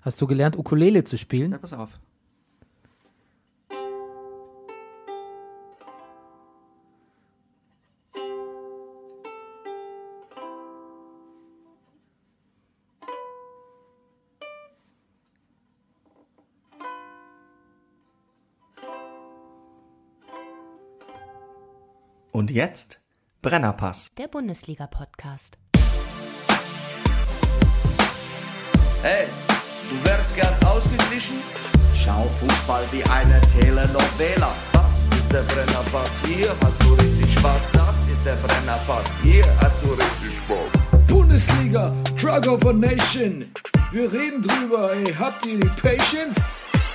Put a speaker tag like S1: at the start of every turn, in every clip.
S1: Hast du gelernt, Ukulele zu spielen?
S2: Ja, pass auf. Und jetzt Brennerpass.
S3: Der Bundesliga-Podcast.
S4: Hey, du wärst gern ausgeglichen? Schau Fußball wie eine Telenovela. Das ist der Brennerpass, hier hast du richtig Spaß. Das ist der Brennerpass, hier hast du richtig Spaß.
S5: Bundesliga, Drug of a Nation. Wir reden drüber, ey, habt ihr die Patience?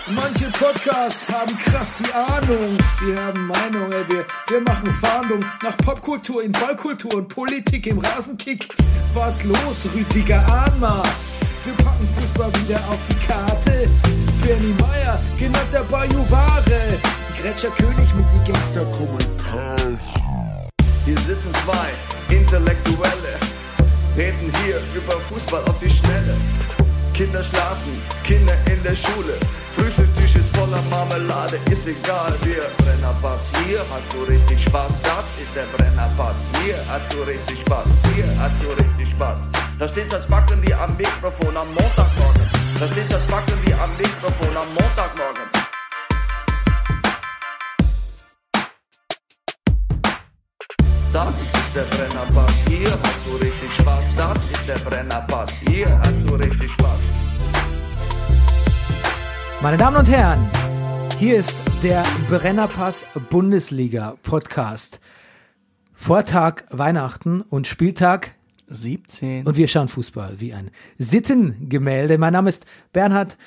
S5: Manche Podcasts haben krass die Ahnung. Wir haben Meinung, ey, wir, wir machen Fahndung nach Popkultur in Ballkultur und Politik im Rasenkick. Was los, Rüdiger Ahnma? Wir packen Fußball wieder auf die Karte. Benny Meyer, genannt der Bayou Ware. Gretscher König mit die Gangster-Kommentare.
S4: Hier sitzen zwei Intellektuelle, reden hier über Fußball auf die Schnelle. Kinder schlafen, Kinder in der Schule. Frühstücktisch ist voller Marmelade, ist egal, wir Brennerpass, hier hast du richtig Spaß, das ist der Brennerpass, hier hast du richtig Spaß, hier hast du richtig Spaß. Da steht das Backen wie am Mikrofon am Montagmorgen, da steht das Backen wie am Mikrofon am Montagmorgen. Das ist der Brennerpass, hier hast du richtig Spaß. Das ist der Brennerpass, hier hast du richtig Spaß.
S1: Meine Damen und Herren, hier ist der Brennerpass Bundesliga Podcast. Vortag Weihnachten und Spieltag
S2: 17.
S1: und wir schauen Fußball wie ein Sittengemälde. Mein Name ist Bernhard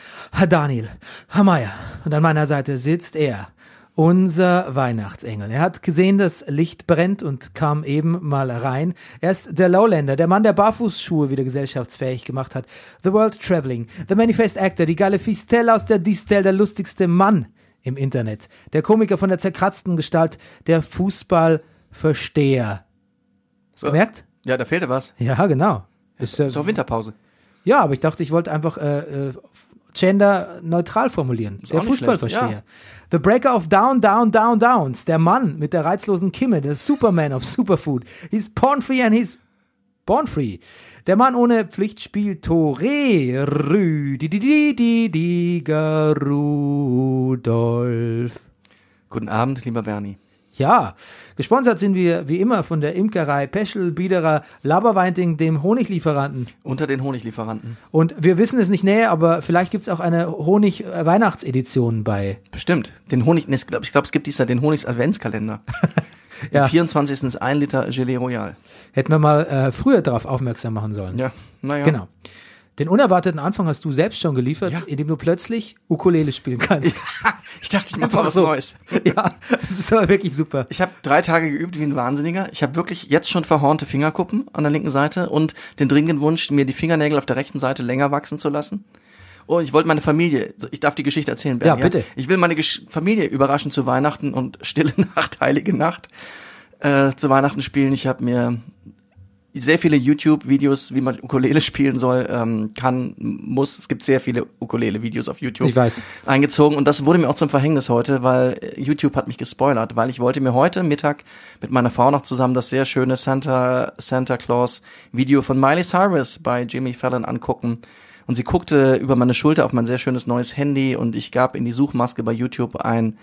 S1: Daniel Hammeyer und an meiner Seite sitzt er, unser Weihnachtsengel. Er hat gesehen, dass Licht brennt und kam eben mal rein. Er ist der Lowlander, der Mann, der Barfußschuhe wieder gesellschaftsfähig gemacht hat. The World Traveling, The Manifest Actor, die geile Fistelle aus der Distel, der lustigste Mann im Internet. Der Komiker von der zerkratzten Gestalt, der Fußballversteher. Hast du
S2: So.
S1: gemerkt?
S2: Ja, da fehlte was.
S1: Ja, genau. Ist, äh,
S2: Zur Winterpause.
S1: ja, aber ich dachte, ich wollte einfach äh, äh, genderneutral formulieren. der
S2: auch nicht
S1: Fußballversteher.
S2: schlecht,
S1: The Breaker of Down, Down, Down, Downs. Der Mann mit der reizlosen Kimme, der Superman of Superfood. He's porn free and he's born free. Der Mann ohne Pflichtspiel Tore, Rü, di, di, di, di, di, Ga- Rudolf.
S2: Guten Abend, lieber Bernie.
S1: Ja, gesponsert sind wir wie immer von der Imkerei Peschel, Biederer, Laberweinting, dem Honiglieferanten.
S2: Unter den Honiglieferanten.
S1: Und wir wissen es nicht näher, aber vielleicht gibt's auch eine Honig-Weihnachtsedition bei.
S2: Bestimmt. Den Honig, nee, ich glaube, ich glaub, es gibt dieser den Honigs-Adventskalender.
S1: Ja.
S2: Am 24. ist ein Liter Gelee Royal.
S1: Hätten wir mal äh, früher darauf aufmerksam machen sollen.
S2: Ja, naja.
S1: Genau. Den unerwarteten Anfang hast du selbst schon geliefert,
S2: Ja.
S1: indem du plötzlich Ukulele spielen kannst.
S2: Ich dachte, ich mache mal was Neues.
S1: ja, das ist aber wirklich super.
S2: Ich habe drei Tage geübt wie ein Wahnsinniger. Ich habe wirklich jetzt schon verhornte Fingerkuppen an der linken Seite und den dringenden Wunsch, mir die Fingernägel auf der rechten Seite länger wachsen zu lassen. Und ich wollte meine Familie, so, ich darf die Geschichte erzählen, Bernd,
S1: Ja, bitte.
S2: Ich will meine Gesch Familie überraschen zu Weihnachten und stille Nacht, heilige Nacht äh, zu Weihnachten spielen. Ich habe mir sehr viele YouTube-Videos, wie man Ukulele spielen soll, ähm, kann, muss. Es gibt sehr viele Ukulele-Videos auf YouTube.
S1: Ich weiß.
S2: Eingezogen. Und das wurde mir auch zum Verhängnis heute, weil äh, YouTube hat mich gespoilert, weil ich wollte mir heute Mittag mit meiner Frau noch zusammen das sehr schöne Santa, Santa Claus Video von Miley Cyrus bei Jimmy Fallon angucken. Und sie guckte über meine Schulter auf mein sehr schönes neues Handy und ich gab in die Suchmaske bei YouTube ein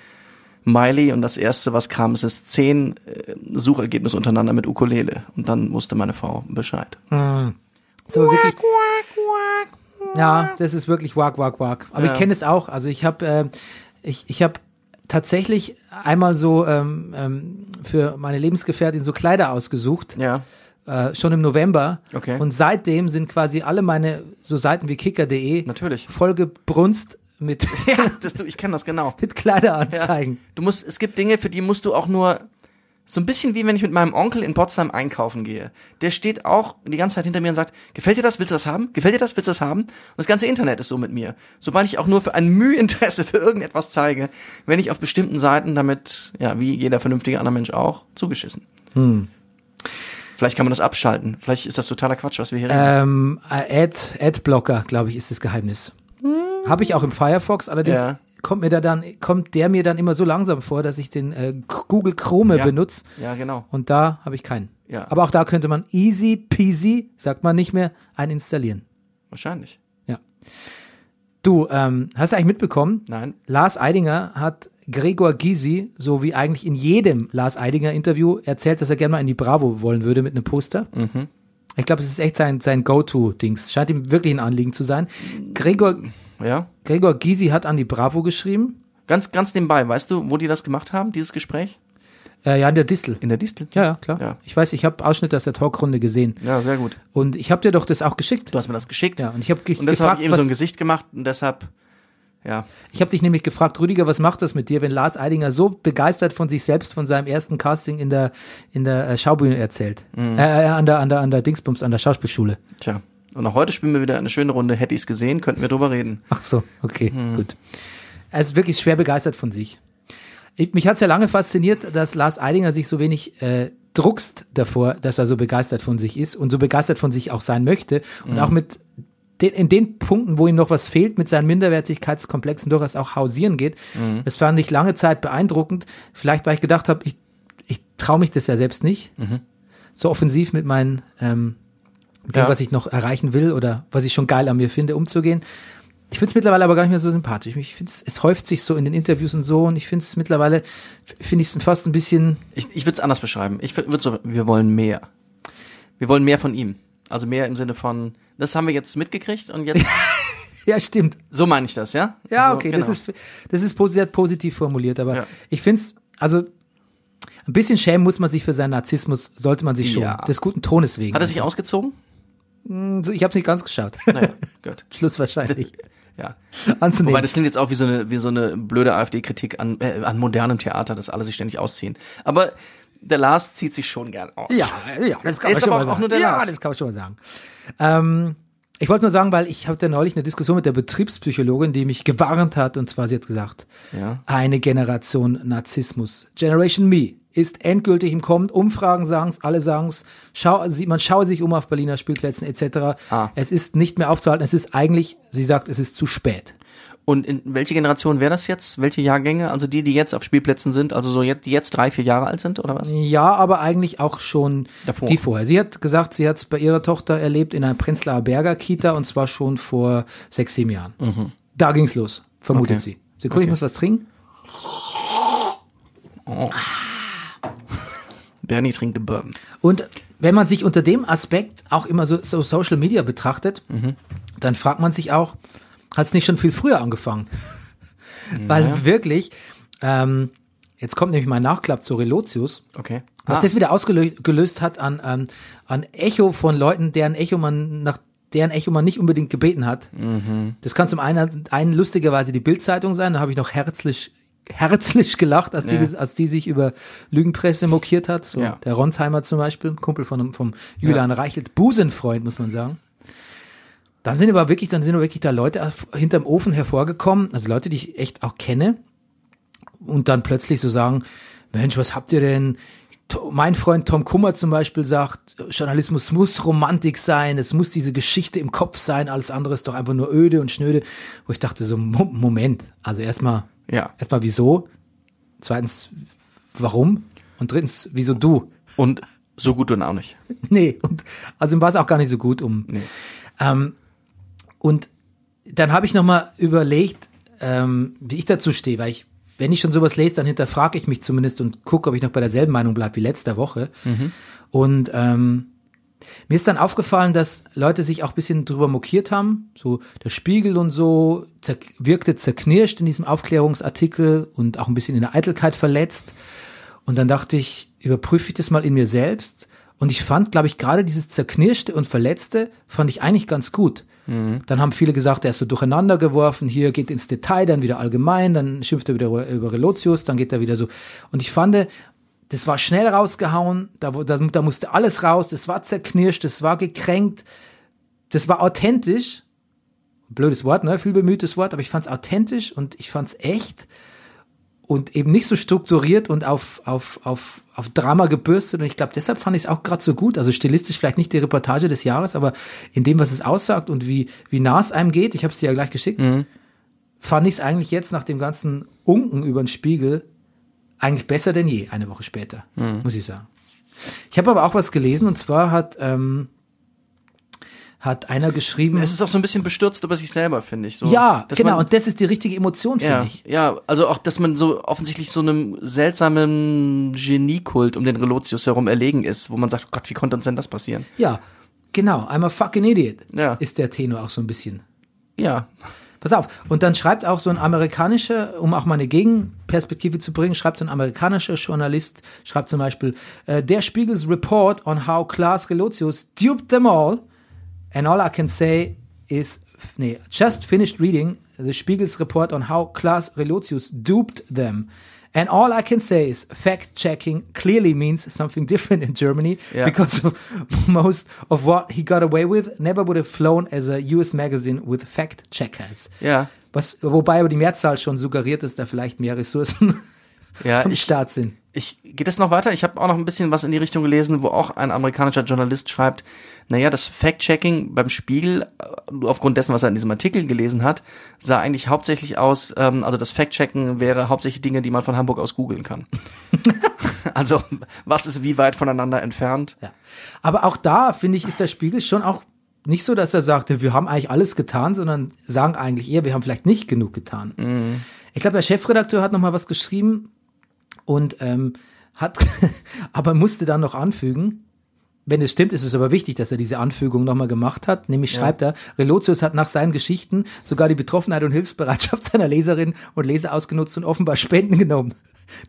S2: Miley und das erste, was kam, es ist zehn äh, Suchergebnisse untereinander mit Ukulele. Und dann wusste meine Frau Bescheid.
S1: So wirklich, ja, das ist wirklich wak wak wak. Aber ich
S2: Ja.
S1: kenne es auch. Also ich habe, äh, ich, ich habe tatsächlich einmal so ähm, ähm, für meine Lebensgefährtin so Kleider ausgesucht.
S2: Ja.
S1: äh, schon im November.
S2: Okay.
S1: Und seitdem sind quasi alle meine so Seiten wie kicker.de
S2: Natürlich.
S1: vollgebrunst mit,
S2: Ja, das, du, ich kenne das genau.
S1: mit Kleideranzeigen.
S2: Du musst, es gibt Dinge, für die musst du auch nur so ein bisschen wie wenn ich mit meinem Onkel in Potsdam einkaufen gehe. Der steht auch die ganze Zeit hinter mir und sagt, gefällt dir das, willst du das haben? Gefällt dir das, willst du das haben? Und das ganze Internet ist so mit mir. Sobald ich auch nur für ein Mühinteresse für irgendetwas zeige, wenn ich auf bestimmten Seiten damit, ja, wie jeder vernünftige andere Mensch auch, zugeschissen. Vielleicht kann man das abschalten. Vielleicht ist das totaler Quatsch, was wir hier reden.
S1: Ähm, äh, Ad, Adblocker, glaube ich, ist das Geheimnis. Habe ich auch im Firefox, allerdings
S2: Hm. Ja.
S1: kommt mir da dann, kommt der mir dann immer so langsam vor, dass ich den äh, Google Chrome
S2: Ja.
S1: benutze.
S2: Ja, genau.
S1: Und da habe ich keinen.
S2: Ja.
S1: Aber auch da könnte man easy peasy, sagt man nicht mehr, einen installieren.
S2: Wahrscheinlich.
S1: Du, ähm, hast du eigentlich mitbekommen?
S2: Nein.
S1: Lars Eidinger hat Gregor Gysi, so wie eigentlich in jedem Lars Eidinger Interview, erzählt, dass er gerne mal in die Bravo wollen würde mit einem Poster.
S2: Mhm.
S1: Ich glaube, es ist echt sein, sein Go-To-Dings. Scheint ihm wirklich ein Anliegen zu sein. Gregor,
S2: Ja.
S1: Gregor Gysi hat an die Bravo geschrieben.
S2: Ganz, ganz nebenbei, weißt du, wo die das gemacht haben, dieses Gespräch?
S1: Äh, ja, in der Distel.
S2: In der Distel?
S1: Ja, ja, klar.
S2: Ja.
S1: Ich weiß, ich habe Ausschnitte aus der Talkrunde gesehen.
S2: Ja, sehr gut.
S1: Und ich habe dir doch das auch geschickt.
S2: Du hast mir das geschickt.
S1: Ja, und ich habe ge
S2: Und deshalb habe
S1: gefragt,
S2: ich eben
S1: was,
S2: so ein Gesicht gemacht und deshalb, ja.
S1: ich habe dich nämlich gefragt, Rüdiger, was macht das mit dir, wenn Lars Eidinger so begeistert von sich selbst, von seinem ersten Casting in der in der äh, Schaubühne erzählt, äh, äh, an der an der an der Dingsbums, an der Schauspielschule.
S2: Tja. Und auch heute spielen wir wieder eine schöne Runde. Hätte ich es gesehen, könnten wir drüber reden.
S1: Ach so, okay, gut. Er ist wirklich schwer begeistert von sich. Ich, mich hat es ja lange fasziniert, dass Lars Eidinger sich so wenig äh, druckst davor, dass er so begeistert von sich ist und so begeistert von sich auch sein möchte und auch mit den, in den Punkten, wo ihm noch was fehlt, mit seinen Minderwertigkeitskomplexen durchaus auch hausieren geht. Das fand ich lange Zeit beeindruckend. Vielleicht, weil ich gedacht habe, ich, ich traue mich das ja selbst nicht. So offensiv mit meinen ähm, mit dem,
S2: Ja.
S1: was ich noch erreichen will oder was ich schon geil an mir finde, umzugehen. Ich finde es mittlerweile aber gar nicht mehr so sympathisch. Ich finde es häuft sich so in den Interviews und so und ich finde es mittlerweile, finde ich es fast ein bisschen,
S2: Ich, ich würde es anders beschreiben. Ich würde so, wir wollen mehr. Wir wollen mehr von ihm. Also mehr im Sinne von, das haben wir jetzt mitgekriegt und jetzt,
S1: ja stimmt,
S2: so meine ich das, ja?
S1: Ja,
S2: Also,
S1: okay,
S2: genau.
S1: das ist, das ist positiv, positiv formuliert, aber
S2: Ja.
S1: ich find's also ein bisschen schämen muss man sich für seinen Narzissmus, sollte man sich schon,
S2: Ja.
S1: des guten Tones wegen.
S2: Hat er sich ausgezogen?
S1: Also, ich hab's nicht ganz geschaut,
S2: Naja, gut.
S1: Schluss wahrscheinlich,
S2: Ja.
S1: anzunehmen.
S2: Wobei das klingt jetzt auch wie so eine, wie so eine blöde AfD-Kritik an, äh, an modernem Theater, dass alle sich ständig ausziehen. Aber der Lars zieht sich schon gern aus.
S1: ja, äh, ja, das kann man
S2: Ist
S1: schon
S2: aber
S1: mal
S2: auch
S1: sagen.
S2: nur der
S1: ja,
S2: Lars.
S1: das kann man schon mal sagen. Ähm, ich wollte nur sagen, weil ich hatte neulich eine Diskussion mit der Betriebspsychologin, die mich gewarnt hat, und zwar sie hat gesagt,
S2: Ja.
S1: Eine Generation Narzissmus. Generation Me ist endgültig im Kommen. Umfragen sagen's, alle sagen's. Schau, sie, man schaue sich um auf Berliner Spielplätzen etc.
S2: Ah.
S1: Es ist nicht mehr aufzuhalten. Es ist eigentlich, sie sagt, es ist zu spät.
S2: Und in welche Generation wäre das jetzt? Welche Jahrgänge? Also die, die jetzt auf Spielplätzen sind, also so jetzt, die jetzt drei, vier Jahre alt sind oder was?
S1: Ja, aber eigentlich auch schon
S2: Davor.
S1: die vorher. Sie hat gesagt, sie hat es bei ihrer Tochter erlebt in einer Prenzlauer Berger Kita und zwar schon vor sechs, sieben Jahren. Da ging's los, vermutet
S2: Mhm. Okay.
S1: sie. Sekunde, ich muss was trinken.
S2: Bernie trinkt Bourbon.
S1: Und wenn man sich unter dem Aspekt auch immer so, so Social Media betrachtet,
S2: Mhm.
S1: dann fragt man sich auch, hat es nicht schon viel früher angefangen? Weil wirklich, ähm, jetzt kommt nämlich mein Nachklapp zu Relotius.
S2: Okay.
S1: Was
S2: Ah,
S1: das wieder ausgelöst gelöst hat an, an, an Echo von Leuten, deren Echo man nach deren Echo man nicht unbedingt gebeten hat.
S2: Mhm.
S1: Das kann zum einen, einen lustigerweise die Bildzeitung sein, da habe ich noch herzlich herzlich gelacht, als die,
S2: Ja.
S1: als die sich über Lügenpresse mokiert hat. So,
S2: Ja.
S1: Der Ronsheimer zum Beispiel, ein Kumpel von, vom Julian Reichelt, Busenfreund, muss man sagen. Dann sind aber wirklich, dann sind aber wirklich da Leute auf- hinterm Ofen hervorgekommen, also Leute, die ich echt auch kenne, und dann plötzlich so sagen, Mensch, was habt ihr denn? To- Mein Freund Tom Kummer zum Beispiel sagt, Journalismus muss Romantik sein, es muss diese Geschichte im Kopf sein, alles andere ist doch einfach nur öde und schnöde. Wo ich dachte so, Mo- Moment, also erstmal,
S2: Ja.
S1: erstmal wieso? Zweitens, warum? Und drittens, wieso du?
S2: Und so gut und auch nicht.
S1: Nee, und also ihm war es auch gar nicht so gut um. Ähm, und dann habe ich nochmal überlegt, ähm, wie ich dazu stehe, weil ich, wenn ich schon sowas lese, dann hinterfrage ich mich zumindest und gucke, ob ich noch bei derselben Meinung bleibe wie letzter Woche. Und ähm, mir ist dann aufgefallen, dass Leute sich auch ein bisschen drüber mokiert haben. So der Spiegel und so zer wirkte zerknirscht in diesem Aufklärungsartikel und auch ein bisschen in der Eitelkeit verletzt. Und dann dachte ich, überprüfe ich das mal in mir selbst. Und ich fand, glaube ich, gerade dieses Zerknirschte und Verletzte fand ich eigentlich ganz gut. Dann haben viele gesagt, er ist so durcheinander geworfen, hier geht ins Detail, dann wieder allgemein, dann schimpft er wieder über Relotius, dann geht er wieder so. Und ich fand, das war schnell rausgehauen, da, wo- da, da musste alles raus, das war zerknirscht, das war gekränkt, das war authentisch. Blödes Wort, ne? Viel bemühtes Wort, aber ich fand es authentisch und ich fand es echt und eben nicht so strukturiert und auf, auf, auf, auf Drama gebürstet. Und ich glaube, deshalb fand ich es auch gerade so gut. Also stilistisch vielleicht nicht die Reportage des Jahres, aber in dem, was es aussagt und wie, wie nah es einem geht, ich habe es dir ja gleich geschickt, fand ich es eigentlich jetzt nach dem ganzen Unken über den Spiegel eigentlich besser denn je, eine Woche später, muss ich sagen. Ich habe aber auch was gelesen und zwar hat, ähm, hat einer geschrieben.
S2: Es ist auch so ein bisschen bestürzt über sich selber, finde ich. So,
S1: ja,
S2: dass
S1: genau,
S2: man-
S1: und das ist die richtige Emotion, finde
S2: ja,
S1: ich.
S2: ja, also auch, dass man so offensichtlich so einem seltsamen Geniekult um den Relotius herum erlegen ist, wo man sagt, Gott, wie konnte uns denn das passieren?
S1: Ja, genau. I'm a fucking idiot.
S2: Ja.
S1: Ist der Tenor auch so ein bisschen.
S2: Ja,
S1: Pass auf. Und dann schreibt auch so ein amerikanischer, um auch mal eine Gegenperspektive zu bringen, schreibt so ein amerikanischer Journalist, schreibt zum Beispiel, äh, der Spiegel's report on how Klaas Relotius duped them all and all I can say is, nee, just finished reading the Spiegel's report on how Klaas Relotius duped them. And all I can say is fact checking clearly means something different in Germany
S2: Ja.
S1: because of most of what he got away with never would have flown as a US magazine with fact checkers.
S2: ja,
S1: Was, wobei aber die Mehrzahl schon suggeriert, dass da vielleicht mehr Ressourcen
S2: ja.
S1: am
S2: Ich,
S1: Start sind.
S2: ich geht das noch weiter? Ich habe auch noch ein bisschen was in die Richtung gelesen, wo auch ein amerikanischer Journalist schreibt, naja, das Fact-Checking beim Spiegel, äh, aufgrund dessen, was er in diesem Artikel gelesen hat, sah eigentlich hauptsächlich aus, ähm, also das Fact-Checken wäre hauptsächlich Dinge, die man von Hamburg aus googeln kann. also, was ist wie weit voneinander entfernt?
S1: Ja. Aber auch da, finde ich, ist der Spiegel schon auch nicht so, dass er sagte, wir haben eigentlich alles getan, sondern sagen eigentlich eher, wir haben vielleicht nicht genug getan.
S2: Mhm.
S1: Ich glaube, der Chefredakteur hat noch mal was geschrieben und ähm, hat, aber musste dann noch anfügen, wenn es stimmt, ist es aber wichtig, dass er diese Anfügung nochmal gemacht hat. Nämlich schreibt er, Relotius hat nach seinen Geschichten sogar die Betroffenheit und Hilfsbereitschaft seiner Leserinnen und Leser ausgenutzt und offenbar Spenden genommen,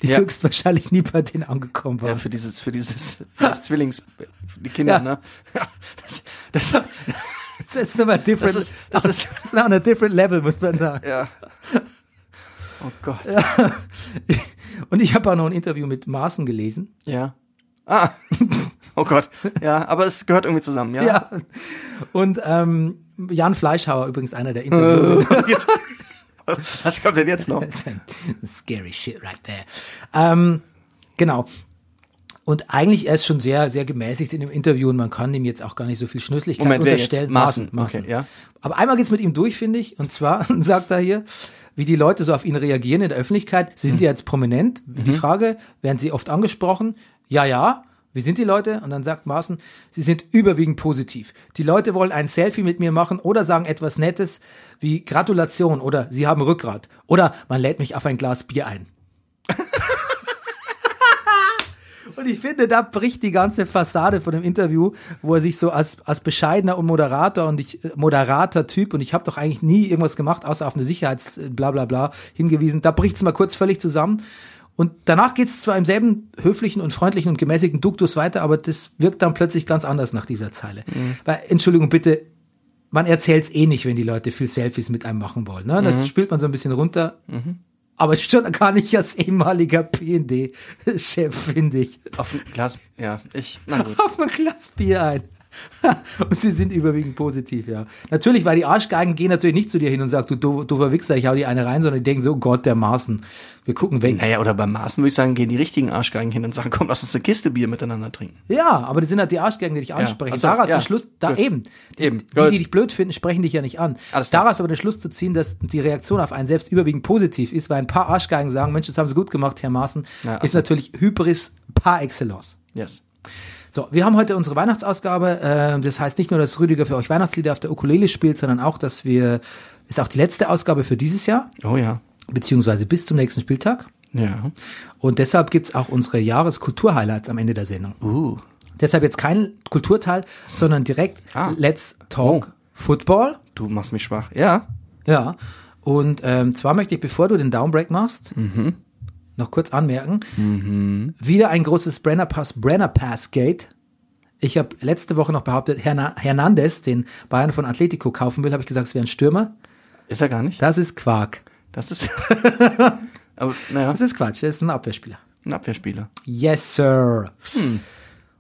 S1: die
S2: Ja.
S1: höchstwahrscheinlich nie bei denen angekommen waren.
S2: Ja, für dieses, für dieses, für das Zwillings, für die Kinder,
S1: Ja.
S2: ne? Das, das,
S1: Das ist nochmal different.
S2: Das ist- das ist-
S1: das ist on a different level, muss man sagen.
S2: ja. Oh Gott.
S1: Und ich habe auch noch ein Interview mit Maaßen gelesen.
S2: Ja. Ah. Oh Gott. Ja, aber es gehört irgendwie zusammen, ja?
S1: Ja. Und ähm, Jan Fleischhauer, übrigens einer der Interviewer.
S2: Jetzt, was, was kommt denn jetzt noch?
S1: Scary shit right there. Ähm, genau. Und eigentlich er ist schon sehr, sehr gemäßigt in dem Interview und man kann ihm jetzt auch gar nicht so viel Schnüsseligkeit
S2: Moment, wer jetzt?
S1: unterstellen.
S2: Maaßen,
S1: Maaßen.
S2: okay, ja.
S1: Aber einmal geht's mit ihm durch, finde ich. Und zwar sagt er hier, wie die Leute so auf ihn reagieren in der Öffentlichkeit. Sie sind
S2: Mhm.
S1: ja jetzt prominent. Die Frage, werden sie oft angesprochen? Ja, ja. Wie sind die Leute? Und dann sagt Maaßen, sie sind überwiegend positiv. Die Leute wollen ein Selfie mit mir machen oder sagen etwas Nettes wie Gratulation oder sie haben Rückgrat oder man lädt mich auf ein Glas Bier ein. Und ich finde, da bricht die ganze Fassade von dem Interview, wo er sich so als, als bescheidener und Moderator und ich, moderater Typ und ich habe doch eigentlich nie irgendwas gemacht, außer auf eine Sicherheits bla bla bla hingewiesen. Da bricht's mal kurz völlig zusammen. Und danach geht's zwar im selben höflichen und freundlichen und gemäßigten Duktus weiter, aber das wirkt dann plötzlich ganz anders nach dieser Zeile. Weil, Entschuldigung, bitte, man erzählt's eh nicht, wenn die Leute viel Selfies mit einem machen wollen. Ne? Das spielt man so ein bisschen runter. Aber schon gar nicht als ehemaliger PND-Chef, finde ich
S2: Auf ein Glas. Ja, ich. Na gut.
S1: auf ein Glas Bier ein. und sie sind überwiegend positiv, ja. Natürlich, weil die Arschgeigen gehen natürlich nicht zu dir hin und sagen, du doof- doofer Wichser, ich hau dir eine rein, sondern die denken so, Gott, der Maßen, wir gucken weg.
S2: Naja, oder beim Maßen würde ich sagen, gehen die richtigen Arschgeigen hin und sagen, komm, lass uns eine Kiste Bier miteinander trinken.
S1: Ja, aber das sind halt die Arschgeigen, die dich ansprechen.
S2: Ach so,
S1: Daraus
S2: ja.
S1: den Schluss, da
S2: Gut.
S1: eben.
S2: Eben,
S1: Die,
S2: gut.
S1: die dich blöd finden, sprechen dich ja nicht an.
S2: Alles klar.
S1: Daraus aber den Schluss zu ziehen, dass die Reaktion auf einen selbst überwiegend positiv ist, weil ein paar Arschgeigen sagen, Mensch, das haben sie gut gemacht, Herr Maaßen,
S2: Ja,
S1: ist
S2: also-
S1: natürlich Hybris par excellence.
S2: Yes.
S1: So, wir haben heute unsere Weihnachtsausgabe. Ähm, das heißt nicht nur, dass Rüdiger für euch Weihnachtslieder auf der Ukulele spielt, sondern auch, dass wir, ist auch die letzte Ausgabe für dieses Jahr,
S2: Oh ja.
S1: beziehungsweise bis zum nächsten Spieltag.
S2: Ja.
S1: Und deshalb gibt's auch unsere Jahreskultur-Highlights am Ende der Sendung.
S2: Mhm. Uh,
S1: Deshalb jetzt kein Kulturteil, sondern direkt
S2: Ah.
S1: Let's Talk Football.
S2: Du machst mich schwach. Ja.
S1: Ja. Und ähm, zwar möchte ich, bevor du den Downbreak machst,
S2: Mhm.
S1: noch kurz anmerken, wieder ein großes Brenner Pass, Brenner Pass Gate. Ich habe letzte Woche noch behauptet, Herna- Hernandez, den Bayern von Atletico kaufen will, habe ich gesagt, es wäre ein Stürmer.
S2: Ist er gar nicht.
S1: Das ist Quark.
S2: Das ist. aber naja,
S1: Das ist Quatsch, das ist ein Abwehrspieler.
S2: ein Abwehrspieler.
S1: Yes, sir.
S2: Hm.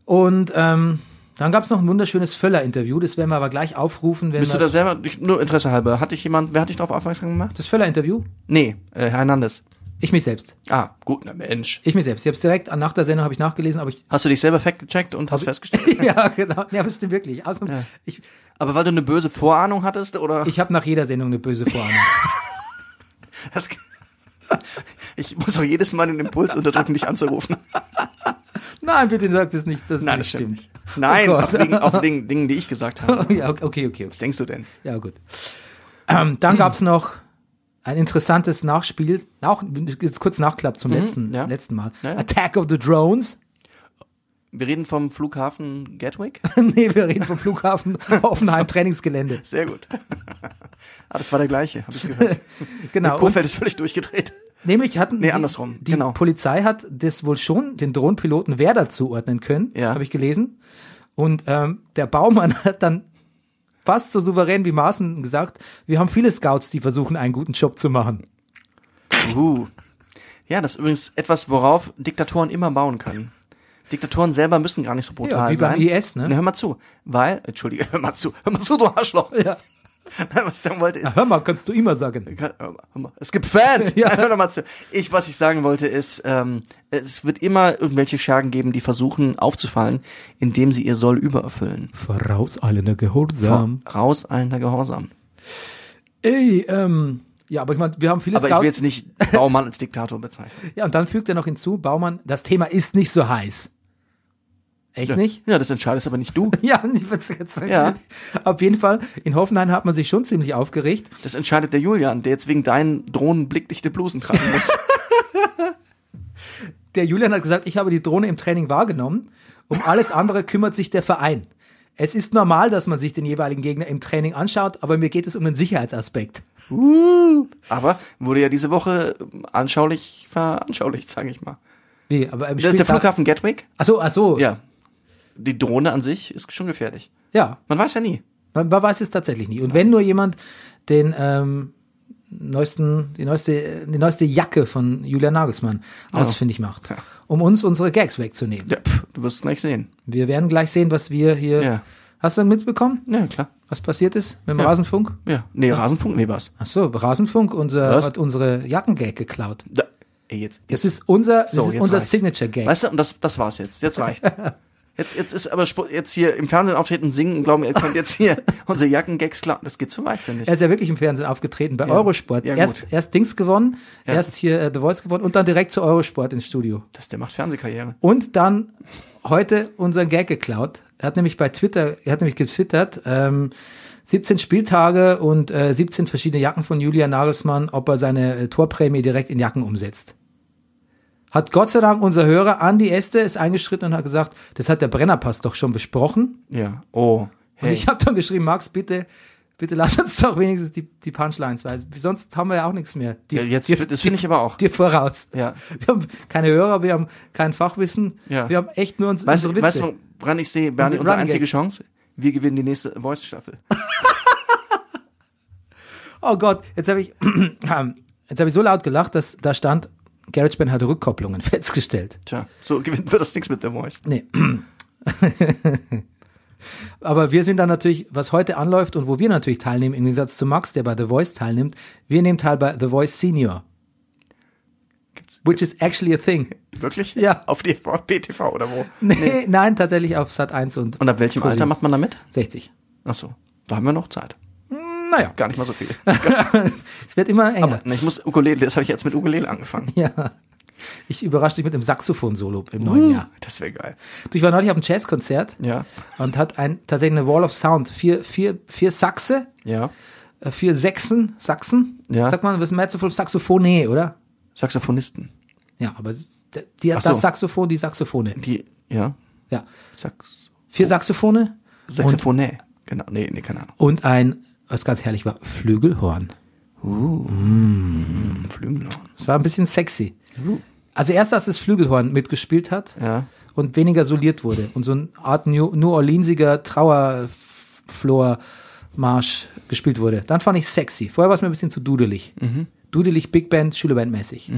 S1: Und ähm, dann gab es noch ein wunderschönes Völler-Interview, das werden wir aber gleich aufrufen. Wenn
S2: Bist
S1: wir
S2: du da selber, ich, nur Interesse halber, hat dich jemand, wer hat dich darauf aufmerksam gemacht?
S1: das Völler-Interview?
S2: Nee, äh, Hernandez.
S1: Ich mich selbst.
S2: Ah, gut, na Mensch.
S1: Ich mich selbst. Ich habe es direkt nach der Sendung habe ich nachgelesen, aber ich
S2: Hast du dich selber fact-gecheckt und hast festgestellt?
S1: ja, genau. Ja, das stimmt wirklich. Außer, Ich,
S2: Aber weil du eine böse Vorahnung hattest, oder?
S1: ich habe nach jeder Sendung eine böse Vorahnung.
S2: Das, ich muss auch jedes Mal den Impuls unterdrücken, dich anzurufen.
S1: Nein, bitte sagt es nicht, dass
S2: Nein,
S1: es
S2: das
S1: nicht
S2: stimmt
S1: stimmt.
S2: nicht. Nein,
S1: Oh
S2: auf,
S1: Gott.
S2: wegen, auf wegen Dingen, die ich gesagt habe.
S1: ja, okay, okay, okay.
S2: Was denkst du denn?
S1: Ja, gut. Ähm, dann gab es noch ein interessantes Nachspiel, auch jetzt kurz Nachklapp zum letzten,
S2: Mhm, ja.
S1: letzten Mal.
S2: Ja, ja.
S1: Attack of the Drones.
S2: Wir reden vom Flughafen Gatwick?
S1: nee, wir reden vom Flughafen Hoffenheim Trainingsgelände.
S2: Sehr gut. ah, das war der gleiche, habe ich gehört.
S1: Genau. Und
S2: Kofeld ist völlig durchgedreht.
S1: nämlich hatten
S2: Nee,
S1: die-
S2: andersrum,
S1: Die
S2: genau.
S1: Polizei hat das wohl schon den Drohnenpiloten Werder zuordnen können,
S2: Ja.
S1: habe ich gelesen. Und ähm, der Baumann hat dann fast so souverän wie Maaßen gesagt, wir haben viele Scouts, die versuchen, einen guten Job zu machen.
S2: Uh. Ja, das ist übrigens etwas, worauf Diktatoren immer bauen können. Diktatoren selber müssen gar nicht so brutal
S1: wie beim
S2: sein.
S1: IS, ne?
S2: Hör mal zu, weil, entschuldige, hör mal zu, hör mal zu, du Arschloch.
S1: Ja.
S2: Nein, was ich sagen wollte ist,
S1: Hör mal, kannst du immer sagen.
S2: Kann- äh, hör mal, hör mal. Es gibt Fans.
S1: Ja.
S2: Hör doch mal zu. Ich, was ich sagen wollte, ist, ähm, es wird immer irgendwelche Schergen geben, die versuchen aufzufallen, indem sie ihr Soll übererfüllen.
S1: Vorauseilender Gehorsam.
S2: Raus eilender Gehorsam.
S1: Ey, ähm, ja, aber ich meine, wir haben viele
S2: Aber ich
S1: Scouts.
S2: will jetzt nicht Baumann als Diktator bezeichnen.
S1: ja, und dann fügt er noch hinzu, Baumann, das Thema ist nicht so heiß. Echt nicht?
S2: Ja, das entscheidest aber nicht du.
S1: Ja, ich würd's jetzt sagen.
S2: Ja.
S1: Auf jeden Fall, in Hoffenheim hat man sich schon ziemlich aufgeregt.
S2: Das entscheidet der Julian, der jetzt wegen deinen Drohnen blickdichte Blusen tragen muss.
S1: Der Julian hat gesagt, ich habe die Drohne im Training wahrgenommen. Um alles andere kümmert sich der Verein. Es ist normal, dass man sich den jeweiligen Gegner im Training anschaut, aber mir geht es um den Sicherheitsaspekt.
S2: uh, aber wurde ja diese Woche anschaulich veranschaulicht, sage ich mal.
S1: Wie, aber im
S2: Das ist der
S1: Spieltag-
S2: Flughafen Gatwick.
S1: Ach so, ach so.
S2: Ja. Die Drohne an sich ist schon gefährlich.
S1: ja.
S2: Man weiß ja nie.
S1: Man, man weiß es tatsächlich nicht. Und wenn nur jemand den ähm, neuesten, die neueste, die neueste Jacke von Julian Nagelsmann ausfindig macht,
S2: Ja.
S1: um uns unsere Gags wegzunehmen.
S2: Ja, pf, du wirst es gleich sehen.
S1: Wir werden gleich sehen, was wir hier.
S2: Ja.
S1: Hast du denn mitbekommen,
S2: Ja, klar.
S1: was passiert ist mit dem Rasenfunk?
S2: Ja. Nee, Rasenfunk, nee, was?
S1: Ach so, Rasenfunk unser,
S2: Was?
S1: hat unsere Jackengag geklaut.
S2: Da. Ey, jetzt.
S1: Das
S2: jetzt.
S1: ist unser,
S2: So,
S1: das ist
S2: jetzt
S1: unser
S2: reicht's.
S1: Signature-Gag.
S2: Weißt du, und das, das war's jetzt. Jetzt reicht's. Jetzt, jetzt ist aber Sp- jetzt hier im Fernsehen auftreten, singen und glauben, ihr könnt jetzt hier unsere Jackengags klar. Das geht zu weit, finde ich.
S1: Er ist ja wirklich im Fernsehen aufgetreten, bei Eurosport.
S2: Ja, gut.
S1: erst, erst Dings gewonnen, erst hier äh, The Voice gewonnen und dann direkt zu Eurosport ins Studio.
S2: das, der macht Fernsehkarriere.
S1: Und dann heute unseren Gag geklaut. Er hat nämlich bei Twitter, er hat nämlich getwittert, ähm, 17 Spieltage und äh, 17 verschiedene Jacken von Julian Nagelsmann, ob er seine äh, Torprämie direkt in Jacken umsetzt. Hat Gott sei Dank unser Hörer Andi Este ist eingeschritten und hat gesagt, das hat der Brennerpass doch schon besprochen.
S2: Ja. Oh.
S1: Und
S2: Hey.
S1: ich habe dann geschrieben, Max, bitte, bitte lass uns doch wenigstens die, die Punchlines, weil sonst haben wir ja auch nichts mehr. Die,
S2: ja, jetzt,
S1: die,
S2: das finde ich aber auch.
S1: dir voraus.
S2: Ja.
S1: Wir haben keine Hörer, wir haben kein Fachwissen,
S2: Ja.
S1: wir haben echt nur uns,
S2: Weißt du,
S1: unsere
S2: weißt
S1: Witze.
S2: du, woran ich sehe, Bernie,
S1: Unsere
S2: unsere
S1: Running
S2: einzige
S1: Gags.
S2: Chance? Wir gewinnen die nächste Voice-Staffel.
S1: oh Gott, jetzt habe ich, jetzt habe ich so laut gelacht, dass da stand, GarageBand hat Rückkopplungen festgestellt.
S2: Tja, so gewinnt wird das nichts mit der Voice.
S1: Nee. Aber wir sind dann natürlich, was heute anläuft und wo wir natürlich teilnehmen, im Gegensatz zu Max, der bei The Voice teilnimmt, wir nehmen teil bei The Voice Senior. Which is actually a thing.
S2: Wirklich?
S1: Ja.
S2: Auf die BTV oder wo?
S1: Nee, nein, tatsächlich auf Sat 1 und,
S2: Und ab welchem
S1: Cool.
S2: Alter macht man da mit?
S1: 60.
S2: Ach so, da haben wir noch Zeit.
S1: Naja,
S2: Gar nicht mal so viel.
S1: es wird immer enger.
S2: Na, Ich muss Ukulele, das habe ich jetzt mit Ukulele angefangen.
S1: Ja. Ich überrasche dich mit einem Saxophon-Solo im
S2: Uh.
S1: neuen Jahr.
S2: Das wäre geil.
S1: Du, ich war neulich auf einem Jazzkonzert
S2: Ja.
S1: und hat ein, tatsächlich eine Wall of Sound. Vier, vier, vier Sachse,
S2: Ja.
S1: äh, vier Sechsen, Sachsen.
S2: Ja.
S1: Sagt man, das ist Merzel Saxophone, oder?
S2: Saxophonisten.
S1: Ja, aber s- d- die hat
S2: Ach so.
S1: das Saxophon, die Saxophone.
S2: Die, ja.
S1: Ja.
S2: Sax
S1: Vier Saxophone
S2: Saxophone. Genau. Nee, nee, keine Ahnung.
S1: und ein, was ganz herrlich war, Flügelhorn.
S2: Ein Flügelhorn.
S1: Es war ein bisschen sexy.
S2: Uh.
S1: Also erst, als das Flügelhorn mitgespielt hat
S2: Ja.
S1: und weniger soliert wurde und so eine Art New, New Orleansiger Trauerflor-Marsch gespielt wurde. Dann fand ich sexy. Vorher war es mir ein bisschen zu dudelig.
S2: Mhm.
S1: Dudelig Big Band, Schülerband-mäßig.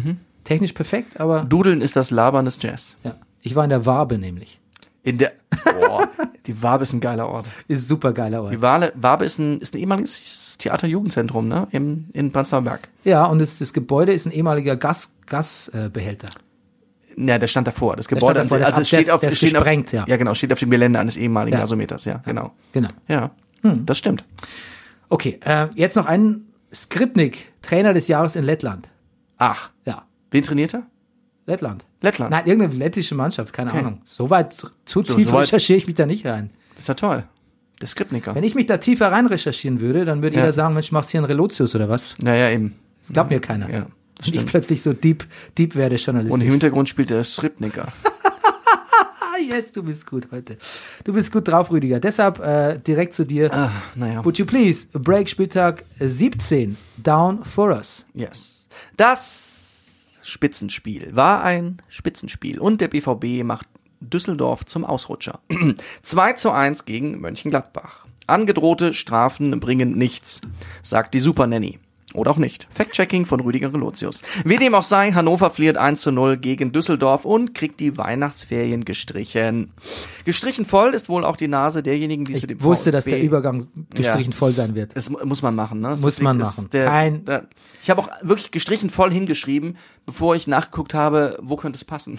S1: Technisch perfekt, aber
S2: Dudeln ist das Labern des Jazz.
S1: ja. ich war in der Wabe nämlich.
S2: In der. Boah, die Wabe ist ein geiler Ort.
S1: Ist super geiler Ort.
S2: Die Wale, Wabe ist ein, ist ein ehemaliges Theaterjugendzentrum, ne? Im, in Prenzlauer Berg.
S1: Ja, und das, das Gebäude ist ein ehemaliger Gas, Gasbehälter. Äh, Behälter.
S2: Na, der stand davor. Das Gebäude
S1: davor,
S2: an
S1: das
S2: sich- also
S1: Ab-
S2: es steht
S1: der-
S2: auf,
S1: der
S2: es
S1: ist
S2: steht
S1: gesprengt,
S2: auf,
S1: ja.
S2: Ja, genau, steht auf dem Gelände eines ehemaligen
S1: Ja.
S2: Gasometers, ja, genau.
S1: genau.
S2: Ja, das stimmt.
S1: Okay, äh, jetzt noch einen Skripnik Trainer des Jahres in Lettland.
S2: Ach,
S1: Ja,
S2: wen trainiert er?
S1: Lettland.
S2: Lettland.
S1: Nein, irgendeine lettische Mannschaft, keine Ahnung. So weit, zu tief
S2: so weit-
S1: recherchiere ich mich da nicht rein.
S2: Das ist ja toll. Der Skriptnicker.
S1: Wenn ich mich da tiefer rein recherchieren würde, dann würde
S2: Ja.
S1: jeder sagen, Mensch, machst hier einen Relotius oder was?
S2: Naja, eben.
S1: Das glaubt mir keiner.
S2: Ja, das
S1: Und ich
S2: stimmt.
S1: plötzlich so deep, deep werde journalistisch.
S2: Und im Hintergrund spielt der Skriptnicker.
S1: Ah, yes, du bist gut heute. Du bist gut drauf, Rüdiger. Deshalb äh, direkt zu dir.
S2: Ah, naja.
S1: Would you please, Break Spieltag 17, down for us.
S2: Yes. Das Spitzenspiel war ein Spitzenspiel und der BVB macht Düsseldorf zum Ausrutscher. 2 zu 1 gegen Mönchengladbach. Angedrohte Strafen bringen nichts, sagt die Supernanny. Oder auch nicht. Fact-Checking von Rüdiger Relotius. Wie dem auch sei, Hannover fliert 1 zu 0 gegen Düsseldorf und kriegt die Weihnachtsferien gestrichen. Gestrichen voll ist wohl auch die Nase derjenigen, die es für den
S1: Ich wusste, dass
S2: VfB
S1: der Übergang gestrichen
S2: Ja.
S1: voll sein wird.
S2: das mu- muss man machen, ne? Das
S1: Muss man
S2: das
S1: machen.
S2: Der,
S1: Kein-
S2: der, ich habe auch wirklich gestrichen voll hingeschrieben, bevor ich nachgeguckt habe, wo könnte es passen.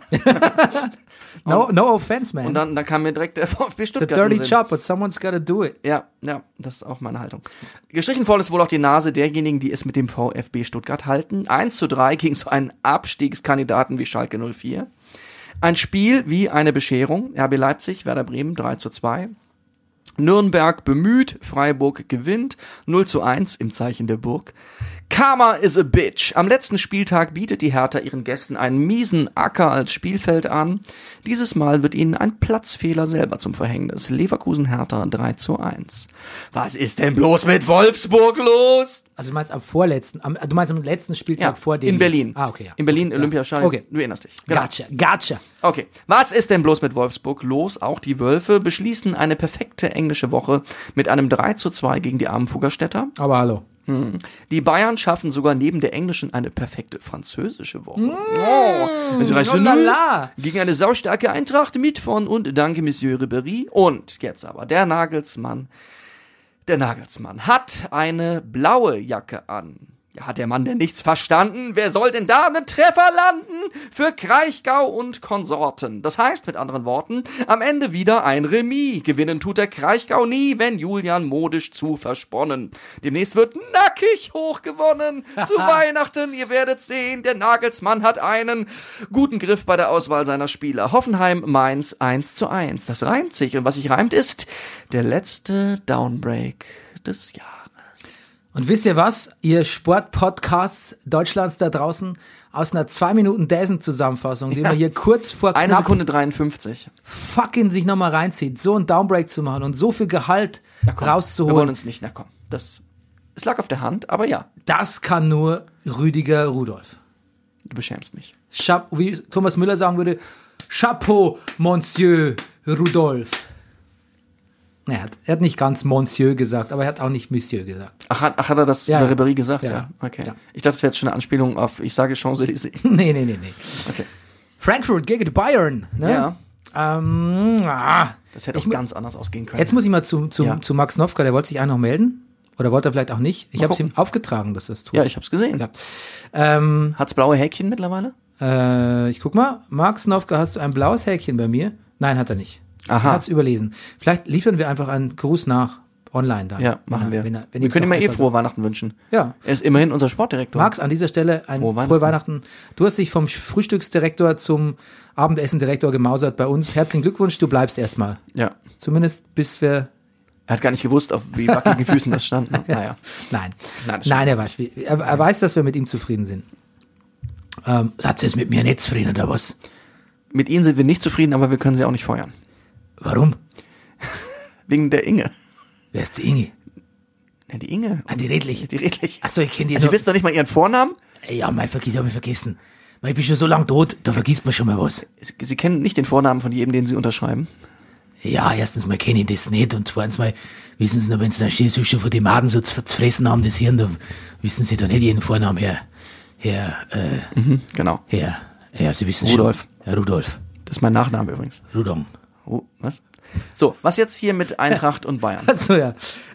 S1: No, no offense, man.
S2: Und dann, dann kam mir direkt der VfB
S1: It's a
S2: Stuttgart. in
S1: dirty
S2: den Sinn.
S1: job, but someone's gotta do it.
S2: Ja, ja, das ist auch meine Haltung. Gestrichen voll ist wohl auch die Nase derjenigen, die es mit dem VfB Stuttgart halten. 1 zu 3 gegen so einen Abstiegskandidaten wie Schalke 04. Ein Spiel wie eine Bescherung. RB Leipzig, Werder Bremen 3 zu 2. Nürnberg bemüht, Freiburg gewinnt, 0 zu 1 im Zeichen der Burg. Karma is a bitch. Am letzten Spieltag bietet die Hertha ihren Gästen einen miesen Acker als Spielfeld an. Dieses Mal wird ihnen ein Platzfehler selber zum Verhängnis. Leverkusen-Hertha 3 zu 1. Was ist denn bloß mit Wolfsburg los?
S1: Also du meinst am vorletzten, am, du meinst am letzten Spieltag vor dem
S2: in Berlin.
S1: jetzt. Ah, okay. Ja.
S2: In Berlin, Olympiastadion.
S1: Okay.
S2: Du erinnerst dich. Genau.
S1: Gotcha, gotcha.
S2: Okay, was ist denn bloß mit Wolfsburg los? Auch die Wölfe beschließen eine perfekte englische Woche mit einem 3 zu 2 gegen die Armenfuggerstädter.
S1: Aber hallo.
S2: Die Bayern schaffen sogar neben der englischen eine perfekte französische Woche. Oh, 3 zu 0
S1: lala.
S2: gegen eine saustarke Eintracht mit von und danke Monsieur Ribéry. Und jetzt aber der Nagelsmann. Der Nagelsmann hat eine blaue Jacke an. Ja, Hat der Mann denn nichts verstanden? Wer soll denn da einen Treffer landen? Für Kraichgau und Konsorten. Das heißt mit anderen Worten, am Ende wieder ein Remis. Gewinnen tut der Kraichgau nie, wenn Julian modisch zu versponnen. Demnächst wird nackig hochgewonnen. Zu Weihnachten, ihr werdet sehen, der Nagelsmann hat einen guten Griff bei der Auswahl seiner Spieler. Hoffenheim, Mainz 1 zu 1. Das reimt sich. Und was sich reimt ist, der letzte Downbreak des Jahres.
S1: Und wisst ihr was? Ihr Sportpodcasts Deutschlands da draußen aus einer 2 Minuten Dazen Zusammenfassung, die man hier kurz vor
S2: Eine
S1: knapp
S2: Sekunde 53.
S1: fucking sich nochmal reinzieht, so einen Downbreak zu machen und so viel Gehalt
S2: Komm,
S1: rauszuholen.
S2: Wir wollen uns nicht, na komm. Das, es lag auf der Hand, aber ja,
S1: Das kann nur Rüdiger Rudolf.
S2: du beschämst mich.
S1: Chap wie Thomas Müller sagen würde, Chapeau, Monsieur Rudolf. Na, Er hat, er hat nicht ganz Monsieur gesagt, aber er hat auch nicht Monsieur gesagt.
S2: Ach, hat, ach, hat er das
S1: Ja,
S2: über
S1: ja.
S2: Ribéry gesagt?
S1: Ja,
S2: Ja,
S1: ja.
S2: okay.
S1: Ja.
S2: Ich dachte, es wäre jetzt schon eine Anspielung auf, ich sage Champs-Élysées.
S1: nee, nee, nee, nee.
S2: Okay.
S1: Frankfurt gegen Bayern. Ne?
S2: Ja.
S1: Ähm, ah.
S2: Das hätte auch
S1: mu-
S2: ganz anders ausgehen können.
S1: Jetzt muss ich mal zu, zu,
S2: Ja.
S1: zu Max Nowka, der wollte sich einen noch melden. Oder wollte er vielleicht auch nicht. Ich habe es ihm
S2: gucken.
S1: aufgetragen, dass er es tut.
S2: ja, ich hab's gesehen.
S1: Ja. Ähm,
S2: Hat's blaue Häkchen mittlerweile?
S1: Äh, ich guck mal. Mark Snofka, hast du ein blaues Häkchen bei mir? Nein, hat er nicht.
S2: Aha.
S1: Er hat's überlesen. Vielleicht liefern wir einfach einen Gruß nach online dann.
S2: Ja,
S1: Wenn
S2: machen wir.
S1: er- Wenn er, wenn
S2: wir
S1: ihm's
S2: können ihm
S1: noch
S2: ja eh
S1: gefällt.
S2: frohe Weihnachten wünschen.
S1: Ja.
S2: Er ist immerhin unser Sportdirektor.
S1: Max, an dieser Stelle ein
S2: Frohe
S1: frohe,
S2: Weihnachten.
S1: Weihnachten. Du hast dich vom Sch- Frühstücksdirektor zum Abendessendirektor gemausert bei uns. Herzlichen Glückwunsch, du bleibst erstmal.
S2: Ja.
S1: Zumindest bis wir.
S2: Er hat gar nicht gewusst, auf wie wackeligen Füßen das stand. Ne? Naja.
S1: Nein.
S2: Nein,
S1: Nein,
S2: das stimmt.
S1: er weiß. wie- Er, er weiß, dass wir mit ihm zufrieden sind. Ähm, Satz ist mit mir nicht zufrieden, oder was?
S2: Mit ihnen sind wir nicht zufrieden, aber wir können sie auch nicht feuern.
S1: Warum?
S2: Wegen der Inge.
S1: Wer ist die Inge?
S2: Ja, die Inge.
S1: Ah, die Redlich.
S2: Die Redlich.
S1: Achso, ich kenne die
S2: Also, Sie
S1: noch-
S2: wissen doch nicht mal ihren Vornamen?
S1: Ja, mein vergiss, hab ich vergessen. Weil ich bin schon so lang tot, da vergisst man schon mal was.
S2: Sie Sie kennen nicht den Vornamen von jedem, den Sie unterschreiben.
S1: Ja, erstens mal kenne ich das nicht und zweitens mal wissen Sie noch, wenn Sie da steht, schon von den Maden so zu zu fressen haben, das Hirn, dann wissen Sie da nicht jeden Vornamen, Herr, Herr, äh,
S2: Genau.
S1: Herr, ja, Sie wissen
S2: Rudolf.
S1: schon. Herr Rudolf.
S2: Das ist mein Nachname übrigens.
S1: Rudolf.
S2: Oh, was? So, was jetzt hier mit Eintracht und Bayern?
S1: Achso, ja.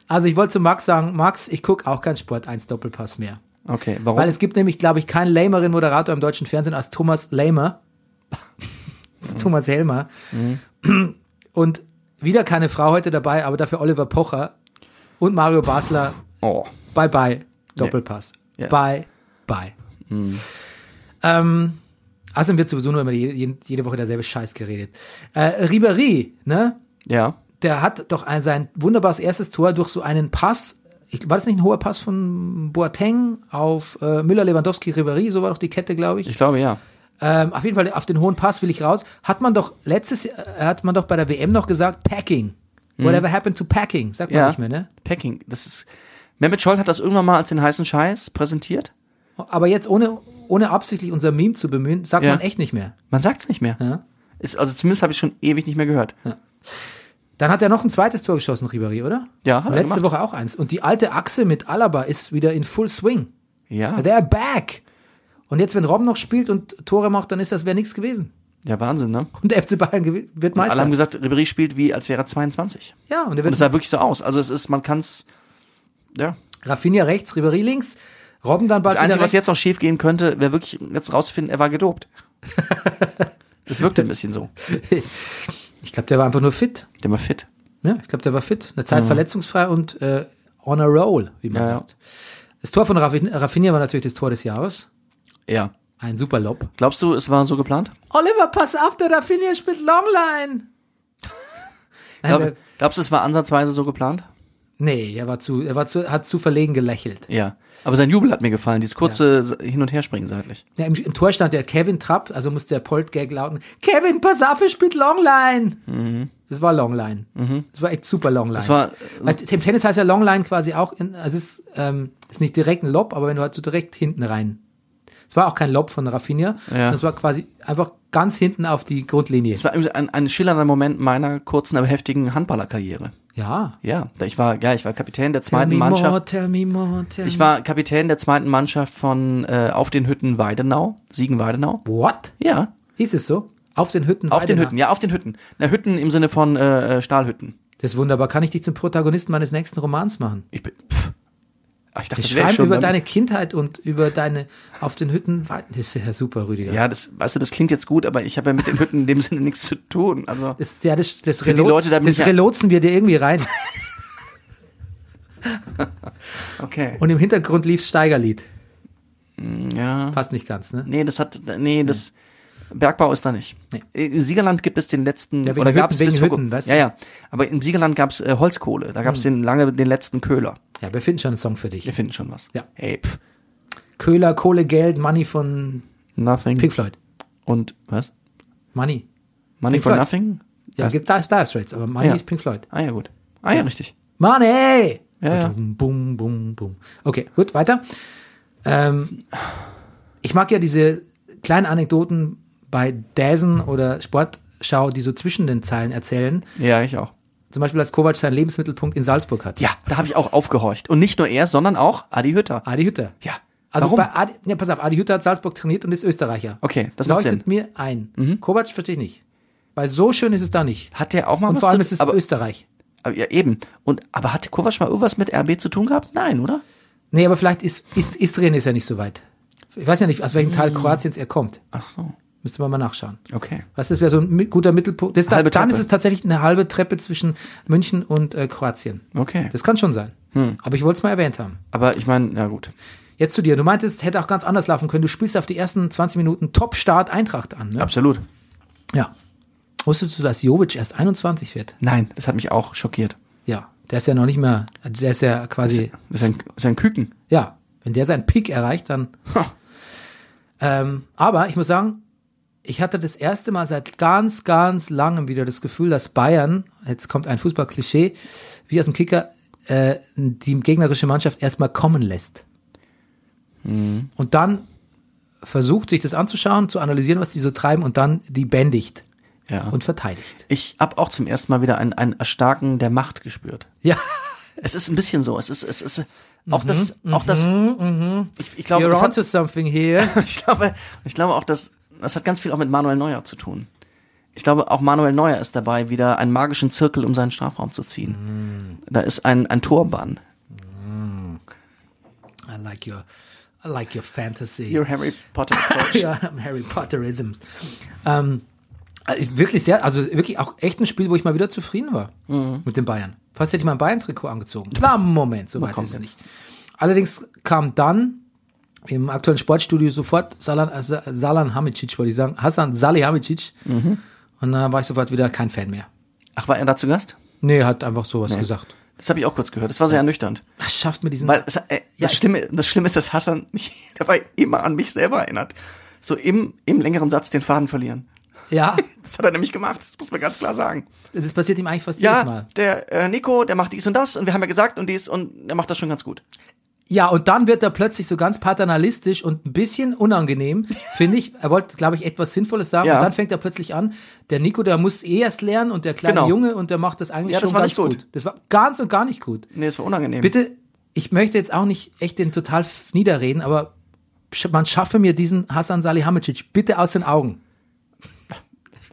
S1: Also ich wollte zu Max sagen, Max, ich guck auch kein Sport 1 Doppelpass mehr.
S2: Okay, warum?
S1: Weil es gibt nämlich, glaube ich, keinen lameren Moderator im deutschen Fernsehen als Thomas Lamer. als Thomas Helmer. Und wieder keine Frau heute dabei, aber dafür Oliver Pocher und Mario Basler.
S2: oh,
S1: Bye bye. Doppelpass. Bye, bye. Ähm, außerdem wird sowieso nur immer jede, jede Woche derselbe Scheiß geredet. Äh, Ribéry, ne?
S2: Ja.
S1: der hat doch ein, sein wunderbares erstes Tor durch so einen Pass. Ich, war das nicht ein hoher Pass von Boateng auf äh, Müller, Lewandowski, Ribéry? So war doch die Kette, glaube ich.
S2: Ich glaube, ja.
S1: Ähm, auf jeden Fall auf den hohen Pass will ich raus. Hat man doch letztes, äh, hat man doch bei der WM noch gesagt Packing. Whatever happened to Packing, sagt man
S2: Mhm. ja.
S1: nicht mehr, ne?
S2: Packing. Das ist. Mehmet Scholl hat das irgendwann mal als den heißen Scheiß präsentiert.
S1: Aber jetzt ohne ohne absichtlich unser Meme zu bemühen, sagt
S2: Ja.
S1: man echt nicht mehr.
S2: Man sagt's nicht mehr.
S1: Ja?
S2: Ist, also zumindest habe ich schon ewig nicht mehr gehört.
S1: Dann hat er noch ein zweites Tor geschossen, Ribéry, oder?
S2: Ja, hat er
S1: Letzte
S2: gemacht.
S1: Woche auch eins. Und die alte Achse mit Alaba ist wieder in Full Swing.
S2: Ja.
S1: Ah. They're back. Und jetzt, wenn Robben noch spielt und Tore macht, dann ist das wäre nichts gewesen.
S2: Ja, Wahnsinn, ne?
S1: Und der FC Bayern gewi- wird
S2: Alle
S1: Meister.
S2: haben gesagt, Ribéry spielt wie, als wäre er 22.
S1: ja, und er
S2: Und es
S1: wird
S2: sah wirklich so aus. Also es ist, man kann's. Ja.
S1: Rafinha rechts, Ribéry links, Robben dann bald
S2: Das Einzige,
S1: wieder
S2: was
S1: rechts.
S2: jetzt noch schief gehen könnte, wäre wirklich jetzt rausfinden, er war gedopt. das wirkte ein bisschen so.
S1: Ich glaube, der war einfach nur fit.
S2: Der war fit.
S1: Ne? Ich glaube, der war fit. Eine Zeit verletzungsfrei und äh, on a roll, wie man
S2: Mhm. Ja, ja.
S1: sagt. Das Tor von Raffin- Rafinha war natürlich das Tor des Jahres.
S2: Ja.
S1: Ein super Lob.
S2: Glaubst du, es war so geplant?
S1: Oliver, pass auf, der Rafinha spielt Longline. Nein,
S2: Glaub,
S1: Äh, der,
S2: glaubst du, es war ansatzweise so geplant?
S1: nee, er war zu, er war zu, hat zu verlegen gelächelt.
S2: Ja. Aber sein Jubel hat mir gefallen, dieses kurze Hin- und Herspringen seitlich.
S1: Ja, im, Im Tor stand der Kevin Trapp, also muss der Polt-Gag lauten. Kevin, pass auf, er spielt Longline. Das war Longline. Das war echt super Longline.
S2: Das war,
S1: Weil t- im Tennis heißt ja Longline quasi auch, in, also es ist, ähm, ist nicht direkt ein Lob, aber wenn du halt so direkt hinten rein. Es war auch kein Lob von Rafinha, sondern es war quasi einfach ganz hinten auf die Grundlinie.
S2: es war ein, ein schillernder Moment meiner kurzen, aber heftigen Handballerkarriere.
S1: Ja.
S2: Ja, da ich war, ja, ich war Kapitän der
S1: Tell
S2: zweiten
S1: me more,
S2: Mannschaft.
S1: tell me more, tell
S2: Ich war Kapitän der zweiten Mannschaft von äh, auf den Hütten Weidenau, Siegen Weidenau.
S1: me- What?
S2: Ja,
S1: Hieß es so? Auf den Hütten.
S2: auf den
S1: Weidenach.
S2: Hütten, ja, auf den Hütten. Na, Hütten im Sinne von äh, äh, Stahlhütten.
S1: Das ist wunderbar. Kann ich dich zum Protagonisten meines nächsten Romans machen?
S2: Ich bin, pff. Ach, ich
S1: Wir
S2: dachte, das wär
S1: schreiben
S2: schon
S1: Also über
S2: beim-
S1: deine Kindheit und über deine auf den Hütten. weit- Das ist ja super, Rüdiger.
S2: Ja, das, weißt du, das klingt jetzt gut, aber ich habe ja mit den Hütten in dem Sinne nichts zu tun. Also,
S1: Das, ja, das, das,
S2: die
S1: Relo-
S2: Leute, da bin ich
S1: das
S2: ja-
S1: relotsen wir dir irgendwie rein.
S2: okay.
S1: Und im Hintergrund lief Steigerlied.
S2: ja.
S1: Passt nicht ganz, ne?
S2: Nee, das hat, nee, das Bergbau ist da nicht.
S1: Nee.
S2: Im Siegerland gibt es den letzten,
S1: Ja, wegen
S2: oder gab es
S1: Hütten,
S2: bis
S1: wegen
S2: vor-
S1: Hütten, weißt du? Hm.
S2: Ja, ja. Aber im Siegerland gab es äh, Holzkohle. Da gab es den, lange den letzten Köhler.
S1: Ja, wir finden schon einen Song für dich.
S2: Wir finden schon was.
S1: Ja.
S2: Ey, pff.
S1: Köhler, Kohle, Geld, Money von
S2: Nothing.
S1: Pink Floyd.
S2: Und, was?
S1: Money.
S2: Money
S1: Pink
S2: for
S1: Floyd.
S2: Nothing?
S1: Ja,
S2: Was?
S1: gibt da Star Straits, aber Money
S2: Ja.
S1: ist Pink Floyd.
S2: Ah, ja, gut. Ah, ja, richtig.
S1: Money!
S2: Ja, ja.
S1: Bum, bum, bum, bum. Okay, gut, weiter. Ähm, ich mag ja diese kleinen Anekdoten bei Dazen oder Sportschau, die so zwischen den Zeilen erzählen.
S2: Ja, ich auch.
S1: Zum Beispiel, als Kovac seinen Lebensmittelpunkt in Salzburg hat.
S2: Ja, da habe ich auch aufgehorcht. Und nicht nur er, sondern auch Adi Hütter.
S1: Adi Hütter.
S2: Ja.
S1: Also
S2: Warum?
S1: bei Adi, ja, pass auf, Adi Hütter hat Salzburg trainiert und ist Österreicher.
S2: Okay, das macht
S1: Leuchtet
S2: Sinn. Mhm.
S1: mir ein. Kovac verstehe ich nicht. Weil so schön ist es da nicht.
S2: Hat der auch mal
S1: Und
S2: was
S1: vor allem
S2: zu-
S1: ist es
S2: aber,
S1: Österreich.
S2: aber, ja, eben. Und, aber hat Kovac mal irgendwas mit RB zu tun gehabt? Nein, oder?
S1: Nee, aber vielleicht ist, ist Istrien ist ja nicht so weit. Ich weiß ja nicht, aus welchem
S2: Mhm.
S1: Teil Kroatiens er kommt.
S2: Ach so.
S1: Müsste man mal nachschauen.
S2: Okay.
S1: Was das wäre so ein mi- guter Mittelpunkt. Das ist da,
S2: Halbe
S1: dann
S2: Treppe.
S1: ist es tatsächlich eine halbe Treppe zwischen München und äh, Kroatien.
S2: Okay.
S1: Das kann schon sein.
S2: Hm.
S1: Aber ich wollte es mal erwähnt haben.
S2: aber ich meine, na gut.
S1: Jetzt zu dir. Du meintest, hätte auch ganz anders laufen können. Du spielst auf die ersten 20 Minuten Top-Start Eintracht an. Ne?
S2: Absolut.
S1: Ja. Wusstest du, dass Jovic erst 21 wird?
S2: Nein, das hat mich auch schockiert.
S1: Ja. Der ist ja noch nicht mehr, der ist ja quasi,
S2: Das ist ein, das ist ein Küken.
S1: ja. Wenn der seinen Peak erreicht, dann
S2: Ha.
S1: Ähm, aber ich muss sagen, ich hatte das erste Mal seit ganz, ganz langem wieder das Gefühl, dass Bayern, jetzt kommt ein Fußballklischee, wie aus dem Kicker, äh, die gegnerische Mannschaft erstmal kommen lässt.
S2: Mhm.
S1: Und dann versucht, sich das anzuschauen, zu analysieren, was die so treiben und dann die bändigt
S2: Ja.
S1: und verteidigt.
S2: ich habe auch zum ersten Mal wieder ein, ein Erstarken der Macht gespürt.
S1: Ja,
S2: Es ist ein bisschen so. Es ist, es ist auch das, auch das. Ich, ich glaube,
S1: you're
S2: es hat,
S1: onto something here.
S2: ich glaube, ich glaube auch, dass das hat ganz viel auch mit Manuel Neuer zu tun. Ich glaube, auch Manuel Neuer ist dabei, wieder einen magischen Zirkel um seinen Strafraum zu ziehen. Da ist ein, ein Torban.
S1: I like your, I like your fantasy.
S2: Your Harry Potter Coach.
S1: ja, Harry Potterisms. Ähm, also wirklich sehr, also wirklich auch echt ein Spiel, wo ich mal wieder zufrieden war mit den Bayern. Fast hätte ich mein Bayern-Trikot angezogen. Na, Moment, so weit
S2: kommt
S1: ist es
S2: jetzt.
S1: nicht. Allerdings kam dann im aktuellen Sportstudio sofort Salan, äh, Sa- Salan Hamicic, wollte ich sagen, Hassan Salihamidzic. Und dann war ich sofort wieder kein Fan mehr.
S2: Ach, war er da zu Gast?
S1: Nee, hat einfach sowas gesagt.
S2: Das habe ich auch kurz gehört. Das war sehr ernüchternd.
S1: Ach, schafft mir diesen.
S2: Weil es, äh,
S1: Ja,
S2: das, Schlimme, das Schlimme ist, dass Hassan mich dabei immer an mich selber erinnert. So im, im längeren Satz den Faden verlieren.
S1: ja,
S2: Das hat er nämlich gemacht, das muss man ganz klar sagen.
S1: das passiert ihm eigentlich fast jedes
S2: Ja,
S1: Mal.
S2: der äh, Nico, der macht dies und das und wir haben ja gesagt und dies und er macht das schon ganz gut.
S1: Ja, und dann wird er plötzlich so ganz paternalistisch und ein bisschen unangenehm, finde ich. Er wollte, glaube ich, etwas Sinnvolles sagen.
S2: Ja.
S1: Und dann fängt er plötzlich an, der Nico, der muss eh erst lernen und der kleine
S2: Genau.
S1: Junge und der macht das eigentlich
S2: Ja, das
S1: schon
S2: war
S1: ganz
S2: nicht gut.
S1: Das war ganz und gar nicht gut.
S2: Nee, das war unangenehm.
S1: Bitte, ich möchte jetzt auch nicht echt den total f- niederreden, aber sch- man schaffe mir diesen Hasan Salihamidzic bitte aus den Augen.
S2: War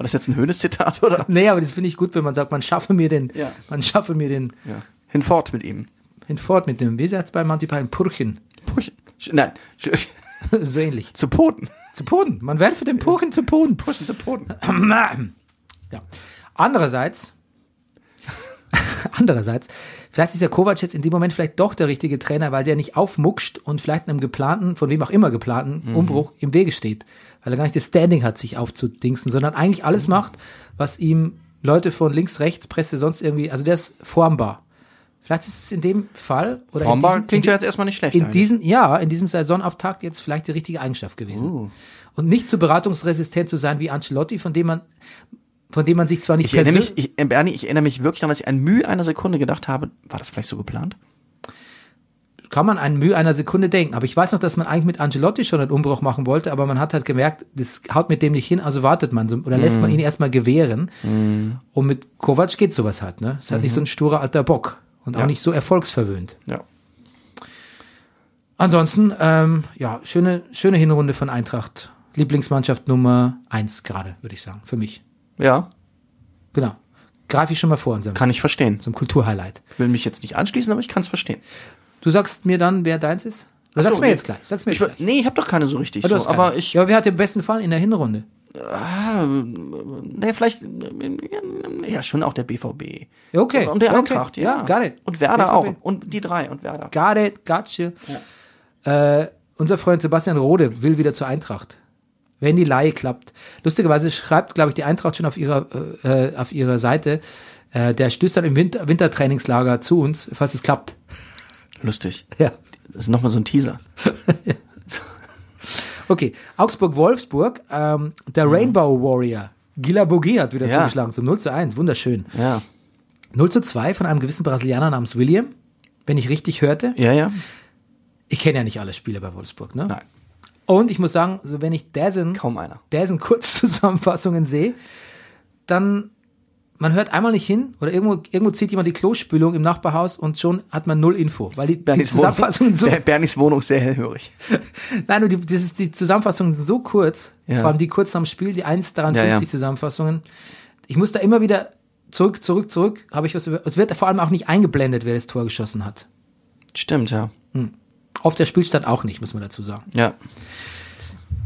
S2: das jetzt ein höhnes Zitat oder?
S1: Nee, aber das finde ich gut, wenn man sagt, man schaffe mir den,
S2: Ja.
S1: man schaffe mir den
S2: Ja. Hinfort mit ihm.
S1: hinfort mit dem, wie sagt's bei Monty Python, Purchen.
S2: Puh, sch- Nein, sch-
S1: so ähnlich.
S2: zu Poten.
S1: Zu Boden. Man werfe den Purchen zu Boden.
S2: Pushen zu Poten.
S1: Ja. Andererseits, andererseits, vielleicht ist der Kovac jetzt in dem Moment vielleicht doch der richtige Trainer, weil der nicht aufmuckscht und vielleicht einem geplanten, von wem auch immer
S2: Mhm.
S1: geplanten Umbruch im Wege steht. Weil er gar nicht das Standing hat, sich aufzudingsen, sondern eigentlich alles
S2: Mhm.
S1: macht, was ihm Leute von links, rechts, Presse, sonst irgendwie, also der ist formbar. Vielleicht ist es in dem Fall oder in
S2: Hornball
S1: diesem,
S2: klingt ja jetzt erstmal nicht schlecht.
S1: in
S2: eigentlich.
S1: diesem, ja, in diesem Saisonauftakt jetzt vielleicht die richtige Eigenschaft gewesen.
S2: Uh.
S1: Und nicht zu beratungsresistent zu sein wie Ancelotti, von dem man, von dem man sich zwar nicht
S2: ich erinnere
S1: persönlich-
S2: mich, ich, äh, Bernie, ich erinnere mich wirklich daran, dass ich ein Mühe einer Sekunde gedacht habe, war das vielleicht so geplant?
S1: kann man einen Mühe einer Sekunde denken. Aber ich weiß noch, dass man eigentlich mit Ancelotti schon einen Umbruch machen wollte, aber man hat halt gemerkt, das haut mit dem nicht hin, also wartet man so, oder lässt
S2: Mhm.
S1: man ihn erstmal gewähren. Und mit Kovac geht sowas halt, ne? Ist halt nicht so ein sturer alter Bock und auch
S2: Mhm. Ja.
S1: nicht so erfolgsverwöhnt.
S2: Ja.
S1: Ansonsten, ähm, ja, schöne, schöne Hinrunde von Eintracht. Lieblingsmannschaft Nummer eins gerade, würde ich sagen, für mich.
S2: Ja,
S1: Genau. Greife ich schon mal vor unserem
S2: kann ich verstehen.
S1: zum Kulturhighlight.
S2: Ich will mich jetzt nicht anschließen, aber ich kann es verstehen.
S1: Du sagst mir dann, wer deins ist? Oder sagst
S2: so,
S1: mir
S2: nee.
S1: jetzt gleich. Sag's mir
S2: Ich,
S1: jetzt
S2: wür-
S1: gleich.
S2: nee, ich habe doch keine so richtig.
S1: Du
S2: So,
S1: hast keine.
S2: aber ich,
S1: ja, wer hat den besten Fall in der Hinrunde?
S2: nee, vielleicht, äh, ja, schon auch der BVB.
S1: Ja, okay.
S2: Und der
S1: Ja, okay.
S2: Eintracht, ja.
S1: Ja, got it.
S2: Und Werder
S1: BVB.
S2: auch. Und die drei und Werder.
S1: Got it, gotcha. Äh, unser Freund Sebastian Rode will wieder zur Eintracht. Wenn die Laie klappt. Lustigerweise schreibt, glaube ich, die Eintracht schon auf ihrer, äh, auf ihrer Seite, äh, der stößt dann im Winter, Wintertrainingslager zu uns, falls es klappt.
S2: Lustig.
S1: Ja.
S2: Das ist nochmal so ein Teaser.
S1: Okay, Augsburg-Wolfsburg, ähm, der Rainbow Warrior, Gila Bogi hat wieder
S2: Ja.
S1: zugeschlagen zum 0 zu 1, wunderschön.
S2: Ja.
S1: 0 zu 2 von einem gewissen Brasilianer namens William, wenn ich richtig hörte.
S2: Ja, ja.
S1: Ich kenne ja nicht alle Spiele bei Wolfsburg, ne?
S2: Nein.
S1: Und ich muss sagen, so wenn ich dessen,
S2: Kaum einer.
S1: dessen Kurzzusammenfassungen sehe, dann, man hört einmal nicht hin oder irgendwo, irgendwo zieht jemand die Klospülung im Nachbarhaus und schon hat man null Info, weil die, die Zusammenfassungen so
S2: Ber- Bernis Wohnung ist sehr hellhörig.
S1: Nein, und die, das ist, die Zusammenfassungen sind so kurz,
S2: Ja.
S1: vor allem die kurz am Spiel, die 1,53
S2: Ja, ja.
S1: Zusammenfassungen. Ich muss da immer wieder zurück, zurück, zurück, habe ich was über. Es wird vor allem auch nicht eingeblendet, wer das Tor geschossen hat.
S2: Stimmt, ja.
S1: Auf der Spielstand auch nicht, muss man dazu sagen.
S2: Ja.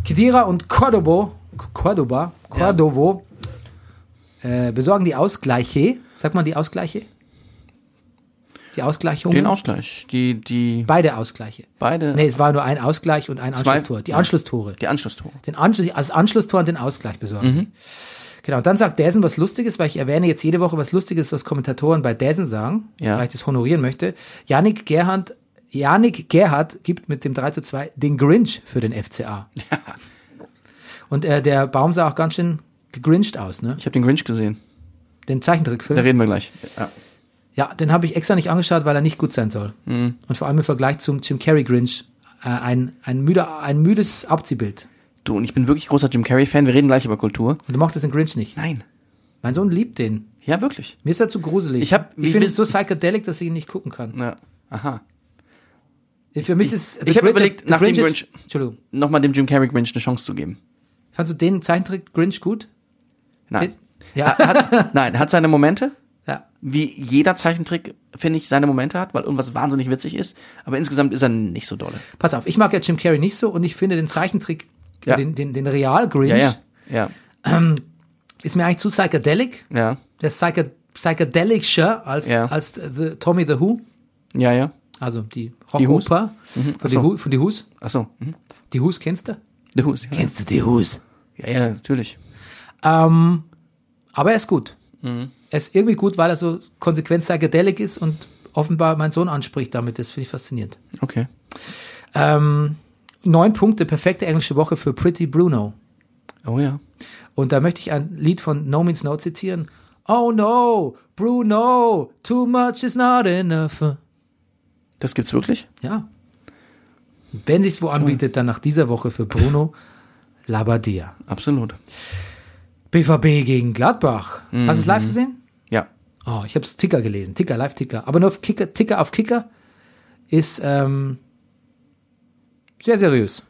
S1: Kedira und Cordobo, Cordoba, Cordovo äh, besorgen die Ausgleiche. Sagt man die Ausgleiche? Die Ausgleichung?
S2: Den Ausgleich. Die, die,
S1: Beide Ausgleiche.
S2: beide,
S1: Nee, es war nur ein Ausgleich und ein
S2: Zwei-
S1: Anschlusstor. Die
S2: Ja.
S1: Anschlusstore.
S2: die Anschlusstore.
S1: den Anschluss, als Anschlusstor und den Ausgleich besorgen.
S2: Mhm.
S1: Genau, und dann sagt Däsen was Lustiges, weil ich erwähne jetzt jede Woche was Lustiges, was Kommentatoren bei Däsen sagen,
S2: Ja.
S1: weil ich das honorieren möchte. Janik Gerhard, Janik Gerhard gibt mit dem 3 zu 2 den Grinch für den FCA. Und äh, der Baum sah auch ganz schön gegrinched aus, ne?
S2: Ich habe den Grinch gesehen.
S1: Den
S2: Da
S1: Zeichentrickfilm.
S2: reden wir gleich. Ja.
S1: Ja, den habe ich extra nicht angeschaut, weil er nicht gut sein soll.
S2: Mhm.
S1: Und vor allem im Vergleich zum Jim Carrey Grinch äh, ein, ein, müder, ein müdes Abziehbild.
S2: Du, und ich bin wirklich großer Jim Carrey-Fan. Wir reden gleich über Kultur.
S1: Und du mochtest den Grinch nicht.
S2: Nein.
S1: Mein Sohn liebt den.
S2: Ja, wirklich.
S1: Mir ist er zu gruselig.
S2: Ich hab-
S1: ich
S2: wie-
S1: finde
S2: wie-
S1: es so psychedelic, dass ich ihn nicht gucken kann.
S2: Ja. Aha.
S1: Für mich ist
S2: ich hab
S1: Grinch-
S2: überlegt,
S1: The
S2: nach dem
S1: Grinch. Ist,
S2: Grinch-
S1: Entschuldigung.
S2: Nochmal dem Jim Carrey Grinch eine Chance zu geben.
S1: Fandst du den Zeichentrick Grinch gut?
S2: Nein.
S1: Ja.
S2: Hat, nein, hat seine Momente.
S1: ja.
S2: Wie jeder Zeichentrick, finde ich, seine Momente hat, weil irgendwas wahnsinnig witzig ist. Aber insgesamt ist er nicht so dolle.
S1: Pass auf, ich mag ja Jim Carrey nicht so und ich finde den Zeichentrick,
S2: Ja.
S1: den, den, den Real Grinch,
S2: Ja, ja. Ja.
S1: ist mir eigentlich zu psychedelic.
S2: Ja.
S1: Der ist psyche- psychedelischer als,
S2: Ja.
S1: als äh, the, Tommy the Who.
S2: Ja, ja.
S1: Also die
S2: Die Who's? Mhm.
S1: Rockoper von, die
S2: achso.
S1: Who- von die Who's.
S2: Ach so. Mhm.
S1: Die Who's kennst du?
S2: The Who's. Ja.
S1: du die Who's?
S2: ja, ja, natürlich.
S1: Ähm, aber er ist gut. Er ist irgendwie gut, weil er so konsequent psychedelic ist und offenbar meinen Sohn anspricht damit. Das finde ich faszinierend.
S2: Okay.
S1: Ähm, neun Punkte, perfekte englische Woche für Pretty Bruno.
S2: Oh ja.
S1: Und da möchte ich ein Lied von No Means No zitieren. Oh no, Bruno, too much is not enough.
S2: Das gibt's wirklich?
S1: Ja. Wenn sich's wo anbietet, dann nach dieser Woche für Bruno Labbadia.
S2: Absolut.
S1: BVB gegen Gladbach. Hast du es live gesehen?
S2: Ja.
S1: Oh, ich habe es Ticker gelesen. Ticker, Live-Ticker. Aber nur auf Kicker, Ticker auf Kicker ist ähm, sehr seriös.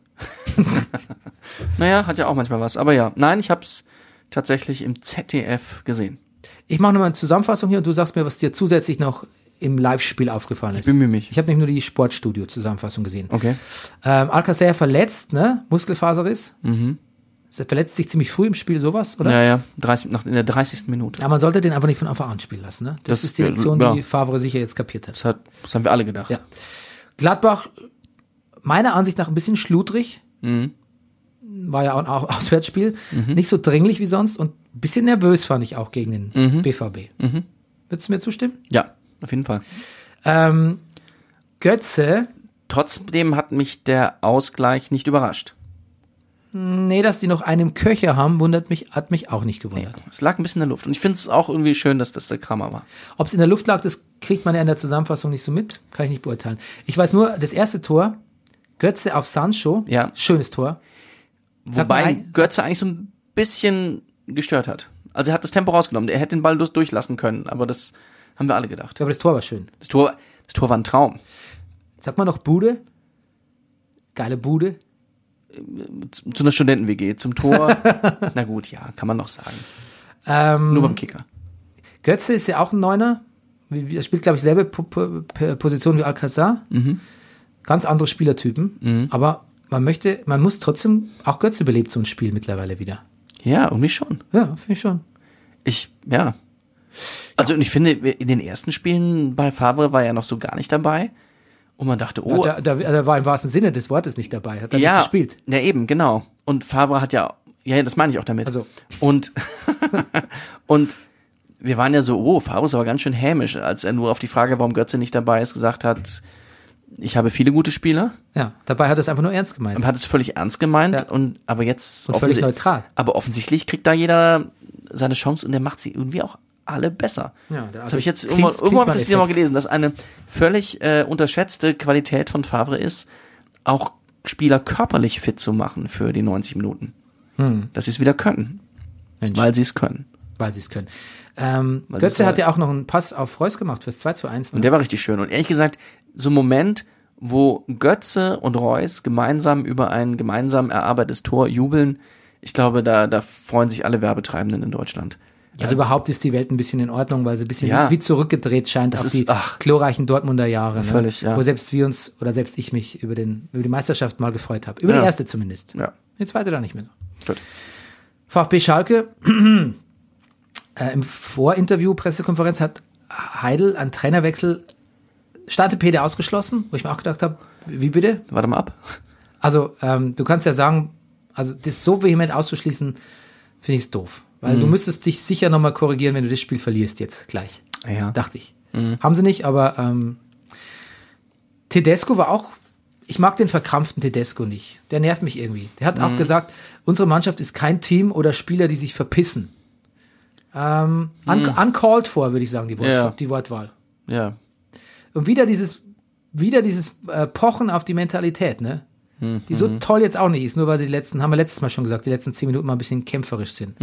S2: Naja, hat ja auch manchmal was. Aber ja, nein, ich hab's tatsächlich im ZDF gesehen.
S1: Ich mache nochmal eine Zusammenfassung hier und du sagst mir, was dir zusätzlich noch im Live-Spiel aufgefallen ist.
S2: bemühe mich.
S1: Ich habe nicht nur die Sportstudio-Zusammenfassung gesehen.
S2: Okay.
S1: Ähm, Alcacer verletzt, ne? Muskelfaserriss. Mhm. Er verletzt sich ziemlich früh im Spiel, sowas, oder?
S2: Ja, ja. 30, nach, in der 30. Minute.
S1: Ja, man sollte den einfach nicht von Anfang an spielen lassen. Ne? Das,
S2: Das-
S1: ist die Lektion,
S2: ja.
S1: die Favre sicher jetzt kapiert hat.
S2: Das, hat, das haben wir alle gedacht.
S1: Ja. Gladbach, meiner Ansicht nach ein bisschen schludrig. War ja auch ein Au- Auswärtsspiel. Nicht so dringlich wie sonst und ein bisschen nervös fand ich auch gegen den BVB. Würdest du mir zustimmen?
S2: ja auf jeden Fall.
S1: Ähm, Götze,
S2: Trotzdem hat mich der Ausgleich nicht überrascht.
S1: nee, dass die noch einen Köcher haben, wundert mich, hat mich auch nicht gewundert.
S2: Es lag ein bisschen in der Luft. Und ich finde es auch irgendwie schön, dass das der Kramer war.
S1: Ob es in der Luft lag, das kriegt man ja in der Zusammenfassung nicht so mit. Kann ich nicht beurteilen. Ich weiß nur, das erste Tor, Götze auf Sancho,
S2: Ja.
S1: schönes Tor. Sag mal,
S2: Wobei
S1: ein-
S2: Götze eigentlich so ein bisschen gestört hat. Also er hat das Tempo rausgenommen. Er hätte den Ball durch- durchlassen können, aber das haben wir alle gedacht.
S1: Aber das Tor war schön.
S2: Das Tor, das Tor war ein Traum.
S1: Sagt man noch Bude? Geile Bude.
S2: Zu, zu einer Studenten-WG, zum Tor. Na gut, ja, kann man noch sagen.
S1: Ähm,
S2: Nur beim Kicker.
S1: Götze ist ja auch ein Neuner. Wie- wie- Er spielt, glaube ich, selbe Po- Po- Po- Position wie Alcazar.
S2: Mhm.
S1: Ganz andere Spielertypen. Aber man möchte, man muss trotzdem, auch Götze belebt so ein Spiel mittlerweile wieder.
S2: Ja, irgendwie schon.
S1: Ja, finde ich schon.
S2: Ich, ja. Also und ich finde, in den ersten Spielen bei Favre war er noch so gar nicht dabei. Und man dachte, oh,
S1: Ja, da, da, da war im wahrsten Sinne des Wortes nicht dabei. Hat er
S2: ja,
S1: nicht gespielt.
S2: Ja, eben, genau. Und Favre hat ja, ja, ja, das meine ich auch damit.
S1: Also.
S2: Und, und wir waren ja so, oh, Favre ist aber ganz schön hämisch, als er nur auf die Frage, warum Götze nicht dabei ist, gesagt hat, ich habe viele gute Spieler.
S1: Ja, dabei hat er es einfach nur ernst gemeint.
S2: Man hat es völlig ernst gemeint
S1: Ja.
S2: und, aber jetzt.
S1: Und völlig
S2: offensi-
S1: neutral.
S2: Aber offensichtlich kriegt da jeder seine Chance und der macht sie irgendwie auch alle besser.
S1: Ja, der also
S2: das
S1: alte
S2: habe ich jetzt
S1: Klinsmann-
S2: irgendwo, irgendwo habe ich das wieder mal
S1: Effekt.
S2: gelesen, dass eine völlig äh, unterschätzte Qualität von Favre ist, auch Spieler körperlich fit zu machen für die 90 Minuten.
S1: Hm.
S2: Dass sie es wieder können,
S1: Mensch,
S2: weil sie es können.
S1: weil sie es können. Ähm,
S2: Weil sie's
S1: Götze
S2: soll.
S1: hat ja auch noch einen Pass auf Reus gemacht fürs 2 zu 1. Ne?
S2: Und der war richtig schön. Und ehrlich gesagt, so ein Moment, wo Götze und Reus gemeinsam über ein gemeinsam erarbeitetes Tor jubeln, ich glaube, da, da freuen sich alle Werbetreibenden in Deutschland.
S1: Also überhaupt ist die Welt ein bisschen in Ordnung, weil sie ein bisschen
S2: Ja.
S1: wie zurückgedreht scheint auf
S2: ist-
S1: die
S2: ach.
S1: glorreichen Dortmunder Jahre. Ne?
S2: Völlig, ja.
S1: Wo selbst wir uns oder selbst ich mich über, den, über die Meisterschaft mal gefreut habe. Über
S2: Ja.
S1: die erste zumindest.
S2: Ja,
S1: Die zweite da nicht mehr so.
S2: gut.
S1: VfB Schalke, äh, im Vorinterview, Pressekonferenz hat Heidel einen Trainerwechsel Startepede ausgeschlossen, wo ich mir auch gedacht habe, wie bitte?
S2: Warte mal ab.
S1: Also, ähm, du kannst ja sagen, also das so vehement auszuschließen, finde ich es doof. Weil
S2: Mhm.
S1: du müsstest dich sicher nochmal korrigieren, wenn du das Spiel verlierst jetzt gleich.
S2: Ja. Mhm.
S1: Dachte ich. Haben sie nicht, aber ähm, Tedesco war auch. Ich mag den verkrampften Tedesco nicht. Der nervt mich irgendwie. Der hat
S2: Mhm.
S1: auch gesagt, unsere Mannschaft ist kein Team oder Spieler, die sich verpissen. Ähm, un Uncalled for, würde ich sagen, die, Wort
S2: Mhm. Ja.
S1: die Wortwahl.
S2: Ja.
S1: Und wieder dieses, wieder dieses äh, Pochen auf die Mentalität, ne? Die so toll jetzt auch nicht ist, nur weil sie die letzten, haben wir letztes Mal schon gesagt, die letzten zehn Minuten mal ein bisschen kämpferisch sind.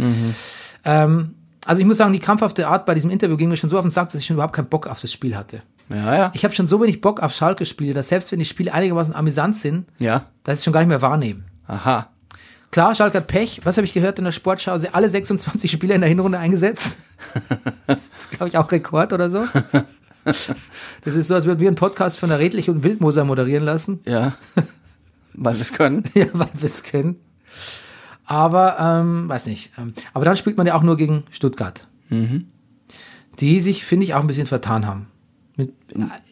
S1: Ähm, also ich muss sagen, die krampfhafte Art bei diesem Interview ging mir schon so auf den Sack, dass ich schon überhaupt keinen Bock auf das Spiel hatte.
S2: Ja, ja.
S1: Ich habe schon so wenig Bock auf Schalke-Spiele, dass selbst wenn die Spiele einigermaßen amüsant sind,
S2: ja.
S1: dass ich es schon gar nicht mehr wahrnehme.
S2: Aha.
S1: Klar, Schalke hat Pech. Was habe ich gehört in der Sportschau? Sie alle 26 Spieler in der Hinrunde eingesetzt. Das ist, glaube ich, auch Rekord oder so. Das ist so, als würden wir einen Podcast von der Redlich und Wildmoser moderieren lassen.
S2: Ja. Weil wir es können.
S1: Ja, weil wir es kennen. Aber, ähm, weiß nicht. Ähm, Aber
S2: Mhm.
S1: dann spielt man ja auch nur gegen Stuttgart. Die sich, finde ich, auch ein bisschen vertan haben. Mit,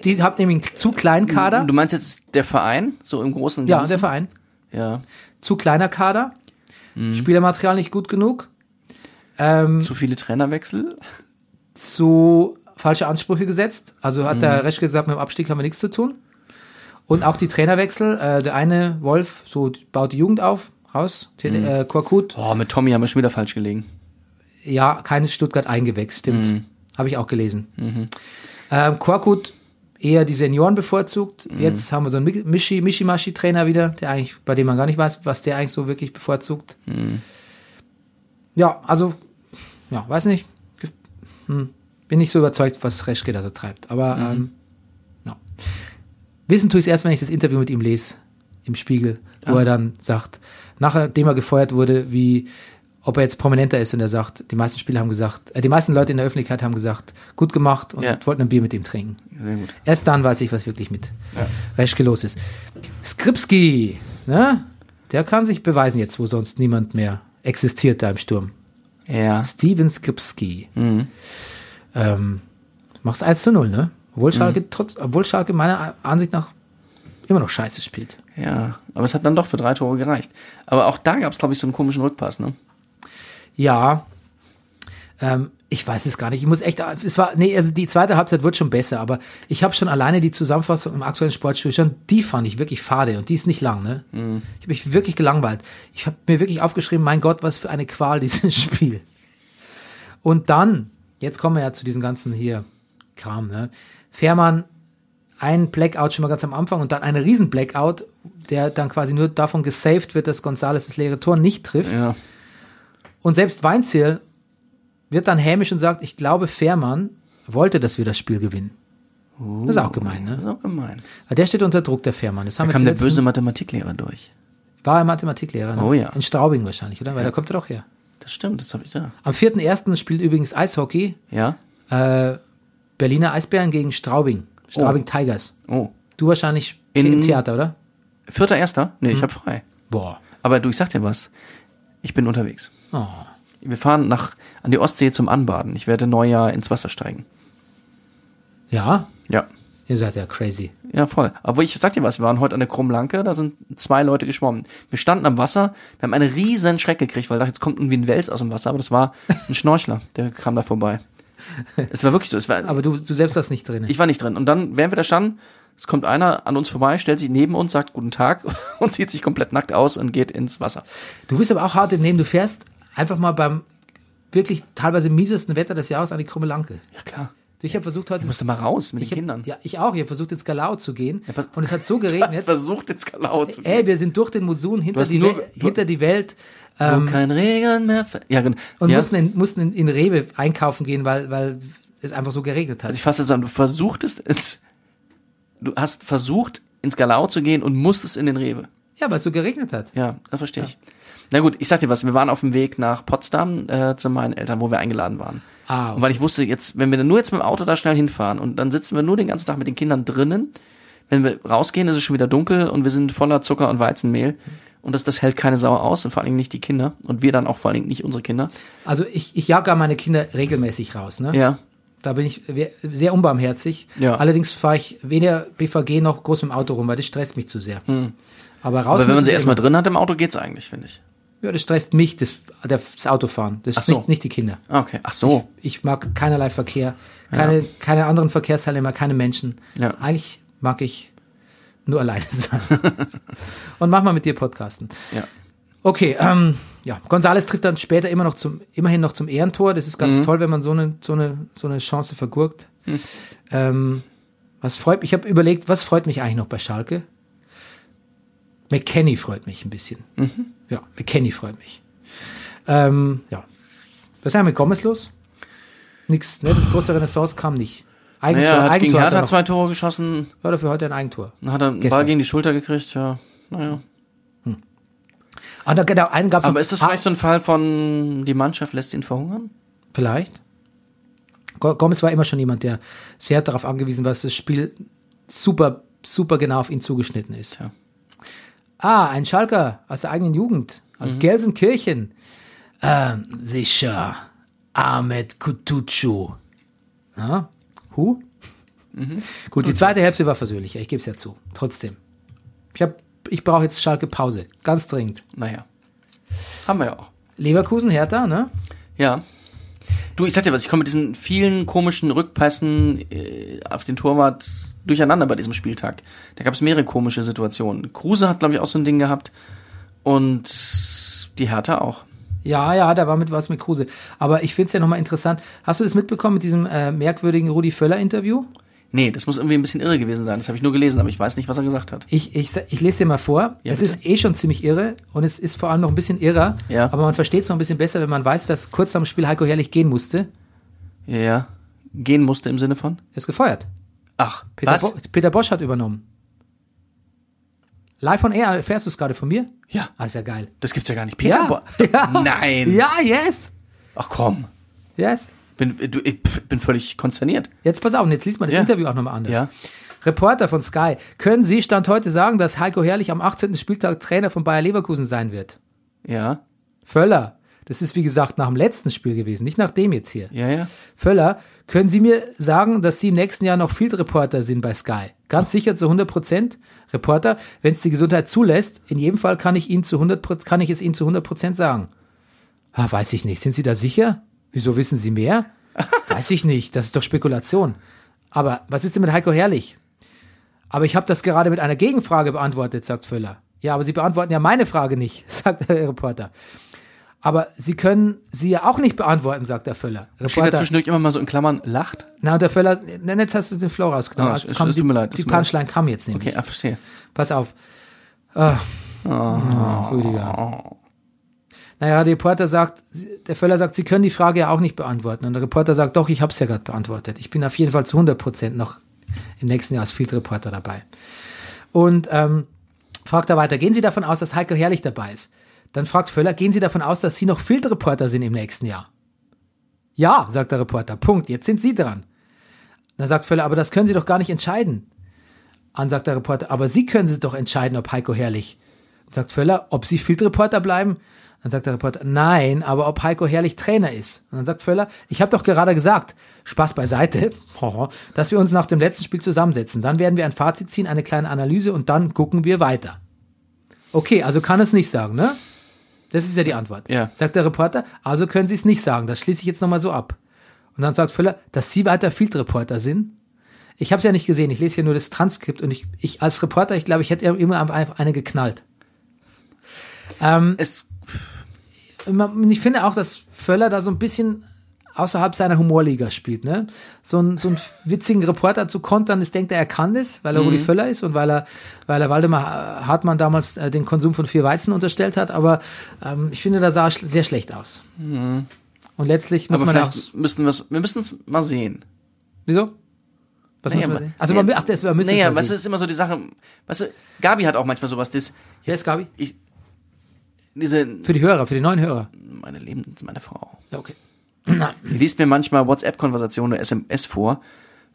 S1: die habt nämlich einen zu kleinen Kader.
S2: Du meinst jetzt der Verein, so im Großen und
S1: Ja, der
S2: Ganzen?
S1: Verein.
S2: Ja,
S1: Zu kleiner Kader.
S2: Mhm.
S1: Spielermaterial nicht gut genug. Ähm,
S2: zu viele Trainerwechsel.
S1: zu falsche Ansprüche gesetzt. Also hat der Reschke gesagt, mit dem Abstieg haben wir nichts zu tun. Und auch die Trainerwechsel. Äh, der eine, Wolf, so baut die Jugend auf, raus. Tele äh, Korkut,
S2: Oh, mit Tommy haben wir schon wieder falsch gelegen.
S1: ja, keines Stuttgart eingewächst, stimmt. Habe ich auch gelesen. Ähm, Korkut eher die Senioren bevorzugt. Jetzt haben wir so einen Mi- Mischi, Mischi-Maschi-Trainer wieder, der eigentlich, bei dem man gar nicht weiß, was der eigentlich so wirklich bevorzugt. Ja, also, ja, weiß nicht. Ge- Hm. Bin nicht so überzeugt, was Reschke da so treibt. Aber ähm, ja. wissen tue ich es erst, wenn ich das Interview mit ihm lese im Spiegel, wo er dann sagt, nachdem er gefeuert wurde, wie ob er jetzt prominenter ist und er sagt, die meisten Spieler haben gesagt, äh, die meisten Leute in der Öffentlichkeit haben gesagt, gut gemacht und
S2: Ja.
S1: wollten ein Bier mit ihm trinken.
S2: Sehr gut.
S1: Erst dann weiß ich, was wirklich mit Reschke los ist. Skripski, ne? der kann sich beweisen jetzt, wo sonst niemand mehr existiert da im Sturm.
S2: Ja.
S1: Steven Skripski. Ähm, macht's 1 zu 0, ne? Obwohl Schalke, trotz, obwohl Schalke meiner Ansicht nach immer noch scheiße spielt.
S2: Ja. Aber es hat dann doch für drei Tore gereicht. Aber auch da gab es, glaube ich, so einen komischen Rückpass, ne?
S1: Ja. Ähm, ich weiß es gar nicht. Ich muss echt, es war, nee, also die zweite Halbzeit wird schon besser, aber ich habe schon alleine die Zusammenfassung im aktuellen Sportstudio schon, die fand ich wirklich fade und die ist nicht lang, ne? Ich habe mich wirklich gelangweilt. Ich habe mir wirklich aufgeschrieben, mein Gott, was für eine Qual dieses Spiel. Und dann, jetzt kommen wir ja zu diesem ganzen hier Kram, ne? Fährmann, ein Blackout schon mal ganz am Anfang und dann ein riesen Blackout, der dann quasi nur davon gesaved wird, dass Gonzales das leere Tor nicht trifft.
S2: Ja.
S1: Und selbst Weinzierl wird dann hämisch und sagt, ich glaube, Fährmann wollte, dass wir das Spiel gewinnen. das ist auch gemein,
S2: Das
S1: ne?
S2: ist auch gemein.
S1: Weil Der steht unter Druck, der Fährmann. Das haben
S2: Da
S1: wir
S2: kam der
S1: zuletzt-
S2: böse Mathematiklehrer durch.
S1: War er Mathematiklehrer. Ne?
S2: Oh ja.
S1: In Straubing wahrscheinlich, oder? Weil da kommt er doch her.
S2: Das stimmt, das habe ich da.
S1: Am 4.1. spielt übrigens Eishockey
S2: Ja?
S1: äh, Berliner Eisbären gegen Straubing. Straubing Tigers.
S2: Oh.
S1: Du wahrscheinlich
S2: In-
S1: im Theater, oder?
S2: Vierter Erster? Nee, ich habe frei.
S1: Boah.
S2: Aber du, ich sag dir was. Ich bin unterwegs.
S1: Oh.
S2: Wir fahren nach, an die Ostsee zum Anbaden. Ich werde Neujahr ins Wasser steigen.
S1: Ja,
S2: Ja.
S1: ihr seid ja crazy.
S2: Ja, voll. Aber ich sag dir was, wir waren heute an der Krummlanke, da sind zwei Leute geschwommen. Wir standen am Wasser, wir haben einen riesen Schreck gekriegt, weil ich dachte, jetzt kommt irgendwie ein Wels aus dem Wasser, aber das war ein Schnorchler, der kam da vorbei. Es war wirklich so, es war,
S1: Aber du, du selbst warst nicht drin.
S2: ich war nicht drin. Und dann, während wir da standen, es kommt einer an uns vorbei, stellt sich neben uns, sagt guten Tag und zieht sich komplett nackt aus und geht ins Wasser.
S1: Du bist aber auch hart im Nehmen. Du fährst einfach mal beim wirklich teilweise miesesten Wetter des Jahres an die krumme Lanke.
S2: Ja, klar.
S1: Ich habe versucht heute.
S2: Ich musste mal raus mit den
S1: ich
S2: Kindern.
S1: hab, ja, ich auch. Ich habe versucht ins Galau zu gehen
S2: pass-
S1: und es hat so
S2: Du hast
S1: geregnet.
S2: versucht, ins Kalau zu gehen.
S1: Ey, wir sind durch den Musun hinter,
S2: hast
S1: die,
S2: nur-
S1: Wel
S2: du-
S1: hinter die Welt
S2: Wo kein Regen mehr. fällt. Ja, genau.
S1: ähm, und
S2: ja.
S1: mussten, in, mussten in, in Rewe einkaufen gehen, weil, weil es einfach so geregnet hat.
S2: Also ich fasse zusammen, du versuchtest ins, du hast versucht, ins Galau zu gehen und musstest in den Rewe.
S1: ja, weil es so geregnet hat.
S2: Ja, das verstehe ich. Na gut, ich sag dir was, wir waren auf dem Weg nach Potsdam äh, zu meinen Eltern, wo wir eingeladen waren.
S1: Ah,
S2: Und weil ich wusste, jetzt, wenn wir dann nur jetzt mit dem Auto da schnell hinfahren und dann sitzen wir nur den ganzen Tag mit den Kindern drinnen, wenn wir rausgehen, ist es schon wieder dunkel und wir sind voller Zucker und Weizenmehl. Und das, das hält keine Sau aus und vor allen Dingen nicht die Kinder. Und wir dann auch vor allen Dingen nicht unsere Kinder.
S1: Also ich, ich jag gar meine Kinder regelmäßig raus. Ne?
S2: Ja.
S1: Da bin ich we- sehr unbarmherzig.
S2: Ja.
S1: Allerdings fahre ich weder BVG noch groß mit dem Auto rum, weil das stresst mich zu sehr. Aber raus
S2: Hm. Aber wenn man
S1: müssen
S2: sie
S1: wir
S2: erstmal
S1: immer.
S2: drin hat im Auto, geht's eigentlich, finde ich.
S1: Ja, das stresst mich, das, das Autofahren. Das
S2: Ach so.
S1: nicht, nicht die Kinder.
S2: Ah, Okay. Ach so.
S1: Ich mag keinerlei Verkehr, keine, keine anderen Verkehrsteilnehmer, keine Menschen.
S2: Ja.
S1: Eigentlich mag ich nur alleine sein. Und mach mal mit dir Podcasten.
S2: Ja.
S1: Okay, ähm, ja, Gonzales trifft dann später immer noch zum, immerhin noch zum Ehrentor. Das ist ganz
S2: Mhm.
S1: toll, wenn man so eine, so eine, so eine Chance vergurkt. Ähm, was freut mich? Ich habe überlegt, was freut mich eigentlich noch bei Schalke? McKenny freut mich ein bisschen.
S2: Mhm.
S1: Ja, McKenny freut mich. Ähm, ja. Was ist denn mit Gomez los? Nix, ne? Das große Renaissance kam nicht. Eigentor,
S2: Naja, er hat gegen
S1: Eigentor hat
S2: Hertha
S1: er noch.
S2: zwei Tore geschossen,
S1: War dafür heute ein Eigentor.
S2: dann hat er einen
S1: Gestern.
S2: Ball gegen die Schulter gekriegt, ja. Naja.
S1: Ah, da, genau, einen gab's
S2: Aber
S1: noch.
S2: ist das
S1: Ah,
S2: vielleicht so ein Fall von, die Mannschaft lässt ihn verhungern?
S1: Vielleicht. Go- Gomez war immer schon jemand, der sehr darauf angewiesen war, dass das Spiel super, super genau auf ihn zugeschnitten ist.
S2: Tja.
S1: Ah, ein Schalker aus der eigenen Jugend, aus Gelsenkirchen. Ähm, sicher. Ahmed Kutucu. Ja? Hu? Gut, die zweite Hälfte war versöhnlicher, ich gebe es ja zu. Trotzdem. Ich, hab- ich brauche jetzt Schalke Pause. Ganz dringend.
S2: Naja. Haben wir ja auch.
S1: Leverkusen, Hertha, ne?
S2: Ja. Du, ich sag dir was, ich komme mit diesen vielen komischen Rückpässen äh, auf den Torwart durcheinander bei diesem Spieltag. Da gab es mehrere komische Situationen. Kruse hat, glaube ich, auch so ein Ding gehabt. Und die Hertha auch.
S1: Ja, ja, da war mit was mit Kruse. Aber ich finde es ja nochmal interessant. Hast du das mitbekommen mit diesem äh, merkwürdigen Rudi Völler-Interview?
S2: Nee, das muss irgendwie ein bisschen irre gewesen sein. Das habe ich nur gelesen, aber ich weiß nicht, was er gesagt hat.
S1: Ich, ich, sa- ich lese dir mal vor.
S2: Ja,
S1: es
S2: bitte.
S1: ist eh schon ziemlich irre und es ist vor allem noch ein bisschen irrer.
S2: Ja.
S1: Aber man versteht es noch ein bisschen besser, wenn man weiß, dass kurz am Spiel Heiko Herrlich gehen musste.
S2: Ja. Gehen musste im Sinne von?
S1: Er ist gefeuert.
S2: Ach,
S1: Peter,
S2: was?
S1: Bo Peter Bosch hat übernommen. Live on Air, erfährst du es gerade von mir?
S2: Ja.
S1: Ah, ist ja geil.
S2: Das gibt's ja gar nicht. Peter Bo Nein.
S1: Ja, yes.
S2: Ach komm.
S1: Yes.
S2: Bin, du, ich pf, bin völlig konsterniert.
S1: Jetzt pass auf, und jetzt liest man das
S2: Ja.
S1: Interview auch nochmal anders.
S2: Ja.
S1: Reporter von Sky, können Sie Stand heute sagen, dass Heiko Herrlich am 18. Spieltag Trainer von Bayer Leverkusen sein wird?
S2: Ja.
S1: Völler, das ist wie gesagt nach dem letzten Spiel gewesen, nicht nach dem jetzt hier.
S2: Ja, ja.
S1: Völler, können Sie mir sagen, dass Sie im nächsten Jahr noch Field Reporter sind bei Sky? Ganz sicher zu 100 Prozent? Reporter, wenn es die Gesundheit zulässt, in jedem Fall kann ich, Ihnen zu 100 kann ich es Ihnen zu 100 Prozent sagen. Ah, weiß ich nicht. Sind Sie da sicher? Wieso wissen Sie mehr? Weiß ich nicht. Das ist doch Spekulation. Aber was ist denn mit Heiko Herrlich? Aber ich habe das gerade mit einer Gegenfrage beantwortet, sagt Völler. Ja, aber Sie beantworten ja meine Frage nicht, sagt der Reporter. Aber Sie können sie ja auch nicht beantworten, sagt der Völler.
S2: Steht da
S1: Reporter,
S2: zwischendurch immer mal so in Klammern, lacht?
S1: na, und der Völler, nein, jetzt hast du den Flow rausgenommen.
S2: Ah,
S1: Also,
S2: es-
S1: komm,
S2: es tut mir leid, es
S1: Die
S2: tut mir leid.
S1: Punchline kam jetzt nämlich.
S2: Okay, ah, verstehe.
S1: Pass auf. Ah. Ach, Rüdiger. Naja, der Reporter sagt, sie- der Völler sagt, Sie können die Frage ja auch nicht beantworten. Und der Reporter sagt, doch, ich habe es ja gerade beantwortet. Ich bin auf jeden Fall zu 100 Prozent noch im nächsten Jahr als Field Reporter dabei. Und ähm, fragt er weiter, gehen Sie davon aus, dass Heiko Herrlich dabei ist? Dann fragt Völler, gehen Sie davon aus, dass Sie noch Field Reporter sind im nächsten Jahr? Ja, sagt der Reporter, Punkt, jetzt sind Sie dran. Dann sagt Völler, aber das können Sie doch gar nicht entscheiden. An sagt der Reporter, aber Sie können es doch entscheiden, ob Heiko Herrlich. Dann sagt Völler, ob Sie Field-Reporter bleiben? Dann sagt der Reporter, nein, aber ob Heiko Herrlich Trainer ist. Und dann sagt Völler, ich habe doch gerade gesagt, Spaß beiseite, haha, dass wir uns nach dem letzten Spiel zusammensetzen. Dann werden wir ein Fazit ziehen, eine kleine Analyse und dann gucken wir weiter. Okay, also kann es nicht sagen, ne? Das ist ja die Antwort.
S2: Ja.
S1: Sagt der Reporter, also können Sie es nicht sagen. Das schließe ich jetzt nochmal so ab. Und dann sagt Völler, dass Sie weiter Field-Reporter sind. Ich habe es ja nicht gesehen, ich lese hier nur das Transkript und ich, ich als Reporter, ich glaube, ich hätte immer einfach eine geknallt.
S2: Es
S1: Man- Ich finde auch, dass Völler da so ein bisschen außerhalb seiner Humorliga spielt. Ne? So, ein, so einen witzigen Reporter zu kontern, das denkt er, er kann das, weil er
S2: Mhm.
S1: Rudi Völler ist und weil er, weil er Waldemar Hartmann damals äh, den Konsum von vier Weizen unterstellt hat. Aber ähm, ich finde, da sah er schl- sehr schlecht aus. Und letztlich muss
S2: Mhm. Aber
S1: man auch...
S2: vielleicht müssen wir's, wir müssen es mal sehen.
S1: Wieso? Was
S2: Naja,
S1: muss man
S2: aber-
S1: sehen? Also,
S2: naja,
S1: man, ach, das, man müsste
S2: naja,
S1: es mal
S2: was
S1: sehen.
S2: ist immer so die Sache, weißt du, Gabi hat auch manchmal sowas, das,
S1: Wer ist Gabi?
S2: ich, diese,
S1: Für die Hörer, für die neuen Hörer.
S2: meine Lebens, meine Frau,
S1: Ja, okay.
S2: die liest mir manchmal WhatsApp-Konversationen oder SMS vor,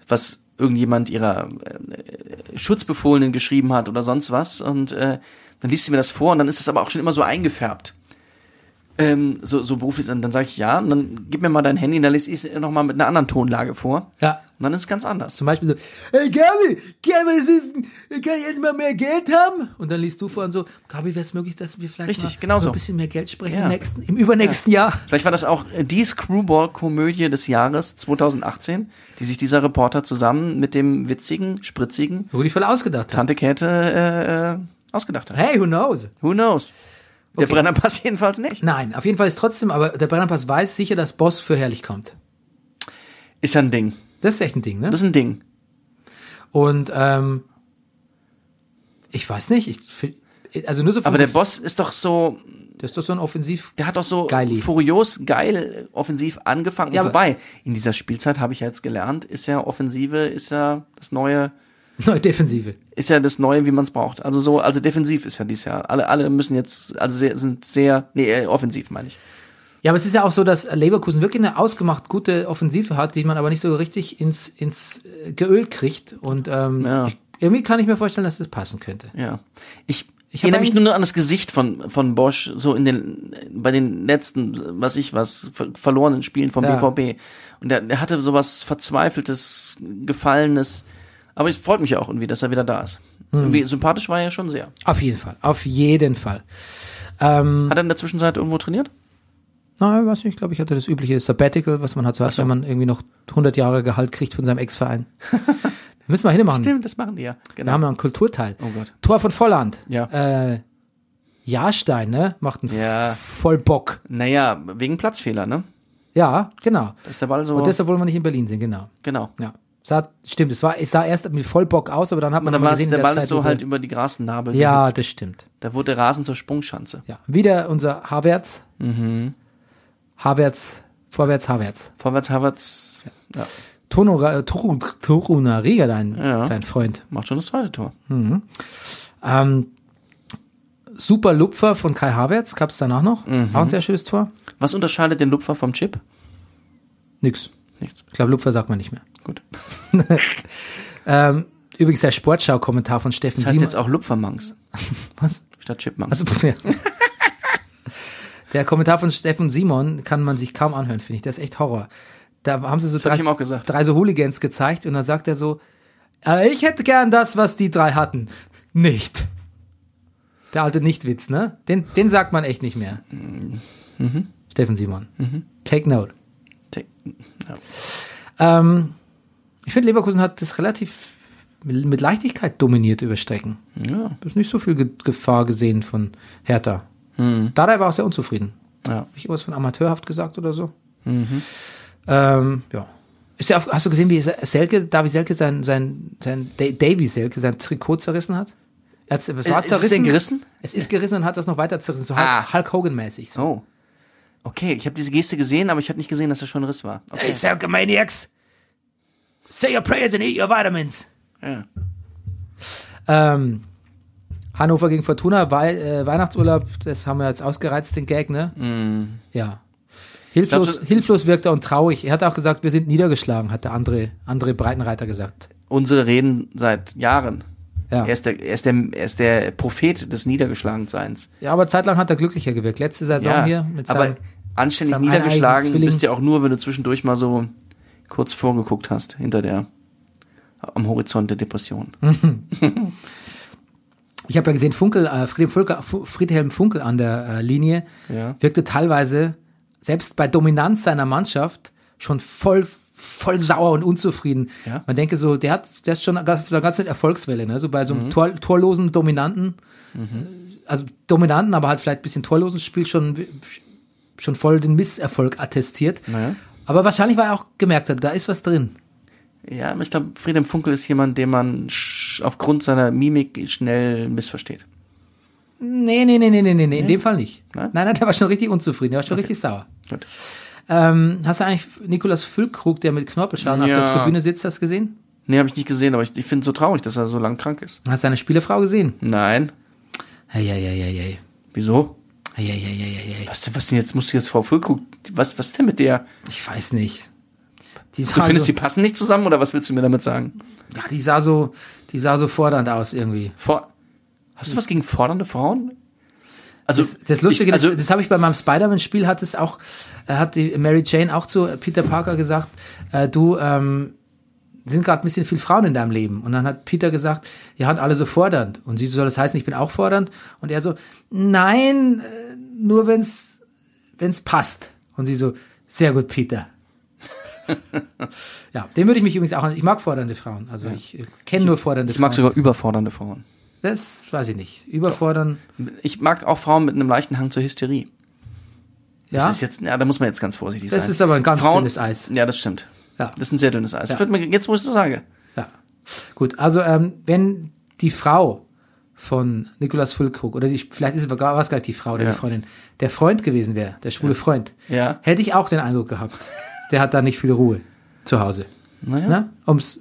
S2: was irgendjemand ihrer äh, Schutzbefohlenen geschrieben hat oder sonst was und äh, dann liest sie mir das vor und dann ist das aber auch schon immer so eingefärbt. Ähm, so, so beruflich, und dann sage ich ja, und dann gib mir mal dein Handy und dann lese ich es nochmal mit einer anderen Tonlage vor.
S1: Ja,
S2: Und dann ist es ganz anders.
S1: Zum Beispiel so, hey Gabi, Gabi, was ist denn- kann ich endlich mal mehr Geld haben? Und dann liest du vor und so, Gabi, wäre es möglich, dass wir vielleicht
S2: Richtig,
S1: mal
S2: genau
S1: über
S2: so.
S1: ein bisschen mehr Geld sprechen
S2: Ja.
S1: im, nächsten, im übernächsten Jahr?
S2: Vielleicht war das auch äh, die Screwball-Komödie des Jahres 2018, die sich dieser Reporter zusammen mit dem witzigen, spritzigen
S1: Rudi voll ausgedacht hat.
S2: Tante Käthe äh, äh, ausgedacht hat.
S1: Hey, who knows?
S2: Who knows? Der
S1: Okay.
S2: Brennerpass jedenfalls nicht.
S1: Nein, auf jeden Fall ist trotzdem, aber der Brennerpass weiß sicher, dass Boss für herrlich kommt.
S2: Ist ja ein Ding.
S1: Das ist echt ein Ding, ne?
S2: Das ist ein Ding.
S1: Und ähm, ich weiß nicht, ich find- also nur so vom
S2: Aber der
S1: Gef-
S2: Boss ist doch so,
S1: das ist doch so ein Offensiv.
S2: der hat doch so
S1: Geili.
S2: furios geil äh, offensiv angefangen.
S1: Ja,
S2: Ja,
S1: aber-
S2: Wobei, in dieser Spielzeit habe ich ja jetzt gelernt, ist ja Offensive, ist ja das neue,
S1: Neue Defensive.
S2: ist ja das Neue, wie man es braucht. Also so, also defensiv ist ja dies Jahr. Alle, alle müssen jetzt, also sehr, sind sehr, nee, äh, offensiv meine ich.
S1: Ja, aber es ist ja auch so, dass Leverkusen wirklich eine ausgemacht gute Offensive hat, die man aber nicht so richtig ins, ins äh, Geöl kriegt. Und ähm,
S2: Ja.
S1: ich, irgendwie kann ich mir vorstellen, dass das passen könnte.
S2: Ja. Ich,
S1: Ich hab
S2: erinnere mich
S1: einen-
S2: nur an das Gesicht von, von Bosch, so in den, bei den letzten, was ich was, ver verlorenen Spielen vom
S1: Ja.
S2: BVB. Und der, der hatte sowas Verzweifeltes, Gefallenes, Aber es freut mich ja auch irgendwie, dass er wieder da ist.
S1: Hm.
S2: Irgendwie sympathisch war er ja schon sehr.
S1: Auf jeden Fall, auf jeden Fall. Ähm,
S2: Hat er in der Zwischenzeit irgendwo trainiert?
S1: na, weiß nicht, ich glaube, ich hatte das übliche Sabbatical, was man halt so hat,
S2: so.
S1: wenn man irgendwie noch 100 Jahre Gehalt kriegt von seinem Ex-Verein. Wir müssen mal hinmachen.
S2: Stimmt, das machen die ja. Genau.
S1: Hm. Wir haben ja einen Kulturteil.
S2: Oh Gott.
S1: Tor von Volland.
S2: Ja.
S1: Äh, Jahrstein, ne? Macht einen
S2: Ja.
S1: Vollbock.
S2: Naja, wegen Platzfehler, ne?
S1: Ja, genau.
S2: Da ist der Ball so.
S1: Und deshalb wollen wir nicht in Berlin sind, genau.
S2: genau.
S1: Ja. Sah, stimmt, es war, es sah erst mit Vollbock aus, aber dann hat
S2: Und
S1: man
S2: dann
S1: mal
S2: war es-
S1: gesehen,
S2: der
S1: in der
S2: Ball
S1: Zeit,
S2: ist so
S1: wie-
S2: halt über die Grasnarbe.
S1: Ja,
S2: gehüpft.
S1: das stimmt.
S2: Da wurde der Rasen zur Sprungschanze.
S1: Ja. Wieder unser Havertz. Mhm. Havertz, vorwärts, Havertz.
S2: Vorwärts, Havertz ja,
S1: Tono, äh, Torun- Toruna Riga, dein,
S2: Ja.
S1: dein Freund.
S2: macht schon das zweite Tor.
S1: Ähm, super Lupfer von Kai Havertz, gab es danach noch.
S2: Mhm.
S1: Auch ein sehr schönes Tor.
S2: Was unterscheidet den Lupfer vom Chip?
S1: Nix.
S2: Nichts.
S1: Ich glaube, Lupfer sagt man nicht mehr.
S2: Gut.
S1: Ähm, übrigens der Sportschau-Kommentar von Steffen
S2: Das heißt
S1: Simon.
S2: jetzt auch Lupfermangs
S1: was?
S2: statt Chipmangs.
S1: Also, ja. Der Kommentar von Steffen Simon kann man sich kaum anhören, finde ich. Das ist echt Horror. Da haben sie so
S2: hab
S1: drei,
S2: ich ihm auch gesagt.
S1: drei so Hooligans gezeigt und dann sagt er so, "Äh, ich hätte gern das, was die drei hatten. Nicht. Der alte Nichtwitz, ne? Den, den sagt man echt nicht mehr.
S2: Mhm.
S1: Steffen Simon. Take note.
S2: Tick. Ja.
S1: Ähm, ich finde, Leverkusen hat das relativ mit Leichtigkeit dominiert über Strecken.
S2: Ja.
S1: Du hast nicht so viel Ge Gefahr gesehen von Hertha.
S2: Hm.
S1: Dada war auch sehr unzufrieden.
S2: ja.
S1: Hab ich irgendwas von amateurhaft gesagt oder so?
S2: Mhm.
S1: Ähm, ja. Ist dir auf, hast du gesehen, wie Selke, Davi Selke sein, sein, sein Da- Davy Selke sein Trikot zerrissen hat? Er hat's, es war
S2: Ist- ist Äh, es
S1: zerrissen.
S2: denn gerissen?
S1: Es ist gerissen und hat das noch weiter zerrissen, so Hulk,
S2: Ah.
S1: Hulk Hogan-mäßig. So.
S2: Oh. Okay, ich habe diese Geste gesehen, aber ich habe nicht gesehen, dass das schon ein Riss war. Okay.
S1: Hey, Selke Maniacs! Say your prayers and eat your vitamins!
S2: Ja.
S1: Ähm, Hannover gegen Fortuna, Wei äh, Weihnachtsurlaub, das haben wir jetzt ausgereizt, den Gag, ne? Ja. Hilflos,
S2: Mhm. Glaubst du-
S1: hilflos wirkt er und traurig. Er hat auch gesagt, wir sind niedergeschlagen, hat der André, André Breitenreiter gesagt.
S2: Unsere Reden seit Jahren.
S1: Ja.
S2: Er, ist der, er, ist der, er ist der Prophet des Niedergeschlagenseins.
S1: ja, aber zeitlang hat er glücklicher gewirkt. Letzte Saison
S2: Ja,
S1: hier mit
S2: aber
S1: seinem,
S2: anständig
S1: seinem eineigigen
S2: niedergeschlagen
S1: Zwilling.
S2: bist du ja auch nur, wenn du zwischendurch mal so kurz vorgeguckt hast, hinter der, am Horizont der Depression.
S1: Hm. ich habe ja gesehen, Funkel, äh, Friedhelm, Funkel, Fu- Friedhelm Funkel an der äh, Linie
S2: Ja.
S1: wirkte teilweise, selbst bei Dominanz seiner Mannschaft, schon voll, voll sauer und unzufrieden.
S2: Ja.
S1: Man denke so, der hat, der ist schon auf einer ganzen Erfolgswelle, ne? So bei
S2: Mhm.
S1: so einem Tor, torlosen Dominanten, also Dominanten, aber halt vielleicht ein bisschen torlosen Spiel schon, schon voll den Misserfolg attestiert.
S2: Naja.
S1: Aber wahrscheinlich, weil er auch gemerkt hat, da ist was drin.
S2: Ja, aber ich glaube, Friedhelm Funkel ist jemand, den man sch- aufgrund seiner Mimik schnell missversteht.
S1: Nee, nee, nee, nee, nee, nee, nee, in dem Fall nicht.
S2: Nein?
S1: Nein, nein, der war schon richtig unzufrieden, der war schon richtig sauer.
S2: Gut.
S1: Ähm, hast du eigentlich Nikolaus Füllkrug, der mit Knorpelschaden
S2: Ja.
S1: auf der Tribüne sitzt, hast du gesehen?
S2: Nee, habe ich nicht gesehen, aber ich, ich finde es so traurig, dass er so lang krank ist.
S1: Hast du seine Spielefrau gesehen?
S2: Nein.
S1: Eieieiei.
S2: Wieso?
S1: Eieieiei.
S2: Was, was denn jetzt? Musst du jetzt Frau Füllkrug, was, was denn mit der?
S1: Ich weiß nicht. Die
S2: Du
S1: sah,
S2: findest,
S1: so,
S2: die passen nicht zusammen oder was willst du mir damit sagen?
S1: ja, die, sah so, die sah so fordernd aus irgendwie.
S2: For Hast du was gegen fordernde Frauen? Also,
S1: Das, das Lustige,
S2: ich, also,
S1: das, das habe ich bei meinem Spider-Man-Spiel, hat es auch, äh, hat die Mary Jane auch zu Peter Parker gesagt, äh, du, ähm, sind gerade ein bisschen viel Frauen in deinem Leben. Und dann hat Peter gesagt, ihr habt alle so fordernd. Und sie so, soll das heißen, ich bin auch fordernd. Und er so, nein, äh, nur wenn's, wenn's passt. Und sie so, sehr gut, Peter. ja, dem würde ich mich übrigens auch an. Ich mag fordernde Frauen. Also ich kenne nur fordernde
S2: ich mag
S1: Frauen.
S2: sogar überfordernde Frauen.
S1: Das weiß ich nicht. Überfordern.
S2: Ich mag auch Frauen mit einem leichten Hang zur Hysterie.
S1: Ja.
S2: Das ist jetzt, ja, da muss man jetzt ganz vorsichtig
S1: Das
S2: sein.
S1: ist aber ein ganz dünnes Eis.
S2: Ja, das stimmt.
S1: Ja.
S2: Das ist ein sehr dünnes Eis.
S1: Ja.
S2: Wird mir, jetzt, wo ich das sage.
S1: Ja. Gut, also ähm, wenn die Frau von Nikolaus Füllkrug oder die, vielleicht ist es sogar was gar nicht die Frau oder
S2: Ja.
S1: die Freundin, der Freund gewesen wäre, der schwule Freund,
S2: Ja.
S1: hätte ich auch den Eindruck gehabt, der hat da nicht viel Ruhe zu Hause.
S2: Naja.
S1: Ne? Um's,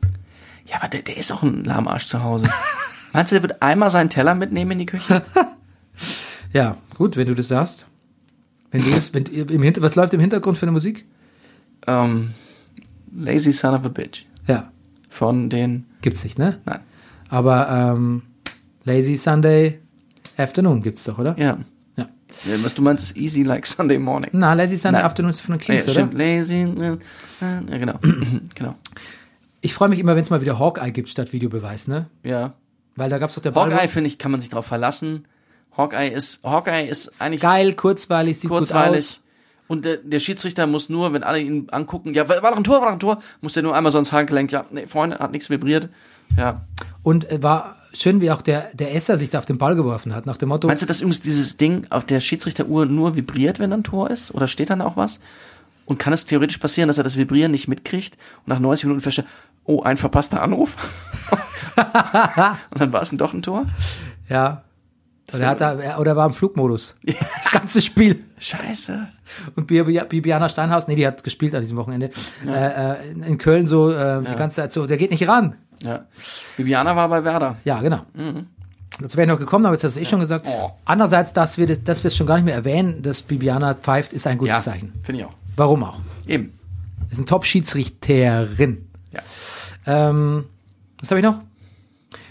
S2: Ja, aber der, der ist auch ein Lahmarsch zu Hause. Meinst du, der wird einmal seinen Teller mitnehmen in die Küche?
S1: ja, gut, wenn du das sagst. Wenn du das, wenn, im Hinter, was läuft im Hintergrund für eine Musik?
S2: ähm, Lazy Son of a Bitch.
S1: Ja,
S2: Von den.
S1: gibt's nicht, ne?
S2: Nein.
S1: Aber ähm, Lazy Sunday Afternoon gibt's doch, oder?
S2: Ja.
S1: Ja.
S2: Ja, Was du meinst, ist easy like Sunday morning.
S1: Hm, Na, Lazy Sunday
S2: Nein.
S1: Afternoon ist von den
S2: Ja,
S1: Kings, oder?
S2: stimmt. Lazy. äh, äh, Ja, genau. genau.
S1: Ich freue mich immer, wenn es mal wieder Hawkeye gibt statt Videobeweis, ne?
S2: Ja.
S1: Weil da gab's doch der Ball-
S2: Hawkeye, finde ich, kann man sich drauf verlassen. Hawkeye ist, Hawkeye ist eigentlich
S1: Geil, kurzweilig, sieht gut aus.
S2: kurzweilig. Und der, der Schiedsrichter muss nur, wenn alle ihn angucken, ja, war war doch ein Tor, war doch ein Tor, muss der nur einmal so ins Handgelenk, ja, nee, Freunde, hat nichts vibriert. Ja.
S1: Und äh, war schön, wie auch der, der Esser sich da auf den Ball geworfen hat, nach dem Motto,
S2: Meinst du, dass übrigens dieses Ding auf der Schiedsrichteruhr nur vibriert, wenn da ein Tor ist? Oder steht dann auch was? Und kann es theoretisch passieren, dass er das Vibrieren nicht mitkriegt und nach 90 Minuten feststellt, oh, ein verpasster Anruf? und dann war es denn doch ein Tor?
S1: ja. Oder, hat da, er- oder war im Flugmodus. Das ganze Spiel.
S2: Scheiße.
S1: Und Bibi- Bibiana Steinhaus, nee, die hat gespielt an diesem Wochenende. Äh, äh, in- in Köln so äh, die ganze Zeit so, der geht nicht ran.
S2: Ja. Bibiana war bei Werder.
S1: Ja, genau.
S2: Mhm.
S1: Dazu wäre ich noch gekommen, aber jetzt hast du eh schon gesagt. Andererseits, dass wir das, dass wir es schon gar nicht mehr erwähnen, dass Bibiana pfeift, ist ein gutes Zeichen.
S2: Finde ich auch.
S1: Warum auch?
S2: Eben.
S1: Ist ein Top-Schiedsrichterin.
S2: Ja.
S1: Ähm, was habe ich noch?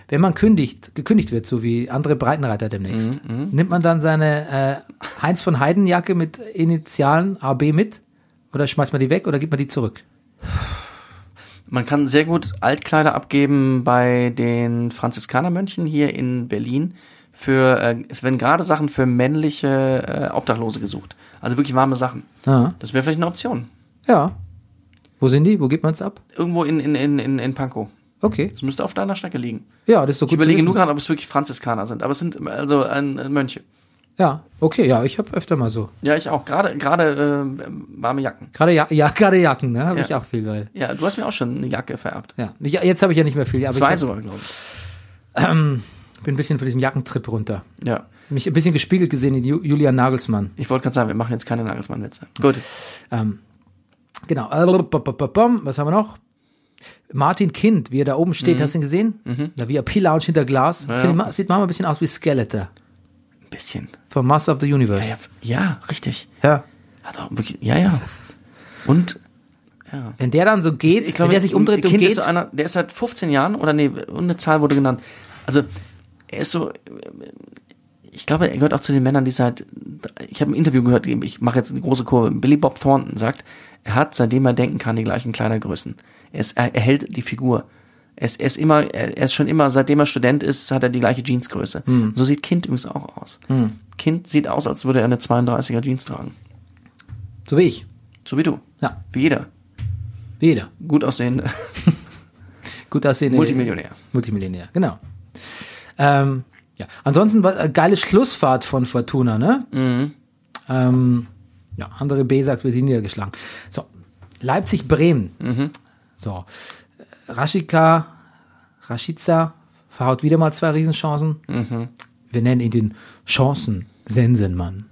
S1: Wenn man kündigt, gekündigt wird, so wie andere Breitenreiter demnächst,
S2: Mhm,
S1: nimmt man dann seine äh, Heinz von Heiden Jacke mit Initialen AB mit? Oder schmeißt man die weg oder gibt man die zurück?
S2: Man kann sehr gut Altkleider abgeben bei den Franziskanermönchen hier in Berlin. Für, äh, es werden gerade Sachen für männliche äh, Obdachlose gesucht. Also wirklich warme Sachen.
S1: Ah,
S2: Das wäre vielleicht eine Option.
S1: ja. Wo sind die? Wo gibt man es ab?
S2: Irgendwo in, in, in, in, in Pankow.
S1: Okay.
S2: Das müsste auf deiner Strecke liegen.
S1: Ja, das ist so gut.
S2: Ich überlege
S1: zu wissen.
S2: nur gerade, ob es wirklich Franziskaner sind. Aber es sind also ein, ein Mönche.
S1: Ja, okay, ja, ich habe öfter mal so.
S2: Ja, ich auch. Gerade gerade äh, warme Jacken.
S1: Gerade ja, ja, gerade Jacken, ne? Habe
S2: Ja.
S1: ich auch viel, weil.
S2: Ja, du hast mir auch schon eine Jacke vererbt.
S1: Ja, ich, jetzt habe ich ja nicht mehr viel, aber
S2: Zwei
S1: ich
S2: sogar, glaube ich.
S1: hab, bin ein bisschen von diesem Jackentrip runter.
S2: Ja.
S1: Mich ein bisschen gespiegelt gesehen in Ju Julian Nagelsmann.
S2: Ich wollte gerade sagen, wir machen jetzt keine Nagelsmann-Witze. Gut.
S1: Genau. Was haben wir noch? Martin Kind, wie er da oben steht, hast du ihn gesehen? Da wie er P-Lounge hinter Glas. Ich Find, ma- sieht manchmal ein bisschen aus wie Skeletor
S2: Ein bisschen.
S1: von Master of the Universe.
S2: Ja, ja, richtig.
S1: Ja.
S2: Hat auch wirklich, ja, ja. Und
S1: Wenn der dann so geht, wenn der sich umdreht und
S2: kind
S1: geht,
S2: Ist so einer, der ist seit 15 Jahren oder nee, eine Zahl wurde genannt. Also er ist so, äh, ich glaube, er gehört auch zu den Männern, die seit, ich habe ein Interview gehört, ich mache jetzt eine große Kurve. Billy Bob Thornton sagt, er hat seitdem er denken kann die gleichen Kleidergrößen. Er, ist, er, er hält die Figur. Er ist, er ist immer, er er ist schon immer, seitdem er Student ist, hat er die gleiche Jeansgröße.
S1: Hm.
S2: So sieht Kind übrigens auch aus. Kind sieht aus, als würde er eine 32er Jeans tragen.
S1: so wie ich.
S2: So wie du.
S1: Ja,
S2: Wie jeder.
S1: wie jeder.
S2: Gut aussehend.
S1: Gut aussehende.
S2: Multimillionär.
S1: Multimillionär, genau. Ähm, ja. Ansonsten war äh, geile Schlussfahrt von Fortuna, ne? Ähm, ja, andere B sagt, wir sind niedergeschlagen. So, Leipzig-Bremen. So, äh, Raschika, Rashica verhaut wieder mal zwei Riesenchancen. Wir nennen ihn den Chancen-Sensenmann.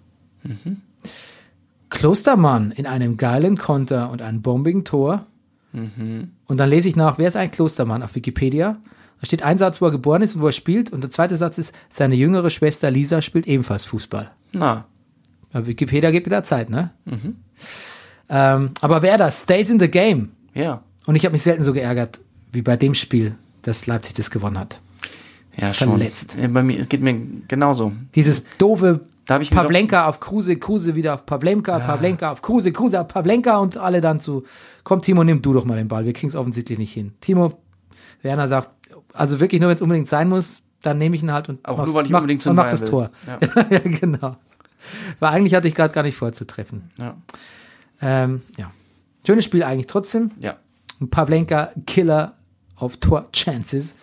S1: Klostermann in einem geilen Konter und einem bombigen Tor. Und dann lese ich nach, wer ist eigentlich Klostermann auf Wikipedia? Da steht ein Satz, wo er geboren ist und wo er spielt. Und der zweite Satz ist, seine jüngere Schwester Lisa spielt ebenfalls Fußball.
S2: Na,
S1: Bei Äh, Wikipedia gibt mir da Zeit, ne?
S2: Mhm.
S1: Ähm, aber wer das? Stays in the game.
S2: ja.
S1: Und ich habe mich selten so geärgert wie bei dem Spiel, dass Leipzig das gewonnen hat.
S2: Ja,
S1: Verletzt.
S2: Schon. Ja, Bei mir, es geht mir genauso.
S1: Dieses doofe
S2: Da hab ich mir Ah.
S1: Pavlenka auf Kruse, Kruse wieder auf Pavlenka, Pavlenka auf Kruse, Kruse auf Pavlenka und alle dann zu, komm Timo, nimm du doch mal den Ball, wir kriegen es offensichtlich nicht hin. Timo, Werner sagt, also wirklich nur, wenn es unbedingt sein muss, dann nehme ich ihn halt und
S2: Auch
S1: mach's-
S2: nur, weil ich
S1: mach,
S2: unbedingt zu
S1: und
S2: den
S1: mach
S2: Bayern
S1: das Tor.
S2: will.
S1: Ja. genau. Weil eigentlich hatte ich gerade gar nicht vorzutreffen.
S2: Ja.
S1: Ähm, ja. Schönes Spiel eigentlich trotzdem.
S2: Ja.
S1: Und Pavlenka Killer auf Tor Chances.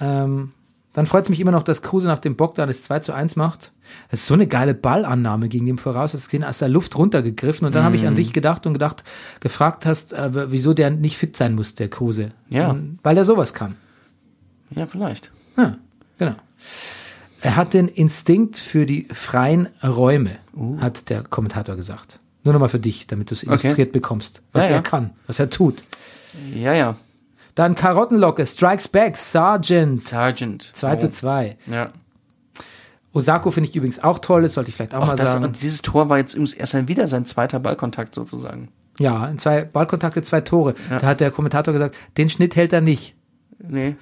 S1: Ähm, dann freut es mich immer noch, dass Kruse nach dem Bock da das 2 zu 1 macht. Es ist so eine geile Ballannahme gegen dem voraus. Hast du gesehen, aus der Luft runtergegriffen. Und dann habe ich an dich gedacht und gedacht, gefragt hast, äh, w- wieso der nicht fit sein muss, der Kruse.
S2: Ja.
S1: Und weil er sowas kann.
S2: Ja, vielleicht.
S1: Ja, genau. Er hat den Instinkt für die freien Räume,
S2: Uh.
S1: hat der Kommentator gesagt. Nur nochmal für dich, damit du es illustriert bekommst, was
S2: Ja,
S1: er
S2: ja.
S1: kann, was er tut.
S2: Ja, ja.
S1: Dann Karottenlocke, Strikes Back, Sergeant.
S2: Sergeant.
S1: 2 zu
S2: Oh.
S1: 2.
S2: Ja.
S1: Osako finde ich übrigens auch toll, das sollte ich vielleicht auch
S2: Auch
S1: mal
S2: das,
S1: sagen.
S2: und dieses Tor war jetzt übrigens erst ein- wieder sein zweiter Ballkontakt sozusagen.
S1: Ja, in zwei Ballkontakte, zwei Tore. Da hat der Kommentator gesagt, den Schnitt hält er nicht.
S2: Nee.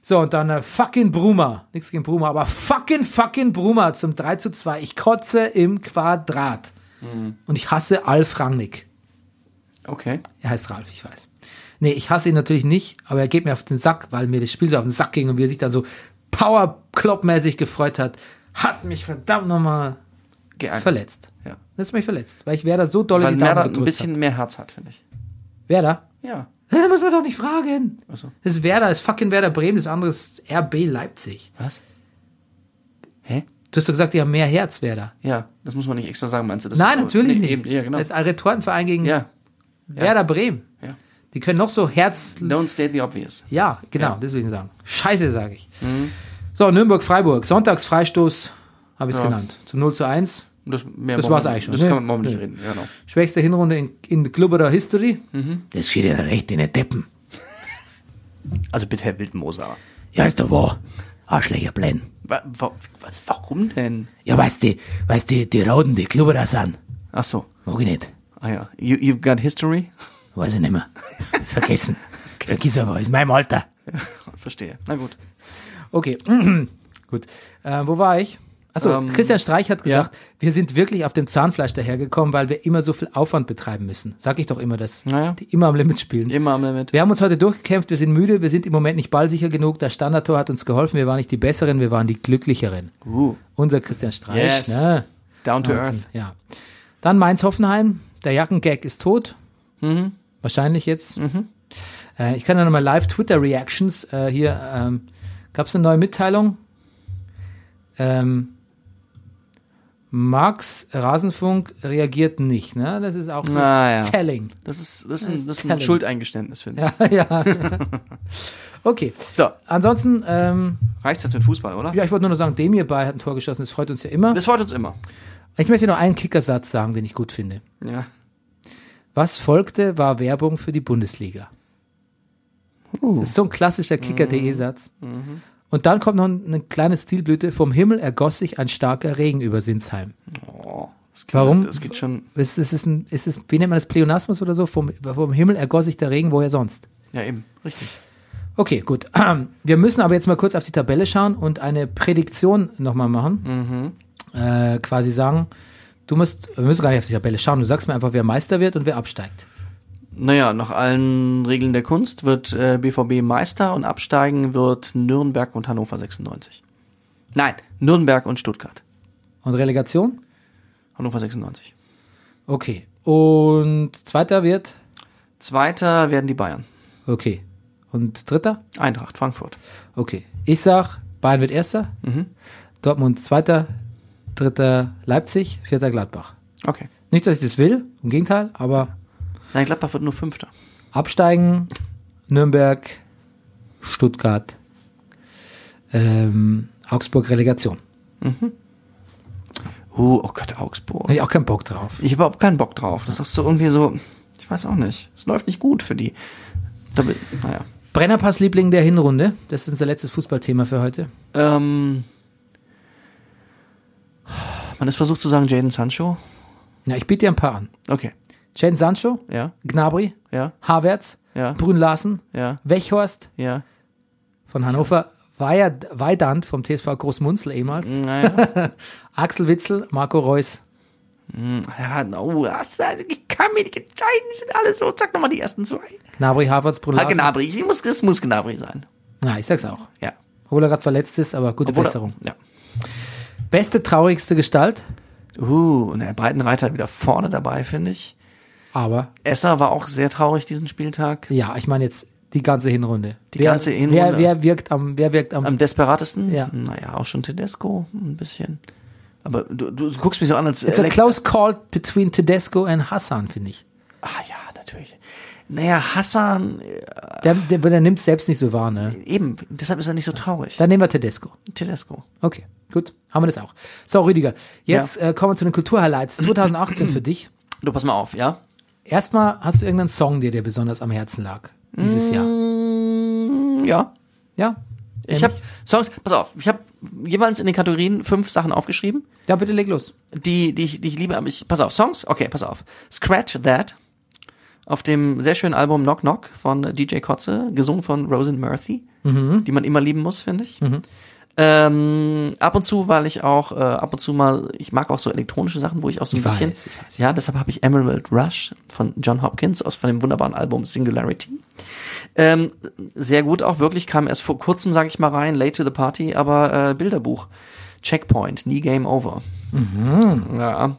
S1: So, und dann äh, fucking Bruma. Nichts gegen Bruma, aber fucking, fucking Bruma zum 3 zu 2. Ich kotze im
S2: Mhm.
S1: Quadrat. Und ich hasse Alf Rangnick.
S2: Okay.
S1: Er heißt Ralf, ich weiß. Nee, ich hasse ihn natürlich nicht, aber er geht mir auf den Sack, weil mir das Spiel so auf den Sack ging und wie er sich dann so Power-Klopp-mäßig gefreut hat, hat mich verdammt nochmal
S2: Geärgert.
S1: verletzt.
S2: Ja.
S1: Das hat mich verletzt, weil ich Werder so doll
S2: Weil
S1: in die Daumen
S2: Merda ein
S1: gedrückt
S2: bisschen mehr Herz hat, finde ich.
S1: hab. Werder?
S2: Ja.
S1: Hä, muss man doch nicht fragen.
S2: Also.
S1: Das ist Werder, das ist fucking Werder Bremen, das andere ist RB Leipzig.
S2: Was? Hä?
S1: Du hast doch gesagt, die haben mehr Herz, Werder.
S2: Ja, das muss man nicht extra sagen, meinst du? Das
S1: Nein,
S2: ist-
S1: natürlich
S2: nee,
S1: nicht.
S2: Eben, ja, genau.
S1: Das ist ein Retorenverein gegen
S2: ja,
S1: Werder Bremen.
S2: ja.
S1: Die können noch so Herz...
S2: Don't state the obvious.
S1: Ja, genau, das will ich sagen. Scheiße, sage ich.
S2: Mhm.
S1: So, Nürnberg-Freiburg. Sonntagsfreistoß habe ich es
S2: Ja.
S1: genannt. Zum 0 zu 1.
S2: Und Das, mehr
S1: Das
S2: brauchen
S1: war's
S2: wir-
S1: eigentlich schon,
S2: Das
S1: ne?
S2: kann man morgen nicht
S1: Nee.
S2: reden, ja, genau.
S1: Schwächste Hinrunde in, in Klubberer History.
S2: Mhm.
S1: Das steht ja recht in den Deppen.
S2: Also bitte, Herr Wildmoser.
S1: Ja, ist doch wahr. Arschlöcher Plan.
S2: Wa- wa- Was, warum denn?
S1: Ja, weißt du, weißt du, die Roten, die Klubberer sind.
S2: Ach so.
S1: Mag ich nicht.
S2: Ah ja. You, you've got history?
S1: Weiß ich nicht mehr. Vergessen. Vergiss aber, ist meinem Alter.
S2: Verstehe. Na gut.
S1: Okay, gut. Äh, wo war ich? Achso,
S2: Ähm,
S1: Christian Streich hat
S2: ja.
S1: gesagt, wir sind wirklich auf dem Zahnfleisch dahergekommen, weil wir immer so viel Aufwand betreiben müssen. Sag ich doch immer das.
S2: Naja.
S1: Die immer am Limit spielen.
S2: Immer am Limit.
S1: Wir haben uns heute durchgekämpft, wir sind müde, wir sind im Moment nicht ballsicher genug. Das Standardtor hat uns geholfen, wir waren nicht die Besseren, wir waren die Glücklicheren.
S2: Uh,
S1: Unser Christian Streich.
S2: Yes.
S1: Ne?
S2: down to earth.
S1: Ja. Dann Mainz-Hoffenheim, der Jackengag ist tot. Wahrscheinlich jetzt. Äh, ich kann ja nochmal live Twitter-Reactions äh, hier. Ähm, Gab es eine neue Mitteilung? Ähm, Max Rasenfunk reagiert nicht, ne? Das ist auch
S2: Na ja.
S1: telling.
S2: Das ist, das ist ein, das ist ein
S1: Talent.
S2: Schuldeingeständnis, finde ich.
S1: Ja, ja. okay.
S2: So,
S1: Ansonsten, ähm,
S2: reicht's jetzt mit Fußball, oder?
S1: ja, ich wollte nur noch sagen, Demir Bay hat ein Tor geschossen, das freut uns ja immer.
S2: Das freut uns immer.
S1: Ich möchte noch einen Kickersatz sagen, den ich gut finde.
S2: Ja.
S1: Was folgte, war Werbung für die Bundesliga. Das ist so ein klassischer Kicker.de-Satz. Und dann kommt noch ein- eine kleine Stilblüte. Vom Himmel ergoss sich ein starker Regen über Sinsheim.
S2: Oh, das geht,
S1: Warum?
S2: Das, das geht schon.
S1: Es ist, es ist, ein, es ist, wie nennt man das, Pleonasmus oder so? Vom, vom Himmel ergoss sich der Regen, woher sonst?
S2: Ja, eben. Richtig.
S1: Okay, gut. Wir müssen aber jetzt mal kurz auf die Tabelle schauen und eine Prädiktion nochmal machen. Äh, quasi sagen, du musst, wir müssen gar nicht auf die Tabelle schauen, du sagst mir einfach, wer Meister wird und wer absteigt.
S2: Naja, nach allen Regeln der Kunst wird äh, BVB Meister und absteigen wird Nürnberg und Hannover 96. Nein, Nürnberg und Stuttgart.
S1: Und Relegation?
S2: Hannover 96.
S1: Okay. Und zweiter wird?
S2: Zweiter werden die Bayern.
S1: Okay. Und dritter?
S2: Eintracht Frankfurt.
S1: Okay. Ich sag, Bayern wird erster. Dortmund zweiter. Dritter Leipzig. Vierter Gladbach.
S2: Okay.
S1: Nicht, dass ich das will. Im Gegenteil. Aber
S2: Nein, Gladbach wird nur Fünfter.
S1: absteigen. Nürnberg, Stuttgart, ähm, Augsburg Relegation.
S2: Oh, oh Gott, Augsburg.
S1: Habe ich auch keinen Bock drauf.
S2: Ich habe überhaupt keinen Bock drauf. Das ist doch so irgendwie so, ich weiß auch nicht. Es läuft nicht gut für die. Da, bin- naja.
S1: Brennerpass-Liebling der Hinrunde. Das ist unser letztes Fußballthema für heute.
S2: Ähm, man ist versucht zu sagen Jaden Sancho.
S1: Ja, ich biete dir ein paar an.
S2: Okay.
S1: Jane Sancho,
S2: Ja,
S1: Gnabry,
S2: ja,
S1: Havertz,
S2: ja,
S1: Brün Larsen,
S2: ja,
S1: Wechhorst
S2: ja.
S1: von Hannover, Weier- Weidand vom TSV Großmunzel ehemals,
S2: Naja.
S1: Axel Witzel, Marco Reus.
S2: ja, no, was, also ich kann mich nicht entscheiden. Die sind alle so. Sag nochmal die ersten zwei.
S1: Gnabry, Havertz, Brun
S2: Ah,
S1: Larsen.
S2: Gnabry. Ich muss, es muss Gnabry sein.
S1: Ja, ich sag's auch.
S2: Ja.
S1: Obwohl er gerade verletzt ist, aber gute
S2: Obwohl er-
S1: Besserung.
S2: Ja.
S1: Beste, traurigste Gestalt,
S2: Uh, und der Breitenreiter wieder vorne dabei, finde ich.
S1: aber
S2: Esser war auch sehr traurig diesen Spieltag.
S1: ja, ich meine jetzt die ganze Hinrunde. Die
S2: ganze
S1: Wer,
S2: Hinrunde.
S1: wer wirkt am, wer wirkt am,
S2: Am desperatesten?
S1: Ja.
S2: Naja, auch schon Tedesco, ein bisschen. Aber du, du guckst mich so an, als
S1: It's a close call between Tedesco and Hassan, finde ich.
S2: Ah ja, natürlich. Naja, Hassan, äh,
S1: Der, der, der nimmt selbst nicht so wahr, ne?
S2: eben, deshalb ist er nicht so traurig.
S1: Dann nehmen wir Tedesco.
S2: Tedesco.
S1: Okay, gut, haben wir das auch. So, Rüdiger, jetzt äh, kommen wir zu den Kulturhighlights 2018 für dich.
S2: Du, pass mal auf, ja?
S1: Erstmal hast du irgendeinen Song, der dir besonders am Herzen lag dieses Jahr.
S2: Mm, Ja.
S1: Ja?
S2: Ich habe Songs, pass auf, ich habe jeweils in den Kategorien fünf Sachen aufgeschrieben,
S1: Ja, bitte leg los.
S2: die, die, ich, die ich liebe, aber ich, pass auf, Songs, okay, pass auf. Scratch That, auf dem sehr schönen Album Knock
S1: Mhm.
S2: Knock von DJ Kotze, gesungen von Rosen Murphy, die man immer lieben muss, finde ich. Ähm, ab und zu, weil ich auch äh, ab und zu mal, ich mag auch so elektronische Sachen, wo ich auch so ein
S1: Ich
S2: bisschen,
S1: weiß, ich weiß.
S2: ja, deshalb habe ich Emerald Rush von John Hopkins aus von dem wunderbaren Album Singularity. Ähm, sehr gut auch wirklich, kam erst vor kurzem, sage ich mal rein, Late to the Party, aber äh, Bilderbuch. Checkpoint, nie Game Over. Ja.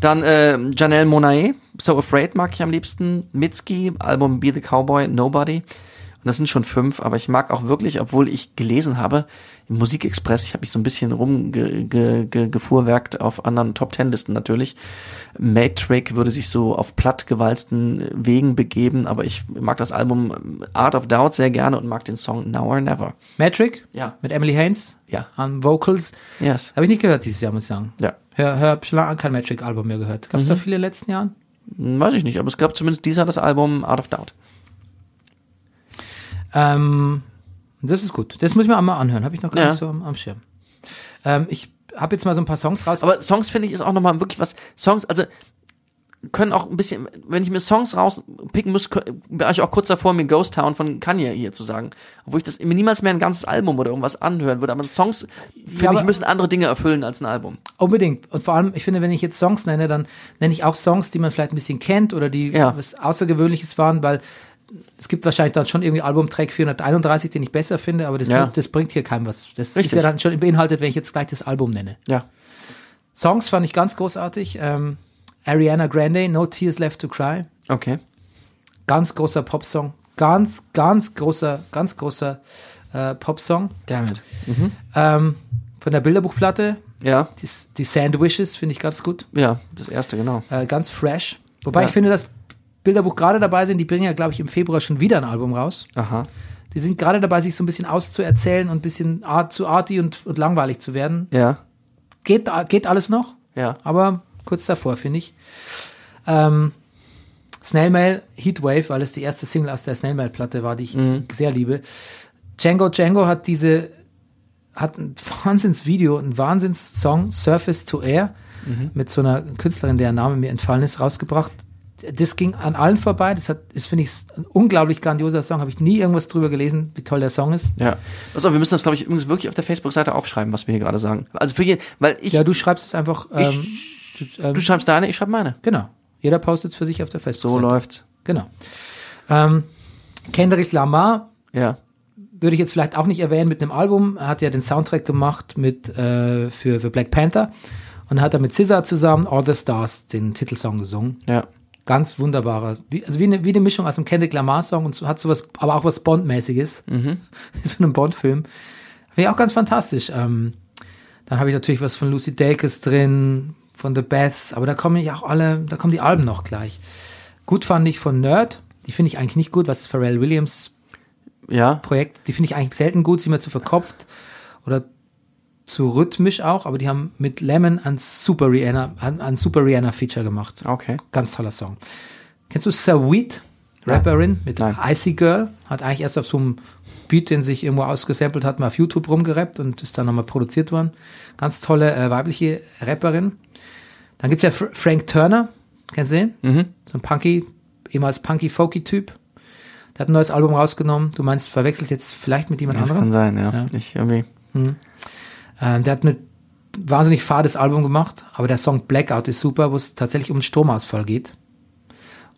S2: Dann äh, Janelle Monae, So Afraid mag ich am liebsten. Mitski, Album Be the Cowboy, Nobody. Und das sind schon fünf, aber ich mag auch wirklich, obwohl ich gelesen habe, im Musikexpress, ich habe mich so ein bisschen rumgefuhrwerkt auf anderen Top-Ten-Listen natürlich. Matrick würde sich so auf platt gewalzten Wegen begeben, aber ich mag das Album ähm, Art of Doubt sehr gerne und mag den Song Now or Never.
S1: Metric?
S2: Ja.
S1: Mit Emily Haynes?
S2: Ja.
S1: An Vocals.
S2: Yes.
S1: Habe ich nicht gehört dieses Jahr, muss ich sagen.
S2: Ja.
S1: Hör, hör schon lange kein Metric-Album mehr gehört. Gab es
S2: Mhm.
S1: da viele in den letzten Jahren?
S2: Weiß ich nicht, aber es gab zumindest dieser das Album Art of Doubt.
S1: Ähm, das ist gut. Das muss ich mir einmal anhören. Habe ich noch gar
S2: Ja.
S1: nicht so am, am Schirm. Ähm, ich habe jetzt mal so ein paar Songs raus.
S2: Aber Songs finde ich ist auch nochmal wirklich was. Songs, also können auch ein bisschen, wenn ich mir Songs rauspicken muss, kö- war ich auch kurz davor, mir Ghost Town von Kanye hier zu sagen. Obwohl ich das mir niemals mehr ein ganzes Album oder irgendwas anhören würde. Aber Songs, finde
S1: aber-
S2: ich, müssen andere Dinge erfüllen als ein Album.
S1: Unbedingt. Und vor allem, ich finde, wenn ich jetzt Songs nenne, dann nenne ich auch Songs, die man vielleicht ein bisschen kennt oder die
S2: Ja.
S1: was Außergewöhnliches waren, weil es gibt wahrscheinlich dann schon irgendwie Albumtrack 431, den ich besser finde, aber das,
S2: Ja.
S1: bringt, das bringt hier keinem was. Das ist
S2: Richtig.
S1: ja dann schon beinhaltet, wenn ich jetzt gleich das Album nenne.
S2: Ja.
S1: Songs fand ich ganz großartig. Ähm, Ariana Grande, No Tears Left to Cry.
S2: Okay.
S1: Ganz großer Popsong. Ganz, ganz großer, ganz großer äh, Popsong.
S2: Damn it.
S1: Ähm, von der Bilderbuchplatte.
S2: Ja,
S1: Die, die Sandwiches finde ich ganz gut.
S2: ja, das erste, genau.
S1: äh, ganz fresh. Wobei
S2: Ja.
S1: ich finde, dass Bilderbuch gerade dabei sind, die bringen ja, glaube ich, im Februar schon wieder ein Album raus.
S2: Aha.
S1: Die sind gerade dabei, sich so ein bisschen auszuerzählen und ein bisschen art zu arty und, und langweilig zu werden.
S2: Ja.
S1: Geht, geht alles noch,
S2: Ja.
S1: aber kurz davor, finde ich. Ähm, Snailmail, Heatwave, weil es die erste Single aus der Snailmail-Platte war, die ich sehr liebe. Django Django hat diese, hat ein Wahnsinnsvideo, ein Wahnsinnssong, Surface to Air, mit so einer Künstlerin, deren Name mir entfallen ist, rausgebracht. Das ging an allen vorbei. Das hat, das finde ich ein unglaublich grandioser Song. Habe ich nie irgendwas drüber gelesen, wie toll der Song ist.
S2: Ja. Pass auf, wir müssen das, glaube ich, übrigens wirklich auf der Facebook-Seite aufschreiben, was wir hier gerade sagen. Also für jeden, weil ich,
S1: Ja, du schreibst es einfach. Ähm, du, ähm,
S2: du schreibst deine, ich schreibe meine.
S1: genau. Jeder postet es für sich auf der
S2: So
S1: Facebook.
S2: läuft's.
S1: Genau. Ähm, Kendrick Lamar
S2: Ja.
S1: würde ich jetzt vielleicht auch nicht erwähnen mit einem Album. Er hat ja den Soundtrack gemacht mit, äh, für, für Black Panther und hat er mit SZA zusammen All the Stars den Titelsong gesungen.
S2: Ja.
S1: Ganz wunderbarer. Wie, also wie eine, wie eine Mischung aus einem Kendrick Lamar-Song und so, hat sowas, aber auch was Bond-mäßiges. so einem Bond-Film. Wäre auch ganz fantastisch. Ähm, dann habe ich natürlich was von Lucy Dacus drin, von The Baths, aber da kommen ja auch alle, da kommen die Alben noch gleich. Gut fand ich von Nerd, die finde ich eigentlich nicht gut, was ist Pharrell Williams
S2: Ja.
S1: Projekt, die finde ich eigentlich selten gut, sind mir zu verkopft oder zu rhythmisch auch, aber die haben mit Lemon ein Super Rihanna, ein, ein Super Rihanna Feature gemacht.
S2: Okay.
S1: Ganz toller Song. Kennst du Saweet? Rapperin mit
S2: Nein.
S1: Icy Girl, hat eigentlich erst auf so einem Beat, den sich irgendwo ausgesampelt hat, mal auf YouTube rumgerappt und ist dann nochmal produziert worden. Ganz tolle äh, weibliche Rapperin. Dann gibt's ja Fr Frank Turner, kennst du den?
S2: Mhm.
S1: So ein Punky, ehemals Punky-Folky-Typ. Der hat ein neues Album rausgenommen. Du meinst, verwechselt jetzt vielleicht mit jemand
S2: Das kann
S1: anderem?
S2: sein, ja.
S1: Ja.
S2: Ich irgendwie.
S1: Ähm, der hat ein wahnsinnig fades Album gemacht, aber der Song Blackout ist super, wo es tatsächlich um einen Stromausfall geht.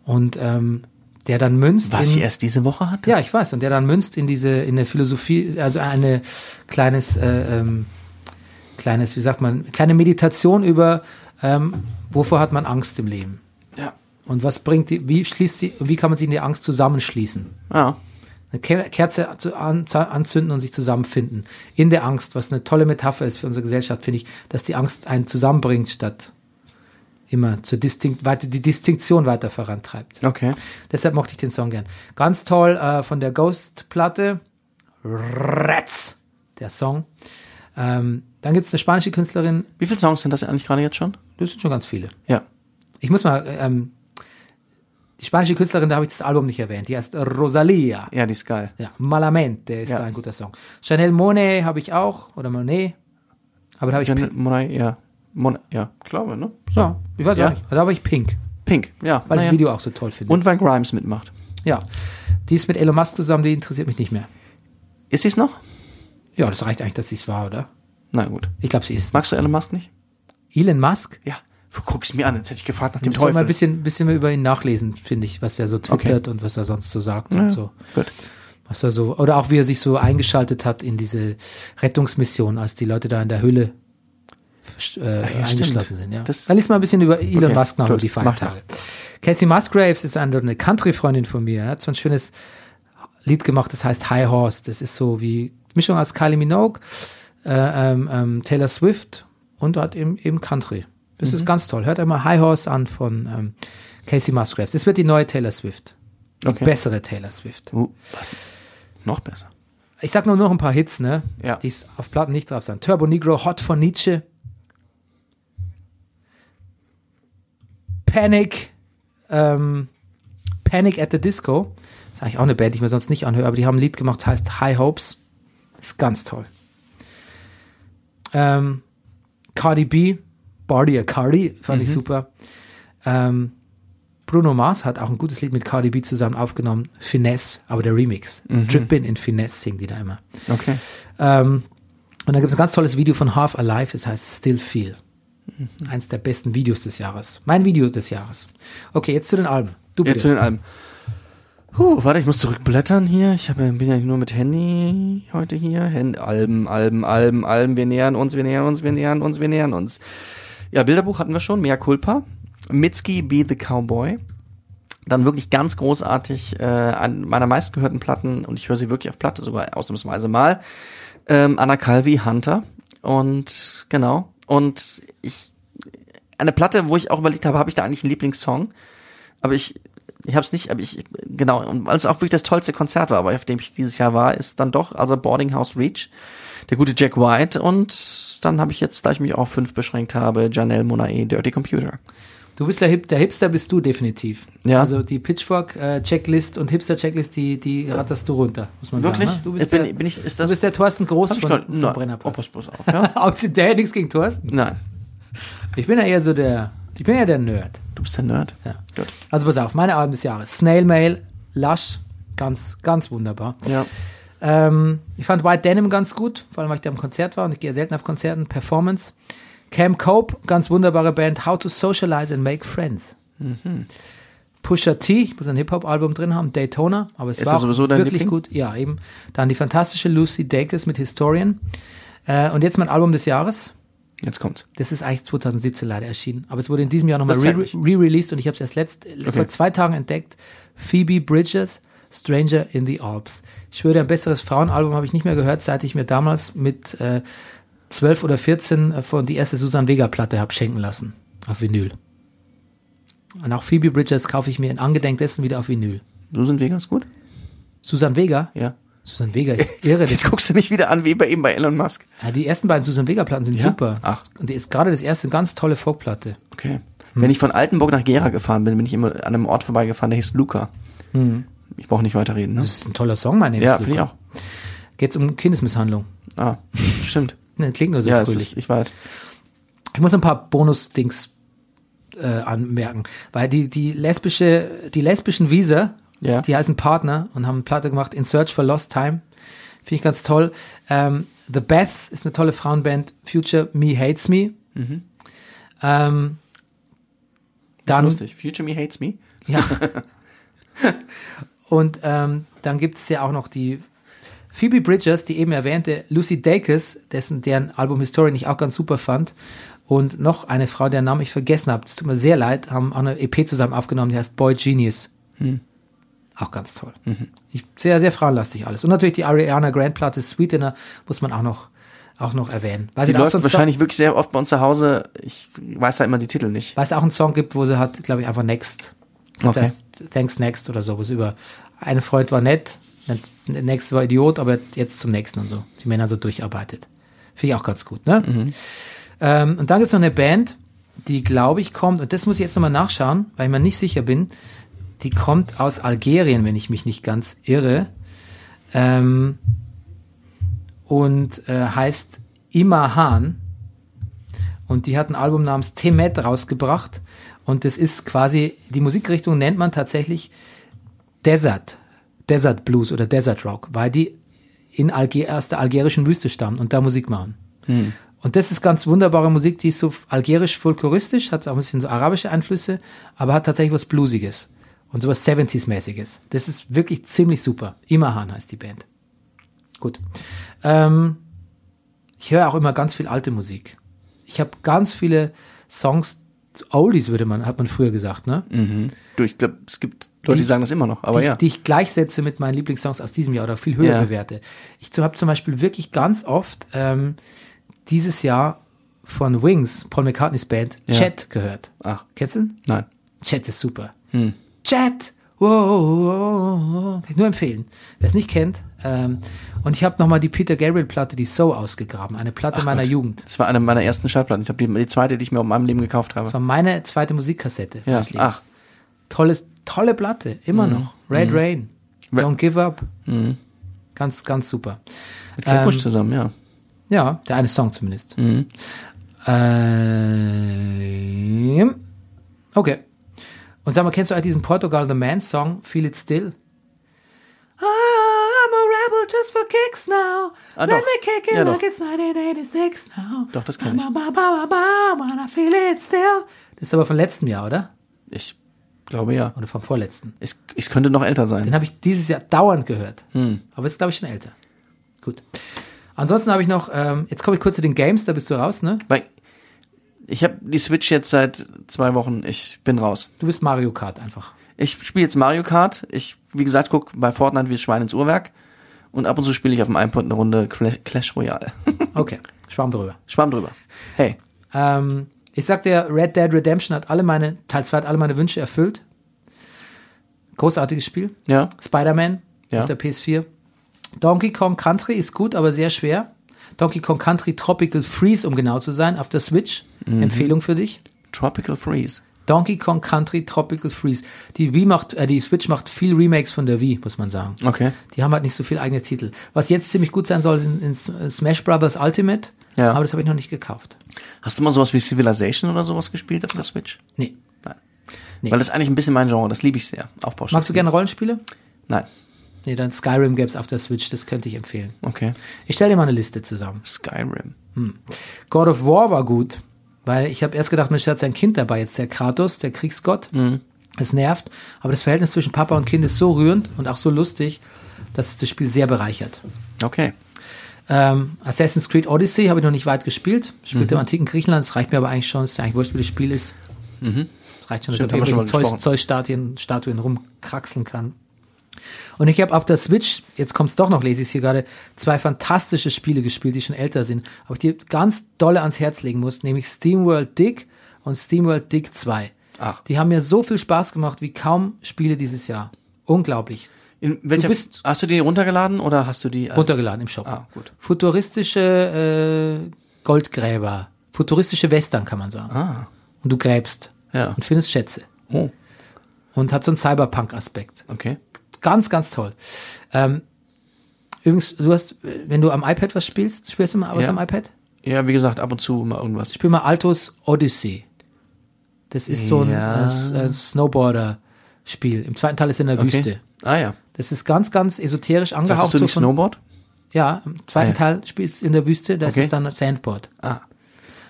S1: Und ähm, der dann münzt.
S2: Was
S1: in-
S2: sie erst diese Woche hatte?
S1: Ja, ich weiß. Und der dann münzt in diese, in eine Philosophie, also eine kleines, äh, ähm, kleines, wie sagt man, kleine Meditation über, ähm, wovor hat man Angst im Leben?
S2: Ja.
S1: Und was bringt die, wie schließt die, wie kann man sich in die Angst zusammenschließen?
S2: Ja.
S1: Eine Ke- Kerze zu- an- za- anzünden und sich zusammenfinden. In der Angst, was eine tolle Metapher ist für unsere Gesellschaft, finde ich, dass die Angst einen zusammenbringt, statt immer zur Distinkt, weiter, die Distinktion weiter vorantreibt.
S2: Okay.
S1: Deshalb mochte ich den Song gern. Ganz toll äh, von der Ghost-Platte. Retz, der Song. Ähm, dann gibt es eine spanische Künstlerin,
S2: Wie viele Songs sind das eigentlich gerade jetzt schon?
S1: das sind schon ganz viele.
S2: Ja.
S1: Ich muss mal, äh, ähm, die spanische Künstlerin, da habe ich das Album nicht erwähnt, die heißt Rosalia.
S2: Ja, die ist geil.
S1: Ja, Malamente ist
S2: Ja.
S1: da ein guter Song. Chanel Monet habe ich auch, oder Monet. Aber da habe ich
S2: Jan-
S1: Pink.
S2: Monai, ja. Mon ja, glaube, ne?
S1: Ja, ich weiß
S2: Ja.
S1: auch nicht. Da habe ich Pink,
S2: Pink, ja.
S1: weil ich
S2: naja.
S1: das Video auch so toll finde.
S2: Und weil Grimes mitmacht.
S1: Ja. Die ist mit Elon Musk zusammen, die interessiert mich nicht mehr.
S2: Ist sie es noch?
S1: Ja, das reicht eigentlich, dass sie es war, oder?
S2: Na gut.
S1: Ich glaube, sie ist.
S2: Magst du Elon Musk nicht?
S1: Elon Musk?
S2: Ja. Du guckst mich an, jetzt hätte ich gefragt nach dem
S1: Ich soll mal ein
S2: Teufel.
S1: bisschen, bisschen mehr über ihn nachlesen, finde ich, was er so twittert und was er sonst so sagt und so.
S2: Gut.
S1: Was er so, oder auch wie er sich so eingeschaltet hat in diese Rettungsmission, als die Leute da in der Höhle versch- äh,
S2: ja,
S1: eingeschlossen
S2: stimmt.
S1: sind. Ja.
S2: Das-
S1: Dann liest mal ein bisschen über Elon
S2: Okay,
S1: Musk nach
S2: gut,
S1: über die
S2: mach
S1: Feiertage. Casey Musgraves ist eine, eine Country-Freundin von mir. Er hat so ein schönes Lied gemacht, das heißt High Horse. Das ist so wie Mischung aus Kylie Minogue, äh, ähm, ähm, Taylor Swift und hat eben, eben Country. Das ist ganz toll. Hört einmal High Horse an von ähm, Casey Musgraves. Das wird die neue Taylor Swift. Die
S2: Okay.
S1: bessere Taylor Swift.
S2: Uh, was? Noch besser.
S1: Ich sag nur noch ein paar Hits, ne?
S2: Ja.
S1: Die auf Platten nicht drauf sind. Turbo Negro, Hot von Nietzsche. Panic. Ähm, Panic at the Disco. ist eigentlich auch eine Band, die ich mir sonst nicht anhöre, aber die haben ein Lied gemacht, das heißt High Hopes. Ist ganz toll. Ähm, Cardi B, Bardia Cardi, fand ich super. Ähm, Bruno Mars hat auch ein gutes Lied mit Cardi B zusammen aufgenommen, Finesse, aber der Remix. Drippin in Finesse singen die da immer.
S2: Okay.
S1: Ähm, und dann gibt es ein ganz tolles Video von Half Alive, das heißt Still Feel.
S2: Mhm.
S1: Eins der besten Videos des Jahres. Mein Video des Jahres. Okay, jetzt zu den Alben. Du
S2: Jetzt zu
S1: bitte.
S2: den Alben. Puh, warte, ich muss zurückblättern hier. Ich hab, ja- bin ja nur mit Handy heute hier. Hand, Alben, Alben, Alben, Alben. Wir nähern uns, wir nähern uns, wir nähern uns, wir nähern uns. Ja, Bilderbuch hatten wir schon. Mea Culpa. Mitski, Be the Cowboy. Dann wirklich ganz großartig äh, an meiner meistgehörten Platten, und ich höre sie wirklich auf Platte sogar ausnahmsweise mal, ähm, Anna Calvi, Hunter. Und genau. Und ich, eine Platte, wo ich auch überlegt habe, habe ich da eigentlich einen Lieblingssong? aber ich ich habe es nicht, aber ich genau und weil es auch wirklich das tollste Konzert war, aber auf dem ich dieses Jahr war, ist dann doch also Boarding House Reach, der gute Jack White und dann habe ich jetzt, da ich mich auf fünf beschränkt habe, Janelle Monae, Dirty Computer.
S1: Du bist der, Hip der Hipster, bist du definitiv.
S2: Ja.
S1: Also die Pitchfork-Checklist und Hipster-Checklist, die, die ratterst du runter, muss man
S2: Wirklich?
S1: sagen. Ne? Du, bist
S2: bin,
S1: der,
S2: bin ich, ist
S1: du
S2: das?
S1: bist der Thorsten Groß
S2: hab ich
S1: von,
S2: noch-
S1: von
S2: nein. Oh,
S1: Brennerpass.
S2: pass, pass auf, ja?
S1: der hat nichts gegen Thorsten.
S2: Nein,
S1: Ich bin ja eher so der, ich bin ja der Nerd.
S2: du bist der Nerd.
S1: Ja.
S2: Gut.
S1: Also pass auf, meine Alben des Jahres. Snail Mail, Lush, ganz, ganz wunderbar.
S2: Ja.
S1: Ähm, ich fand White Denim ganz gut, vor allem weil ich da im Konzert war und ich gehe selten auf Konzerten. Performance. Cam Cope, ganz wunderbare Band. How to Socialize and Make Friends.
S2: Mhm.
S1: Pusha T, ich muss ein Hip-Hop-Album drin haben. Daytona, aber es
S2: Ist
S1: war
S2: das
S1: auch
S2: sowieso dein
S1: wirklich
S2: Liebling?
S1: gut. Ja, eben. Dann die fantastische Lucy Dacus mit Historian. Äh, und jetzt mein Album des Jahres.
S2: Jetzt kommt's.
S1: Das ist eigentlich 2017 leider erschienen, aber es wurde in diesem Jahr nochmal
S2: Das zeigt mich.
S1: re- re-released und ich habe es erst letzt, äh, vor zwei Tagen entdeckt. Phoebe Bridges, Stranger in the Alps. Ich würde ein besseres Frauenalbum habe ich nicht mehr gehört, seit ich mir damals mit äh, 12 oder 14 äh, von die erste Susan Vega Platte habe schenken lassen auf Vinyl. Und auch Phoebe Bridges kaufe ich mir in Angedenk dessen wieder auf Vinyl.
S2: So sind wir ganz gut.
S1: Susan Vega?
S2: Ja.
S1: Susan Vega ist irre.
S2: Jetzt guckst du mich wieder an wie bei eben bei Elon Musk.
S1: Ja, die ersten beiden Susan Vega Platten sind
S2: Ja?
S1: super.
S2: Ach.
S1: Und die ist gerade das erste eine ganz tolle Folkplatte.
S2: Okay. Wenn ich von Altenburg nach Gera gefahren bin, bin ich immer an einem Ort vorbeigefahren, der hieß Luca. Ich brauche nicht weiterreden, ne?
S1: Das ist ein toller Song, mein
S2: Ja, finde ich auch.
S1: Geht es um Kindesmisshandlung.
S2: Ah, stimmt.
S1: Ne, klingt nur so
S2: ja, es
S1: fröhlich.
S2: ist, ich weiß.
S1: ich muss ein paar Bonus-Dings äh, anmerken, weil die, die, lesbische, die lesbischen Visa,
S2: Ja.
S1: die heißen Partner und haben eine Platte gemacht, In Search for Lost Time. Finde ich ganz toll. Ähm, The Baths ist eine tolle Frauenband. Future Me Hates Me. Ähm,
S2: Das Mhm. ist
S1: dann,
S2: lustig. Future Me hates me.
S1: Ja. Und ähm, dann gibt es ja auch noch die Phoebe Bridgers, die eben erwähnte, Lucy Dacus, dessen deren Album Historian ich auch ganz super fand. Und noch eine Frau, deren Namen ich vergessen habe. Es tut mir sehr leid, haben auch eine EP zusammen aufgenommen, die heißt Boy Genius.
S2: Hm.
S1: Auch ganz toll.
S2: Mhm.
S1: Ich, sehr, sehr frauenlastig alles. Und natürlich die Ariana Grande Platte Sweetener muss man auch noch, auch noch erwähnen. Weil
S2: Die
S1: da auch
S2: läuft
S1: so einen Song-
S2: wahrscheinlich wirklich sehr oft bei uns zu Hause. Ich weiß da immer die Titel nicht.
S1: weil es auch einen Song gibt, wo sie hat, glaube ich, einfach Next.
S2: Okay.
S1: Das Thanks Next oder so, wo es über ein Freund war nett, der nächste war Idiot, aber jetzt zum nächsten und so. Die Männer so durcharbeitet. Finde ich auch ganz gut, ne?
S2: Mhm.
S1: Ähm, und dann gibt es noch eine Band, die, glaube ich, kommt, und das muss ich jetzt nochmal nachschauen, weil ich mir nicht sicher bin, die kommt aus Algerien, wenn ich mich nicht ganz irre. Ähm, und äh, heißt Imahan. Und die hat ein Album namens Temet rausgebracht. Und das ist quasi, die Musikrichtung nennt man tatsächlich Desert, Desert Blues oder Desert Rock, weil die in Alge aus der algerischen Wüste stammen und da Musik machen. Und das ist ganz wunderbare Musik, die ist so algerisch folkloristisch, hat auch ein bisschen so arabische Einflüsse, aber hat tatsächlich was Bluesiges und sowas 70s-mäßiges. Das ist wirklich ziemlich super. Imahan heißt die Band. Gut. Ähm, ich höre auch immer ganz viel alte Musik. Ich habe ganz viele Songs, Oldies würde man, hat man früher gesagt, ne?
S2: Du, ich glaube, es gibt Leute, die,
S1: Die-
S2: sagen das immer noch, Mhm. aber
S1: die,
S2: ja.
S1: die ich gleichsetze mit meinen Lieblingssongs aus diesem Jahr oder viel höher
S2: Ja.
S1: bewerte. Ich habe zum Beispiel wirklich ganz oft ähm, dieses Jahr von Wings, Paul McCartneys Band,
S2: Ja.
S1: Chat gehört.
S2: Ach,
S1: Kennst du ihn?
S2: nein.
S1: Chat ist super.
S2: Hm.
S1: Chat! Wow, wow, wow. Kann ich nur empfehlen. Wer es nicht kennt. Ähm, und ich habe nochmal die Peter Gabriel-Platte, die So ausgegraben. Eine Platte meiner
S2: Gott.
S1: Jugend.
S2: Das war eine meiner ersten Schallplatten. Ich habe die, die zweite, die ich mir in meinem Leben gekauft habe.
S1: Das war meine zweite Musikkassette.
S2: Ja,
S1: meines Lebens.
S2: ach,
S1: Tolles, tolle Platte, immer noch. Red Rain,
S2: Ra-
S1: Don't Give Up. Ganz, ganz super.
S2: mit Kate Bush
S1: Ähm,
S2: zusammen, ja.
S1: Ja, der eine Song zumindest. Ähm, okay. Und sag mal, kennst du eigentlich diesen Portugal The Man Song, Feel It Still? I'm a rebel just for kicks now.
S2: Ah,
S1: Let
S2: doch.
S1: me kick it
S2: Ja,
S1: like
S2: doch.
S1: it's 1986 now.
S2: Doch, das kenn ich.
S1: Ba, ba, ba, ba, ba, I feel it still. Das ist aber von letztem Jahr, oder?
S2: Ich glaube ja.
S1: Oder vom vorletzten.
S2: Ich, ich könnte noch älter sein.
S1: Den habe ich dieses Jahr dauernd gehört. Aber ist, glaube ich, schon älter. Gut. Ansonsten habe ich noch, ähm, jetzt komme ich kurz zu den Games, da bist du raus, ne?
S2: Weil ich habe die Switch jetzt seit zwei Wochen. Ich bin raus.
S1: Du bist Mario Kart einfach.
S2: Ich spiele jetzt Mario Kart. Ich, wie gesagt, guck bei Fortnite wie das Schwein ins Uhrwerk. Und ab und zu spiele ich auf dem iPod eine Runde Cla- Clash Royale.
S1: Okay, schwamm drüber.
S2: Schwamm drüber. Hey,
S1: Ähm, ich sag dir, Red Dead Redemption hat alle meine, Teil 2 hat alle meine Wünsche erfüllt. Großartiges Spiel.
S2: ja,
S1: Spider-Man
S2: Ja.
S1: auf der PS4. Donkey Kong Country ist gut, aber sehr schwer. Donkey Kong Country Tropical Freeze, um genau zu sein, auf der Switch. Empfehlung für dich.
S2: Tropical Freeze.
S1: Donkey Kong Country Tropical Freeze. Die Wii macht, äh, die Switch macht viel Remakes von der Wii, muss man sagen.
S2: Okay.
S1: Die haben halt nicht so viel eigene Titel. Was jetzt ziemlich gut sein soll, in, in S- äh, Smash Brothers Ultimate.
S2: Ja.
S1: Aber das habe ich noch nicht gekauft.
S2: Hast du mal sowas wie Civilization oder sowas gespielt auf der Switch?
S1: Nee.
S2: Nein.
S1: Nee.
S2: Weil das ist eigentlich ein bisschen mein Genre. Das liebe ich sehr. Aufbauspiel.
S1: Magst du gerne Rollenspiele?
S2: Nein.
S1: Nee, dann Skyrim gäbe es auf der Switch, das könnte ich empfehlen.
S2: Okay.
S1: Ich stelle dir mal eine Liste zusammen.
S2: Skyrim.
S1: God of War war gut, weil ich habe erst gedacht, Mensch, da hat sein Kind dabei, jetzt der Kratos, der Kriegsgott. Es nervt, aber das Verhältnis zwischen Papa und Kind ist so rührend und auch so lustig, dass es das Spiel sehr bereichert.
S2: Okay.
S1: Ähm, Assassin's Creed Odyssey habe ich noch nicht weit gespielt. Spielt im
S2: Mhm.
S1: antiken Griechenland. Das reicht mir aber eigentlich schon. Es ist ja eigentlich wurscht, wie das Spiel ist. Das reicht schon, dass
S2: Mhm. Stimmt,
S1: ich
S2: haben wir
S1: mit
S2: schon mal
S1: Zeus-
S2: gesprochen.
S1: Zeus-Statuen Statuen rumkraxeln kann. Und ich habe auf der Switch, jetzt kommt's doch noch, lese ich hier gerade, zwei fantastische Spiele gespielt, die schon älter sind, aber ich die ganz dolle ans Herz legen muss, nämlich SteamWorld Dig und SteamWorld Dig 2.
S2: Ach.
S1: Die haben mir so viel Spaß gemacht wie kaum Spiele dieses Jahr. Unglaublich.
S2: In welcher,
S1: bist-
S2: hast du die runtergeladen oder hast du die als-
S1: Runtergeladen im Shop.
S2: Ah, gut.
S1: Futuristische äh, Goldgräber. Futuristische Western, kann man sagen.
S2: Ah,
S1: Und du gräbst
S2: Ja.
S1: und findest Schätze.
S2: oh,
S1: Und hat so einen Cyberpunk-Aspekt.
S2: okay.
S1: Ganz, ganz toll. Ähm, übrigens, du hast, wenn du am iPad was spielst, spielst du mal was
S2: Ja.
S1: am iPad?
S2: Ja, wie gesagt, ab und zu mal irgendwas.
S1: Spiel mal Altos Odyssey. Das ist so ein
S2: Ja.
S1: äh, S- äh, Snowboarder-Spiel. Im zweiten Teil ist er in der Wüste.
S2: Ah ja.
S1: Das ist ganz, ganz esoterisch angehaucht.
S2: Sagtest du
S1: so
S2: nicht
S1: von-
S2: Snowboard?
S1: Ja, im zweiten
S2: Ah, ja.
S1: Teil spielst du in der Wüste, das
S2: Okay.
S1: ist dann Sandboard.
S2: Ah,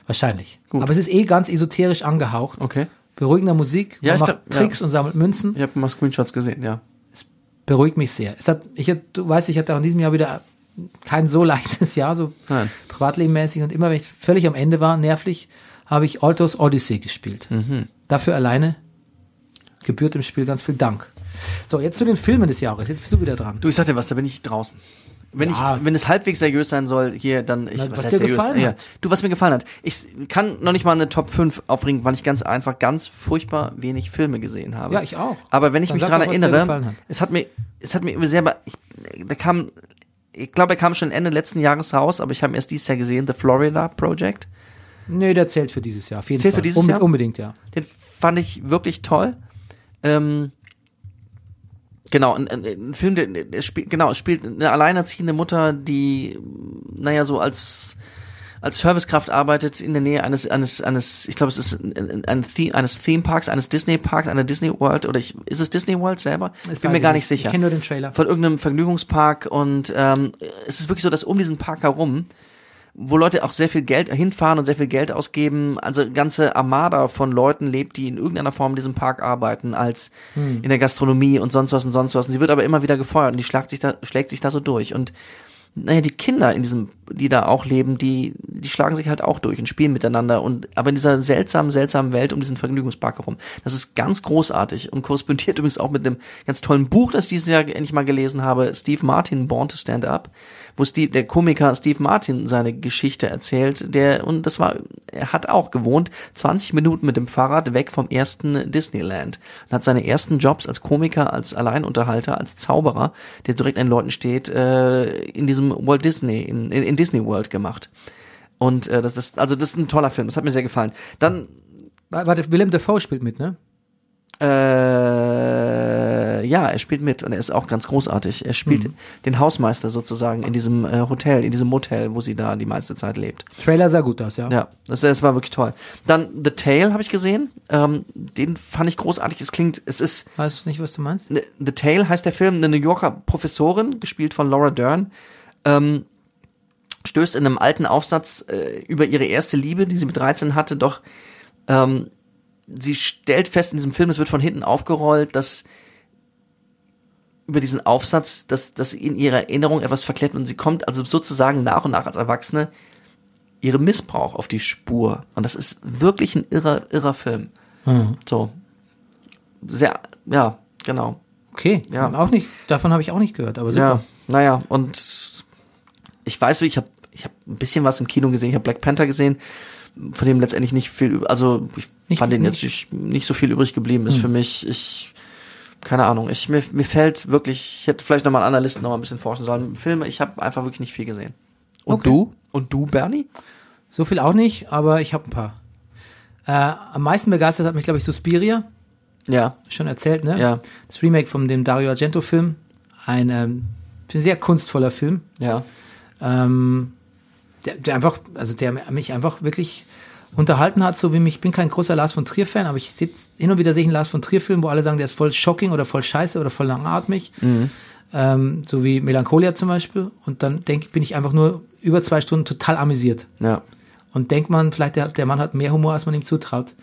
S1: Wahrscheinlich.
S2: Gut.
S1: Aber es ist eh ganz esoterisch angehaucht.
S2: okay.
S1: Beruhigender Musik,
S2: Ja,
S1: man
S2: ich
S1: macht
S2: glaub- ja.
S1: Tricks und sammelt Münzen.
S2: Ich habe mal Screenshots gesehen, ja.
S1: Beruhigt mich sehr. Es hat, ich, hab- du weißt, ich hatte auch in diesem Jahr wieder kein so leichtes Jahr, so
S2: Nein.
S1: privatlebenmäßig. Und immer, wenn ich völlig am Ende war, nervlich, habe ich Altos Odyssey gespielt.
S2: Mhm.
S1: Dafür alleine gebührt dem Spiel ganz viel Dank. So, jetzt zu den Filmen des Jahres. Jetzt bist du wieder dran.
S2: Du, ich sag dir was, da bin ich draußen. Wenn,
S1: Ja.
S2: ich, wenn es halbwegs seriös sein soll, hier, dann ich,
S1: Na, was dir gefallen
S2: Ja.
S1: hat.
S2: Du, was mir gefallen hat. Ich kann noch nicht mal eine Top 5 aufbringen, weil ich ganz einfach ganz furchtbar wenig Filme gesehen habe.
S1: Ja, ich auch.
S2: Aber wenn ich
S1: Dann
S2: mich
S1: sag
S2: daran
S1: doch, was dir
S2: erinnere,
S1: gefallen hat.
S2: es hat mir, es hat mir sehr, be- ich, da kam, ich glaube, er kam schon Ende letzten Jahres raus, aber ich habe ihn erst dieses Jahr gesehen, The Florida Project.
S1: Nö, der zählt für dieses Jahr. Auf jeden
S2: Zählt
S1: Fall.
S2: für dieses Jahr?
S1: Unbedingt, ja.
S2: Den fand ich wirklich toll. Ähm, genau, ein, ein, ein Film, der, der spielt, genau, es spielt eine alleinerziehende Mutter, die, naja, so als als Servicekraft arbeitet in der Nähe eines, eines, eines ich glaube, es ist ein, ein, The eines Theme Parks, eines Disney Parks, einer Disney World oder ich, ist es Disney World selber?
S1: Das
S2: Ich bin
S1: weiß
S2: mir
S1: ich
S2: gar
S1: nicht.
S2: nicht sicher.
S1: Ich kenn nur den Trailer.
S2: Von irgendeinem Vergnügungspark und ähm, es ist wirklich so, dass um diesen Park herum wo Leute auch sehr viel Geld hinfahren und sehr viel Geld ausgeben. Also ganze Armada von Leuten lebt, die in irgendeiner Form in diesem Park arbeiten, als
S1: Hm.
S2: in der Gastronomie und sonst was und sonst was. Und sie wird aber immer wieder gefeuert und die schlagt sich da, schlägt sich da so durch. Und naja, die Kinder in diesem, die da auch leben, die, die schlagen sich halt auch durch und spielen miteinander und, aber in dieser seltsamen, seltsamen Welt um diesen Vergnügungspark herum. Das ist ganz großartig und korrespondiert übrigens auch mit einem ganz tollen Buch, das ich dieses Jahr endlich mal gelesen habe, Steve Martin, Born to Stand Up, wo Steve, der Komiker Steve Martin seine Geschichte erzählt, der, und das war, er hat auch gewohnt, 20 Minuten mit dem Fahrrad weg vom ersten Disneyland und hat seine ersten Jobs als Komiker, als Alleinunterhalter, als Zauberer, der direkt an Leuten steht, äh, in diesem Walt Disney, in, in, in Disney World gemacht. Und äh, das, das, also das ist ein toller Film, das hat mir sehr gefallen. Dann,
S1: Wa- Warte, Willem Dafoe spielt mit, ne?
S2: äh, ja, er spielt mit und er ist auch ganz großartig. Er spielt den Hausmeister sozusagen in diesem äh, Hotel, in diesem Motel, wo sie da die meiste Zeit lebt.
S1: Trailer sah gut aus, ja.
S2: Ja, das, das war wirklich toll. Dann The Tale habe ich gesehen. Ähm, den fand ich großartig. Es klingt, es ist,
S1: Weißt du nicht, was du meinst?
S2: ne- The Tale heißt der Film, eine New Yorker Professorin, gespielt von Laura Dern, ähm, stößt in einem alten Aufsatz äh, über ihre erste Liebe, die sie mit 13 hatte, doch ähm, sie stellt fest in diesem Film, es wird von hinten aufgerollt, dass über diesen Aufsatz, dass, dass in ihrer Erinnerung etwas verklärt wird und sie kommt also sozusagen nach und nach als Erwachsene ihrem Missbrauch auf die Spur. Und das ist wirklich ein irrer, irrer Film. So. Sehr, ja, genau.
S1: Okay,
S2: Ja.
S1: auch nicht. Davon habe ich auch nicht gehört, aber
S2: Ja,
S1: super.
S2: naja, und ich weiß, ich habe ich hab ein bisschen was im Kino gesehen. Ich habe Black Panther gesehen, von dem letztendlich nicht viel, üb- also ich
S1: Nicht-
S2: fand den
S1: nicht-
S2: jetzt nicht, Hm. nicht so viel übrig geblieben ist für mich. Ich, keine Ahnung, ich, mir, mir fällt wirklich, ich hätte vielleicht nochmal an einer Liste nochmal ein bisschen forschen sollen. Filme, ich habe einfach wirklich nicht viel gesehen. Und
S1: Okay.
S2: du? Und du, Bernie?
S1: So viel auch nicht, aber ich habe ein paar. Äh, am meisten begeistert hat mich, glaube ich, Suspiria.
S2: Ja,
S1: Schon erzählt, ne?
S2: Ja.
S1: Das Remake von dem Dario Argento-Film. Ein, ähm, ein sehr kunstvoller Film.
S2: ja.
S1: ähm, der, der einfach, also der mich einfach wirklich unterhalten hat, so wie mich, ich bin kein großer Lars von Trier-Fan, aber ich sitz, hin und wieder sehe ich einen Lars von Trier-Film, wo alle sagen, der ist voll shocking oder voll scheiße oder voll langatmig, ähm, so wie Melancholia zum Beispiel. Und dann denke bin ich einfach nur über zwei Stunden total amüsiert.
S2: Ja.
S1: Und denkt man, vielleicht der, der Mann hat mehr Humor, als man ihm zutraut. Und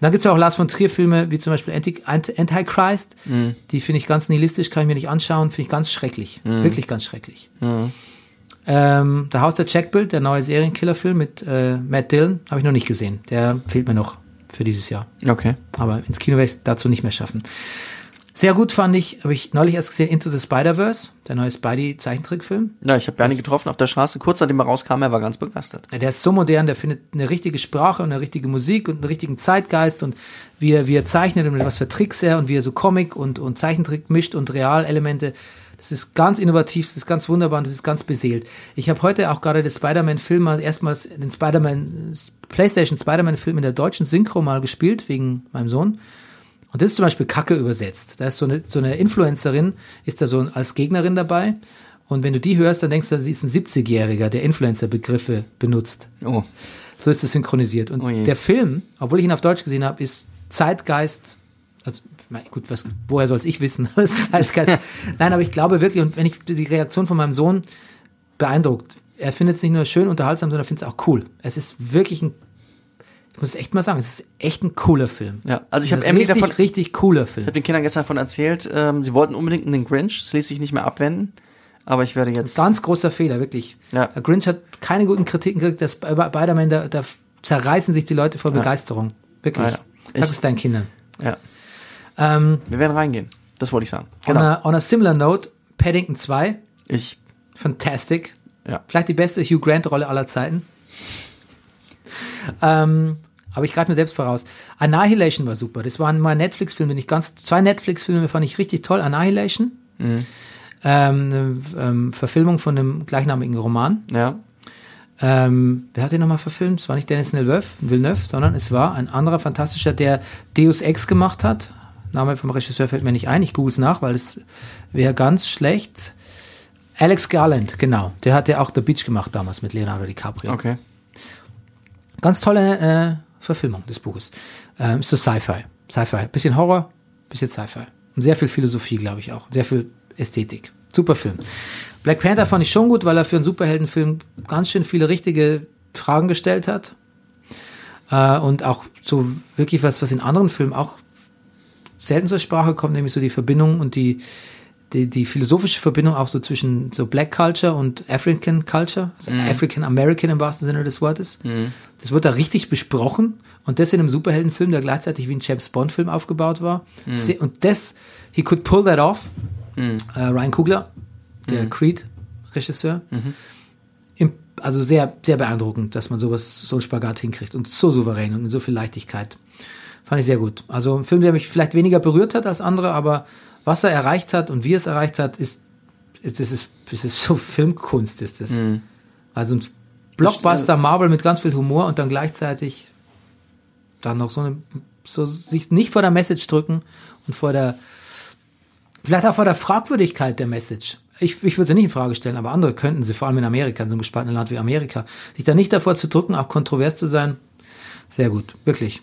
S1: dann gibt es ja auch Lars von Trier-Filme, wie zum Beispiel Anti Ant- Antichrist. Die finde ich ganz nihilistisch, kann ich mir nicht anschauen, finde ich ganz schrecklich. Wirklich ganz schrecklich. Ähm, der Haus der Checkbild, der neue Serienkiller-Film mit äh, Matt Dillon, habe ich noch nicht gesehen. Der fehlt mir noch für dieses Jahr.
S2: Okay.
S1: Aber ins Kino werde ich es dazu nicht mehr schaffen. Sehr gut fand ich, habe ich neulich erst gesehen, Into the Spider-Verse, der neue Spidey-Zeichentrickfilm.
S2: Ja, ich habe Bernie getroffen auf der Straße, kurz nachdem er rauskam, er war ganz begeistert.
S1: Ja, Der ist so modern, der findet eine richtige Sprache und eine richtige Musik und einen richtigen Zeitgeist und wie er, wie er zeichnet und mit was für Tricks er und wie er so Comic und, und Zeichentrick mischt und Realelemente. Das ist ganz innovativ, das ist ganz wunderbar und das ist ganz beseelt. Ich habe heute auch gerade den Spider-Man-Film mal erstmals, den Spider-Man, PlayStation Spider-Man-Film in der deutschen Synchro mal gespielt, wegen meinem Sohn. Und das ist zum Beispiel Kacke übersetzt. Da ist so eine, so eine Influencerin, ist da so als Gegnerin dabei. Und wenn du die hörst, dann denkst du, sie ist ein 70-Jähriger, der Influencer-Begriffe benutzt.
S2: Oh.
S1: So ist es synchronisiert. Und
S2: Oh je.
S1: der Film, obwohl ich ihn auf Deutsch gesehen habe, ist Zeitgeist. Also, mein, gut, was, woher soll ich wissen? Das ist Zeitgeist. Nein, aber ich glaube wirklich, und wenn ich die Reaktion von meinem Sohn beeindruckt, er findet es nicht nur schön unterhaltsam, sondern findet es auch cool. Es ist wirklich ein, ich muss es echt mal sagen, es ist echt ein cooler Film.
S2: Ja, also ich
S1: Ein
S2: habe Emily
S1: richtig,
S2: davon-
S1: richtig cooler Film.
S2: Ich habe den Kindern gestern davon erzählt, ähm, sie wollten unbedingt einen Grinch, das ließ sich nicht mehr abwenden, aber ich werde jetzt...
S1: Ganz großer Fehler, wirklich.
S2: Ja.
S1: Der Grinch hat keine guten Kritiken gekriegt. Der Spider-Man, da, da zerreißen sich die Leute vor Begeisterung. Wirklich.
S2: Ja, ja.
S1: Sag
S2: Ich-
S1: es deinen Kindern.
S2: Ja,
S1: Ähm,
S2: wir werden reingehen, das wollte ich sagen.
S1: On,
S2: Genau,
S1: a, on a similar note, Paddington 2,
S2: ich...
S1: fantastic.
S2: Ja.
S1: Vielleicht die beste Hugh Grant-Rolle aller Zeiten. Ähm, aber ich greife mir selbst voraus. Annihilation war super. Das waren mal Netflix-Film, den ich ganz, zwei Netflix-Filme fand ich richtig toll. Annihilation. Ähm, eine ähm, Verfilmung von dem gleichnamigen Roman.
S2: Ja,
S1: Ähm, wer hat den nochmal verfilmt? Es war nicht Dennis Villeneuve, Villeneuve, sondern es war ein anderer fantastischer, der Deus Ex gemacht hat. Name vom Regisseur fällt mir nicht ein. Ich google es nach, weil es wäre ganz schlecht. Alex Garland, genau. Der hat ja auch The Beach gemacht damals mit Leonardo DiCaprio.
S2: okay.
S1: Ganz tolle äh, Verfilmung des Buches. Ähm, ist so Sci-Fi. Sci-Fi. Bisschen Horror, bisschen Sci-Fi. Und sehr viel Philosophie, glaube ich auch. Sehr viel Ästhetik. Super Film. Black Panther fand ich schon gut, weil er für einen Superheldenfilm ganz schön viele richtige Fragen gestellt hat. Äh, und auch so wirklich was, was in anderen Filmen auch selten zur Sprache kommt, nämlich so die Verbindung und die, die, die philosophische Verbindung auch so zwischen so Black Culture und African Culture, also African American im wahrsten Sinne des Wortes. Das wird da richtig besprochen und das in einem Superheldenfilm, der gleichzeitig wie ein James Bond Film aufgebaut war. Se- Und das, he could pull that off. Äh, Ryan Coogler, der Creed Regisseur. Im, also sehr, sehr beeindruckend, dass man sowas, so einen Spagat hinkriegt und so souverän und mit so viel Leichtigkeit. Fand ich sehr gut. Also ein Film, der mich vielleicht weniger berührt hat als andere, aber was er erreicht hat und wie er es erreicht hat, ist, ist das ist, das ist so Filmkunst, ist das. Also ein Blockbuster Marvel mit ganz viel Humor und dann gleichzeitig dann noch so eine, so sich nicht vor der Message drücken und vor der, vielleicht auch vor der Fragwürdigkeit der Message. Ich, ich würde sie nicht in Frage stellen, aber andere könnten sie, vor allem in Amerika, in so einem gespaltenen Land wie Amerika, sich da nicht davor zu drücken, auch kontrovers zu sein. Sehr gut, wirklich.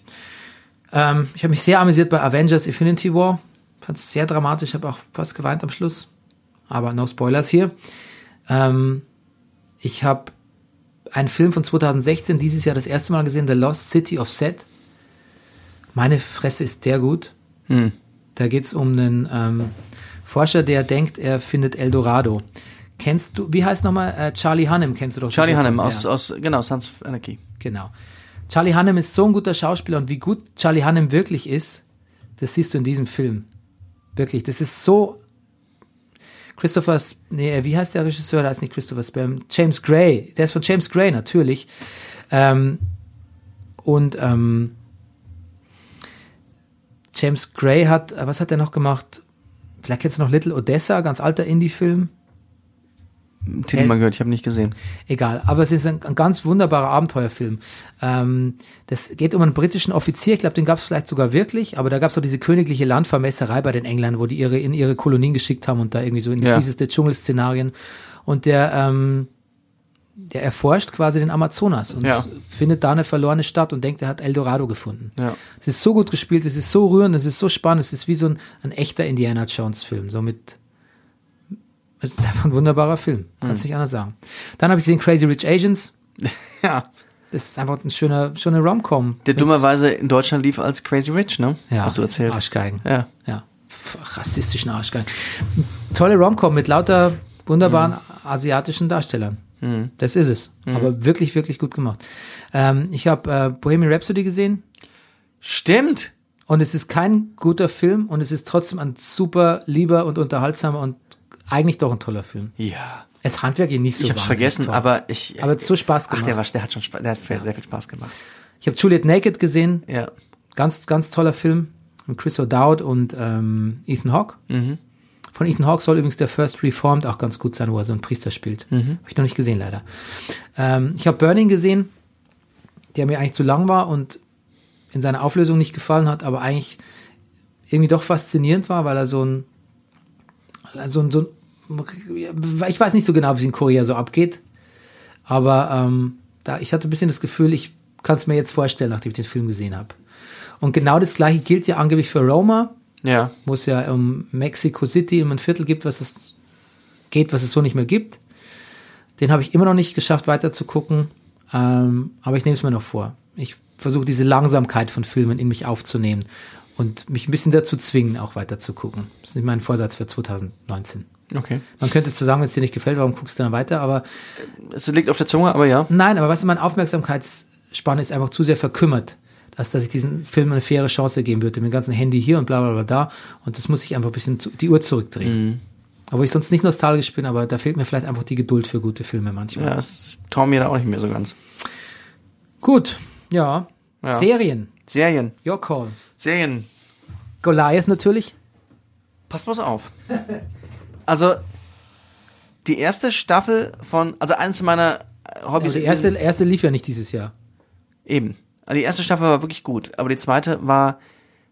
S1: Ähm, ich habe mich sehr amüsiert bei Avengers Infinity War. Fand es sehr dramatisch, habe auch fast geweint am Schluss. Aber no Spoilers hier. Ähm, ich habe einen Film von 2016 dieses Jahr das erste Mal gesehen, The Lost City of Set. Meine Fresse ist der gut.
S2: Hm.
S1: Da geht's um einen ähm, Forscher, der denkt, er findet Eldorado. Kennst du, wie heißt nochmal, äh, Charlie Hunnam, kennst du doch.
S2: Charlie
S1: sicher
S2: Hunnam
S1: von-
S2: aus,
S1: ja,
S2: aus, genau, Sons of Anarchy.
S1: Genau. Charlie Hunnam ist so ein guter Schauspieler und wie gut Charlie Hunnam wirklich ist, das siehst du in diesem Film. Wirklich, das ist so. Christopher, S- nee, wie heißt der Regisseur? Da ist nicht Christopher Spam. James Gray. Der ist von James Gray, natürlich. Ähm, und ähm, James Gray hat, äh, was hat er noch gemacht? Vielleicht kennst du noch Little Odessa, ganz alter Indie-Film.
S2: Titel
S1: Äh.
S2: mal gehört, ich habe nicht gesehen.
S1: Egal, aber es ist ein, ein ganz wunderbarer Abenteuerfilm. Ähm, das geht um einen britischen Offizier, ich glaube, den gab es vielleicht sogar wirklich, aber da gab es auch diese königliche Landvermesserei bei den Engländern, wo die ihre in ihre Kolonien geschickt haben und da irgendwie so in
S2: Ja.
S1: fieseste Dschungelszenarien. Und der, ähm, der erforscht quasi den Amazonas und
S2: Ja.
S1: findet da eine verlorene Stadt und denkt, er hat Eldorado gefunden.
S2: Ja.
S1: Es ist so gut gespielt, es ist so rührend, es ist so spannend, es ist wie so ein, ein echter Indiana Jones-Film. So mit. Es ist einfach ein wunderbarer Film. Kannst
S2: Mhm.
S1: nicht anders sagen. Dann habe ich gesehen Crazy Rich Asians.
S2: Ja.
S1: Das ist einfach ein schöner, schöne Rom-Com.
S2: Der dummerweise in Deutschland lief als Crazy Rich, ne?
S1: ja, Ah,
S2: Hast du erzählt.
S1: Arschgeigen. Ja.
S2: Ja.
S1: F- Rassistischen Arschgeigen. Tolle Rom-Com mit lauter wunderbaren
S2: Mhm.
S1: asiatischen Darstellern. Das ist es. Aber wirklich, wirklich gut gemacht. Ähm, ich habe äh, Bohemian Rhapsody gesehen.
S2: Stimmt!
S1: Und es ist kein guter Film und es ist trotzdem ein super lieber und unterhaltsamer und eigentlich doch ein toller Film.
S2: Ja.
S1: Es handwerklich nicht so
S2: Ich hab's
S1: wahnsinnig
S2: vergessen,
S1: toll.
S2: aber ich. äh,
S1: Aber es hat so Spaß
S2: Ach, der,
S1: gemacht.
S2: war, der hat schon Spaß, der hat sehr viel Spaß gemacht.
S1: Ich habe Juliet Naked gesehen,
S2: Ja.
S1: ganz, ganz toller Film mit Chris O'Dowd und ähm, Ethan Hawke. Von Ethan Hawke soll übrigens der First Reformed auch ganz gut sein, wo er so einen Priester spielt. Habe ich noch nicht gesehen, leider. Ähm, ich habe Burning gesehen, der mir eigentlich zu lang war und in seiner Auflösung nicht gefallen hat, aber eigentlich irgendwie doch faszinierend war, weil er so ein, so ein, so ein ich weiß nicht so genau, wie es in Korea so abgeht, aber ähm, da, ich hatte ein bisschen das Gefühl, ich kann es mir jetzt vorstellen, nachdem ich den Film gesehen habe. Und genau das gleiche gilt ja angeblich für Roma,
S2: Ja.
S1: wo es ja um Mexico City um ein Viertel gibt, was es geht, was es so nicht mehr gibt. Den habe ich immer noch nicht geschafft, weiter zu gucken. Ähm, aber ich nehme es mir noch vor. Ich versuche diese Langsamkeit von Filmen in mich aufzunehmen und mich ein bisschen dazu zwingen, auch weiter zu gucken. Das ist mein Vorsatz für 2019.
S2: Okay.
S1: Man könnte zu sagen, wenn es dir nicht gefällt, warum guckst du dann weiter? Aber
S2: Es liegt auf der Zunge, aber ja.
S1: Nein, aber weißt du, meine Aufmerksamkeitsspanne ist einfach zu sehr verkümmert, dass, dass ich diesen Film eine faire Chance geben würde. Mit dem ganzen Handy hier und bla bla bla da. Und das muss ich einfach ein bisschen zu, die Uhr zurückdrehen.
S2: Mhm.
S1: Obwohl ich sonst nicht nostalgisch bin, aber da fehlt mir vielleicht einfach die Geduld für gute Filme manchmal.
S2: Ja, es traue mir da auch nicht mehr so ganz.
S1: Gut, ja.
S2: Ja.
S1: Serien,
S2: Serien.
S1: your call.
S2: Serien.
S1: Goliath natürlich.
S2: Passt bloß auf. Also, die erste Staffel von, also eines meiner Hobbys.
S1: Also die erste, erste lief ja nicht dieses Jahr.
S2: Eben. Also die erste Staffel war wirklich gut, aber die zweite war,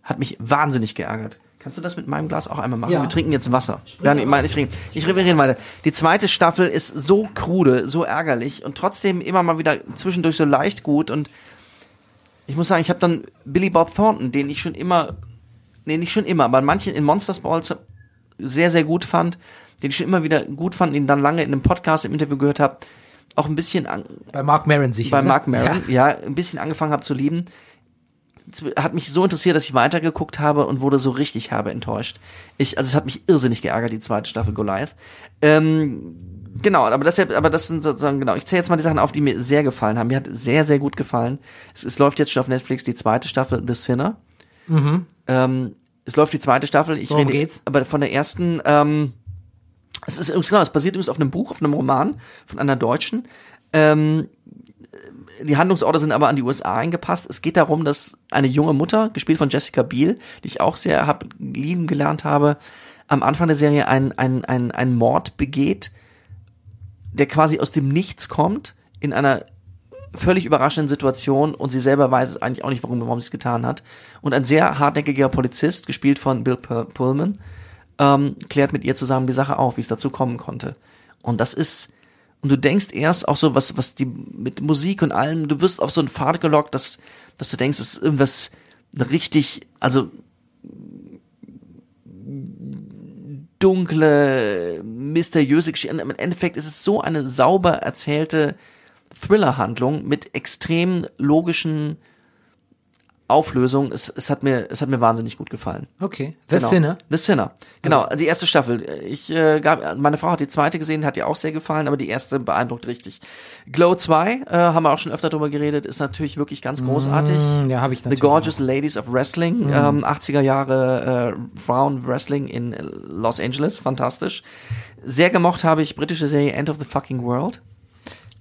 S2: hat mich wahnsinnig geärgert. Kannst du das mit meinem Glas auch einmal machen?
S1: Ja.
S2: Wir trinken jetzt Wasser. Bernie, ich meine, ich rede, ich rede, wir reden weiter. Die zweite Staffel ist so krude, so ärgerlich und trotzdem immer mal wieder zwischendurch so leicht gut und ich muss sagen, ich habe dann Billy Bob Thornton, den ich schon immer, nee, nicht schon immer, aber an manchen in Monsters Ball sehr, sehr gut fand, den ich schon immer wieder gut fand, ihn dann lange in einem Podcast im Interview gehört habe, auch ein bisschen an,
S1: Bei Mark Maron sicher.
S2: bei
S1: ne?
S2: Mark Maron, ja. ein bisschen angefangen habe zu lieben. Es Hat mich so interessiert, dass ich weitergeguckt habe und wurde so richtig habe enttäuscht. Ich, also es hat mich irrsinnig geärgert, die zweite Staffel Goliath. Ähm, genau, aber das, aber das sind sozusagen, genau, ich zähle jetzt mal die Sachen auf, die mir sehr gefallen haben. Mir hat sehr, sehr gut gefallen. Es, es läuft jetzt schon auf Netflix die zweite Staffel The Sinner. Ähm, es läuft die zweite Staffel. Ich
S1: Mhm. Worum
S2: rede
S1: geht's?
S2: aber von der ersten. Ähm, es ist übrigens genau, es basiert übrigens auf einem Buch, auf einem Roman von einer Deutschen. Ähm, die Handlungsorte sind aber an die USA angepasst. Es geht darum, dass eine junge Mutter, gespielt von Jessica Biel, die ich auch sehr hab, lieben gelernt habe, am Anfang der Serie einen einen einen einen Mord begeht, der quasi aus dem Nichts kommt, in einer völlig überraschenden Situation und sie selber weiß es eigentlich auch nicht, warum, warum sie es getan hat. Und ein sehr hartnäckiger Polizist, gespielt von Bill Pull- Pullman, ähm, klärt mit ihr zusammen die Sache auf, wie es dazu kommen konnte. Und das ist, und du denkst erst auch so, was, was die mit Musik und allem, du wirst auf so einen Pfad gelockt, dass, dass du denkst, es ist irgendwas richtig, also dunkle, mysteriöse Geschichte. Im Endeffekt ist es so eine sauber erzählte Thriller-Handlung mit extrem logischen Auflösungen. Es, es, hat mir, es hat mir wahnsinnig gut gefallen. Genau.
S1: Okay. The Sinner.
S2: The Sinner. Genau, die erste Staffel. Ich äh, gab, meine Frau hat die zweite gesehen, hat ihr auch sehr gefallen, aber die erste beeindruckt richtig. Glow 2, äh, haben wir auch schon öfter drüber geredet, ist natürlich wirklich ganz großartig.
S1: Hm, Mm, ja, Mhm. hab ich
S2: The
S1: natürlich
S2: Gorgeous Ladies of Wrestling, ähm, 80er Jahre äh, Frauen Wrestling in äh, Los Angeles, fantastisch. Sehr gemocht habe ich britische Serie End of the Fucking World.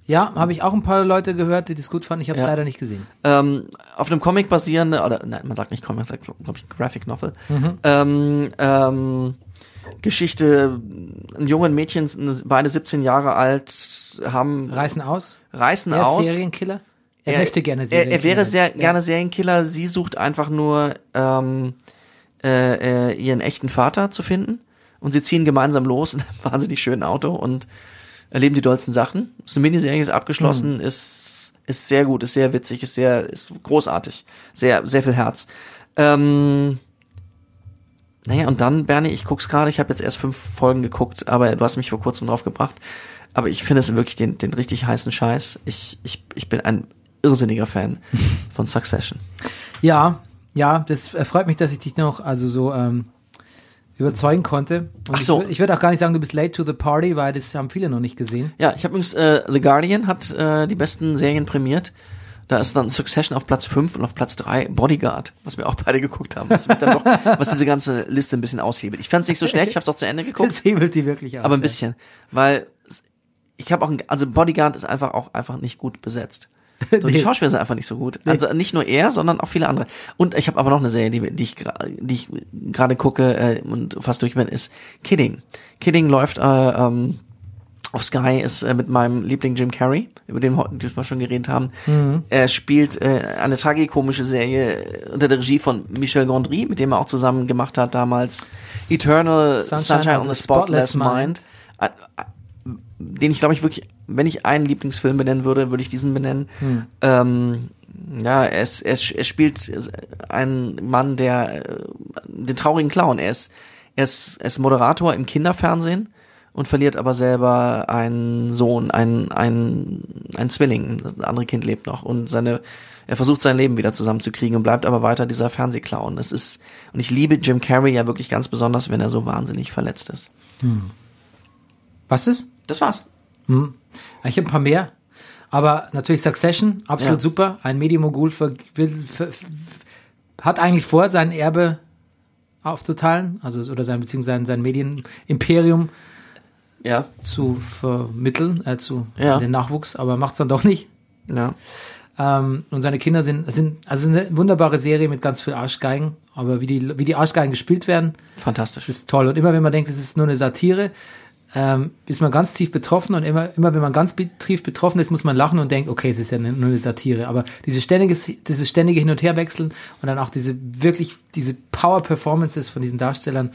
S1: Ja, habe ich auch ein paar Leute gehört, die das gut fanden. Ich habe es
S2: Ja.
S1: leider nicht gesehen.
S2: ähm, auf einem Comic basierende, oder nein, man sagt nicht Comic, man sagt, glaube ich, Graphic Novel,
S1: Mhm.
S2: ähm, ähm, Geschichte, ein jungen Mädchen, beide 17 Jahre alt, haben,
S1: Reißen aus.
S2: reißen
S1: Er ist
S2: aus.
S1: Serienkiller. Er, möchte gerne
S2: Er,
S1: Serienkiller.
S2: er wäre sehr
S1: werden.
S2: gerne Serienkiller, sie sucht einfach nur ähm, äh, äh, ihren echten Vater zu finden. Und sie ziehen gemeinsam los in einem wahnsinnig schönen Auto und erleben die dollsten Sachen. Ist eine Miniserie, ist
S1: Mhm.
S2: abgeschlossen, ist, ist sehr gut, ist sehr witzig, ist sehr, ist großartig. Sehr, sehr viel Herz. Ähm, naja, und dann, Bernie, ich guck's gerade, ich habe jetzt erst fünf Folgen geguckt, aber du hast mich vor kurzem drauf gebracht. Aber ich finde es wirklich den, den richtig heißen Scheiß. Ich, ich, ich bin ein irrsinniger Fan von Succession.
S1: Ja, ja, das äh, freut mich, dass ich dich noch also so ähm, überzeugen konnte. Und
S2: Ach so.
S1: Ich, wür- ich würde auch gar nicht sagen, du bist late to the party, weil das haben viele noch nicht gesehen.
S2: Ja, ich habe übrigens, äh, The Guardian hat äh, die besten Serien prämiert. Da ist dann Succession auf Platz 5 und auf Platz 3 Bodyguard, was wir auch beide geguckt haben, was, mich dann doch, was diese ganze Liste ein bisschen aushebelt. Ich fand's nicht so schlecht, ich habe es auch zu Ende geguckt.
S1: Das hebelt die wirklich aus.
S2: aber ein
S1: ja.
S2: bisschen, weil es- ich habe auch, ein, also Bodyguard ist einfach auch einfach nicht gut besetzt. So, Die
S1: Nee.
S2: Schauspieler sind einfach nicht so gut. Also nicht nur er, sondern auch viele andere. Und ich habe aber noch eine Serie, die, die ich, gra- die ich gerade gucke äh, und fast durch bin, ist Kidding. Kidding läuft äh, ähm, auf Sky, ist äh, mit meinem Liebling Jim Carrey, über den wir heute- wir schon geredet haben. Er spielt äh, eine tragikomische Serie äh, unter der Regie von Michel Gondry, mit dem er auch zusammen gemacht hat damals Eternal Sunshine, on the Spotless, Mind. Äh, äh, Den ich, glaube ich, wirklich, wenn ich einen Lieblingsfilm benennen würde, würde ich diesen benennen. Ähm, ja, er, ist, er, ist- er spielt einen Mann, der äh, den traurigen Clown. Er ist, er, ist, er ist Moderator im Kinderfernsehen und verliert aber selber einen Sohn, einen, einen, einen Zwilling. Das andere Kind lebt noch und seine, er versucht sein Leben wieder zusammenzukriegen und bleibt aber weiter dieser Fernsehclown. Es ist, und ich liebe Jim Carrey ja wirklich ganz besonders, wenn er so wahnsinnig verletzt ist.
S1: Was ist?
S2: Das war's.
S1: Ich habe ein paar mehr. Aber natürlich Succession, absolut
S2: Ja.
S1: super. Ein Medienmogul ver- will- ver- hat eigentlich vor, sein Erbe aufzuteilen, also oder sein beziehungsweise sein, sein Medienimperium
S2: Ja.
S1: zu vermitteln, äh, zu
S2: Ja.
S1: den Nachwuchs, aber macht's dann doch nicht.
S2: Ja.
S1: Ähm, und seine Kinder sind, sind also eine wunderbare Serie mit ganz viel Arschgeigen, aber wie die, wie die Arschgeigen gespielt werden,
S2: Fantastisch.
S1: ist toll. Und immer wenn man denkt, es ist nur eine Satire, ähm, ist man ganz tief betroffen und immer, immer wenn man ganz be- tief betroffen ist, muss man lachen und denkt, okay, es ist ja ne- nur eine Satire. Aber diese ständige, dieses ständige Hin- und Herwechseln und dann auch diese wirklich, diese Power-Performances von diesen Darstellern.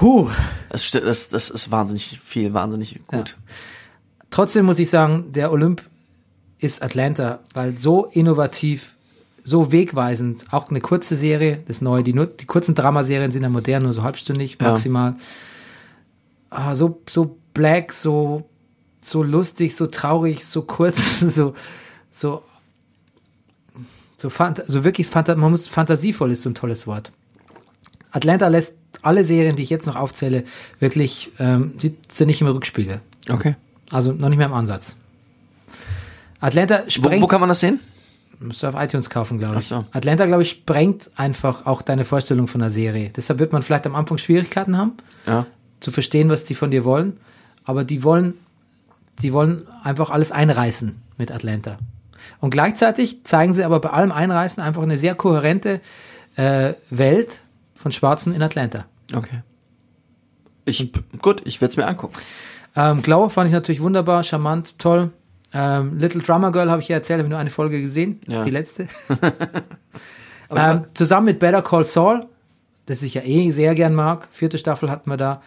S1: Huh.
S2: Das, sti- das, das ist wahnsinnig viel, wahnsinnig gut.
S1: Trotzdem muss ich sagen, der Olymp ist Atlanta, weil so innovativ so wegweisend. Auch eine kurze Serie, das ist neu. Die, nur, die kurzen Dramaserien sind ja modern, nur so halbstündig maximal. Ah, so, so black, so, so lustig, so traurig, so kurz, so, so, so, fant so wirklich fanta man muss fantasievoll ist so ein tolles Wort. Atlanta lässt alle Serien, die ich jetzt noch aufzähle, wirklich, ähm, die sind nicht im Rückspiegel.
S2: Okay.
S1: Also noch nicht mehr im Ansatz. Atlanta
S2: Wo,
S1: sprengt.
S2: wo kann man das sehen?
S1: Musst du auf iTunes kaufen, glaube ich.
S2: Ach so.
S1: Atlanta, glaube ich, sprengt einfach auch deine Vorstellung von einer Serie. Deshalb wird man vielleicht am Anfang Schwierigkeiten haben,
S2: Ja.
S1: zu verstehen, was die von dir wollen. Aber die wollen, die wollen einfach alles einreißen mit Atlanta. Und gleichzeitig zeigen sie aber bei allem Einreißen einfach eine sehr kohärente äh, Welt von Schwarzen in Atlanta.
S2: Okay. Ich, gut, ich werde es mir angucken.
S1: Ähm, Glow fand ich natürlich wunderbar, charmant, toll. Ähm, Little Drummer Girl habe ich ja erzählt, habe nur eine Folge gesehen,
S2: Ja.
S1: die letzte. ähm, zusammen mit Better Call Saul, das ich ja eh sehr gern mag, vierte Staffel hatten wir da,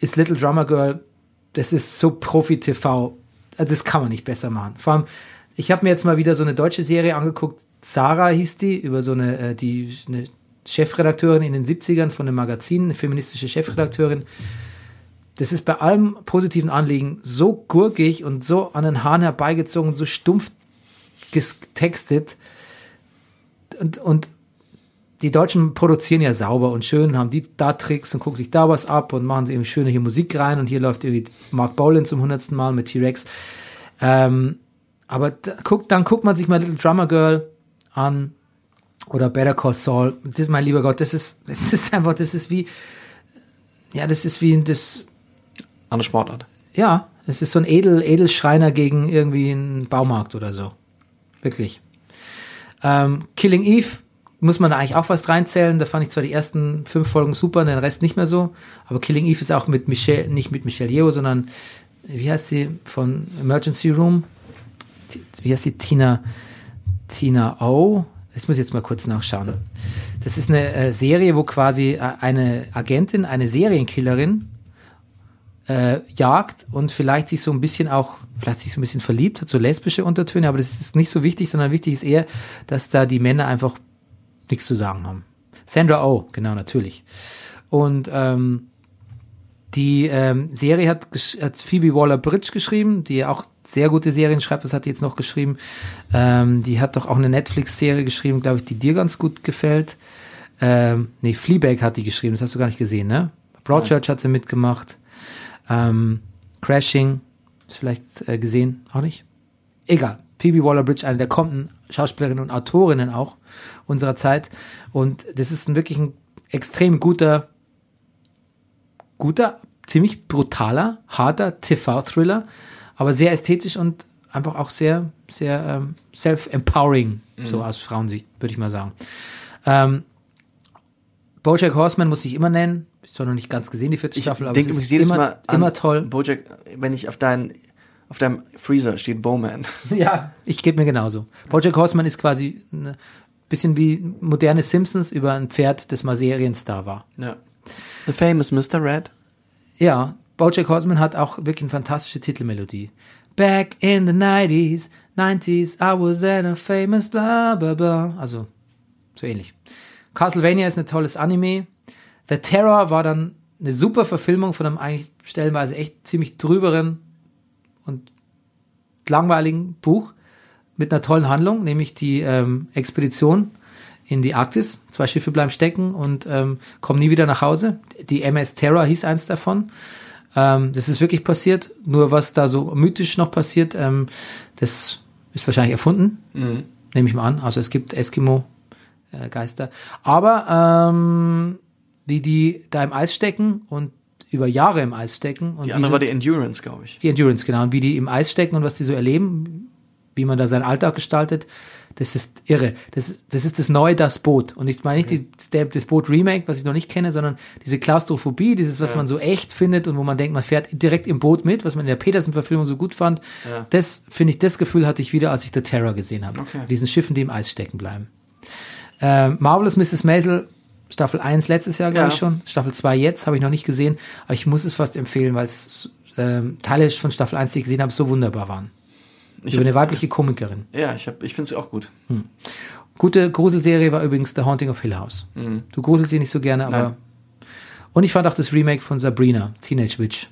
S1: ist Little Drummer Girl, das ist so Profi-TV, also das kann man nicht besser machen. Vor allem, ich habe mir jetzt mal wieder so eine deutsche Serie angeguckt, Sarah hieß die, über so eine, äh, die eine Chefredakteurin in den 70ern von einem Magazin, eine feministische Chefredakteurin, das ist bei allem positiven Anliegen so gurkig und so an den Haaren herbeigezogen, so stumpf getextet. Und, und die Deutschen produzieren ja sauber und schön, haben die da Tricks und gucken sich da was ab und machen sie eben schöne hier Musik rein. Und hier läuft irgendwie Mark Bolan zum hundertsten Mal mit T-Rex. Ähm, aber da, guckt, dann guckt man sich mal Little Drummer Girl an oder Better Call Saul. Das ist mein lieber Gott, das ist, das ist einfach, das ist wie, ja, das ist wie, das,
S2: Andere Sportart.
S1: ja, es ist so ein Edel, Edelschreiner gegen irgendwie einen Baumarkt oder so. Wirklich. Ähm, Killing Eve muss man da eigentlich auch was reinzählen. Da fand ich zwar die ersten fünf Folgen super, den Rest nicht mehr so. Aber Killing Eve ist auch mit Michelle, nicht mit Michelle Yeoh, sondern wie heißt sie von Emergency Room? T- Wie heißt sie? Tina, Tina O. Das muss ich jetzt mal kurz nachschauen. Das ist eine äh, Serie, wo quasi äh, eine Agentin, eine Serienkillerin äh, jagt und vielleicht sich so ein bisschen auch, vielleicht sich so ein bisschen verliebt hat, so lesbische Untertöne, aber das ist nicht so wichtig, sondern wichtig ist eher, dass da die Männer einfach nichts zu sagen haben. Sandra Oh, genau, natürlich. Und ähm, die ähm, Serie hat, gesch- hat Phoebe Waller-Bridge geschrieben, die auch sehr gute Serien schreibt, das hat die jetzt noch geschrieben. Ähm, die hat doch auch eine Netflix-Serie geschrieben, glaube ich, die dir ganz gut gefällt. Ähm, nee, Fleabag hat die geschrieben, das hast du gar nicht gesehen, ne? Broadchurch hat sie mitgemacht. Ähm, Crashing, ist vielleicht äh, gesehen, auch nicht. Egal. Phoebe Waller-Bridge, eine der kommenden Schauspielerinnen und Autorinnen auch unserer Zeit. Und das ist ein wirklich ein extrem guter, guter, ziemlich brutaler, harter TV-Thriller, aber sehr ästhetisch und einfach auch sehr, sehr ähm, self-empowering,
S2: Mhm.
S1: so aus Frauensicht, würde ich mal sagen. Ähm, Bojack Horseman muss ich immer nennen. Ich habe noch nicht ganz gesehen, die vierte
S2: Ich
S1: Staffel,
S2: denke
S1: aber es
S2: übrigens
S1: ist
S2: jedes
S1: immer,
S2: Mal an
S1: immer toll.
S2: Bojack, wenn ich auf deinen auf deinem Freezer steht Bowman.
S1: Ja. Ich gebe mir genauso. Bojack Horseman ist quasi ein bisschen wie moderne Simpsons über ein Pferd, das mal Serienstar war.
S2: Ja. The famous Mr. Red.
S1: Ja, Bojack Horseman hat auch wirklich eine fantastische Titelmelodie. Back in the 90s, 90s, I was in a famous blah blah blah. Also, so ähnlich. Castlevania ist ein tolles Anime. The Terror war dann eine super Verfilmung von einem eigentlich stellenweise echt ziemlich drüberen und langweiligen Buch mit einer tollen Handlung, nämlich die ähm, Expedition in die Arktis. Zwei Schiffe bleiben stecken und ähm, kommen nie wieder nach Hause. Die MS Terror hieß eins davon. Ähm, das ist wirklich passiert. Nur was da so mythisch noch passiert, ähm, das ist wahrscheinlich erfunden. Nehme ich mal an. Also es gibt Eskimo-Geister. Aber ähm, wie die da im Eis stecken und über Jahre im Eis stecken. Und
S2: Die
S1: wie
S2: andere
S1: so-
S2: war die Endurance, glaube ich.
S1: die Endurance, genau. Und wie die im Eis stecken und was die so erleben, wie man da seinen Alltag gestaltet, das ist irre. Das, das ist das neue Das Boot. Und ich meine nicht die, der, das Boot Remake, was ich noch nicht kenne, sondern diese Klaustrophobie, dieses, was man so echt findet und wo man denkt, man fährt direkt im Boot mit, was man in der Petersen-Verfilmung so gut fand. Das, finde ich, das Gefühl hatte ich wieder, als ich The Terror gesehen habe.
S2: Okay.
S1: Diesen Schiffen, die im Eis stecken bleiben. Ähm, Marvelous Mrs. Maisel, Staffel 1 letztes Jahr, glaube
S2: Ja.
S1: ich schon. Staffel 2 jetzt, habe ich noch nicht gesehen. Aber ich muss es fast empfehlen, weil es ähm, Teile von Staffel 1, die ich gesehen habe, so wunderbar waren.
S2: Ich
S1: Über
S2: hab-
S1: eine weibliche Komikerin.
S2: Ja, ich hab, ich finde es auch gut.
S1: Gute Gruselserie war übrigens The Haunting of Hill House. Du gruselst sie nicht so gerne, aber.
S2: Mhm. Nein.
S1: Und ich fand auch das Remake von Sabrina, Teenage Witch,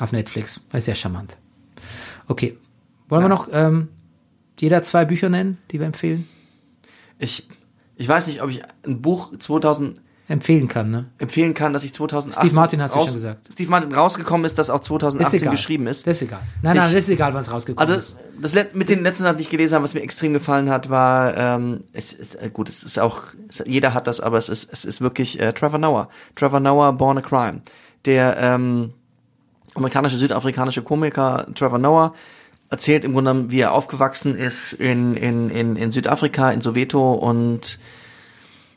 S1: auf Netflix. War sehr charmant. Okay. Wollen wir noch ähm, jeder zwei Bücher nennen, die wir empfehlen?
S2: Ich, ich weiß nicht, ob ich ein Buch 2000
S1: Empfehlen kann, ne?
S2: empfehlen kann, dass ich 2018
S1: Steve Martin hast du
S2: raus-
S1: schon gesagt.
S2: Steve Martin rausgekommen ist, dass auch 2018 geschrieben ist.
S1: Das ist egal. Nein, nein,
S2: Ich-
S1: das ist egal, wann es rausgekommen
S2: Also
S1: ist.
S2: das Let mit den letzten Sachen, die ich gelesen habe, was mir extrem gefallen hat, war ähm, es ist äh, gut, es ist auch es, jeder hat das, aber es ist es ist wirklich äh, Trevor Noah, Trevor Noah Born a Crime, der ähm, amerikanische südafrikanische Komiker Trevor Noah erzählt im Grunde genommen, wie er aufgewachsen ist in in in, in Südafrika, in Soweto und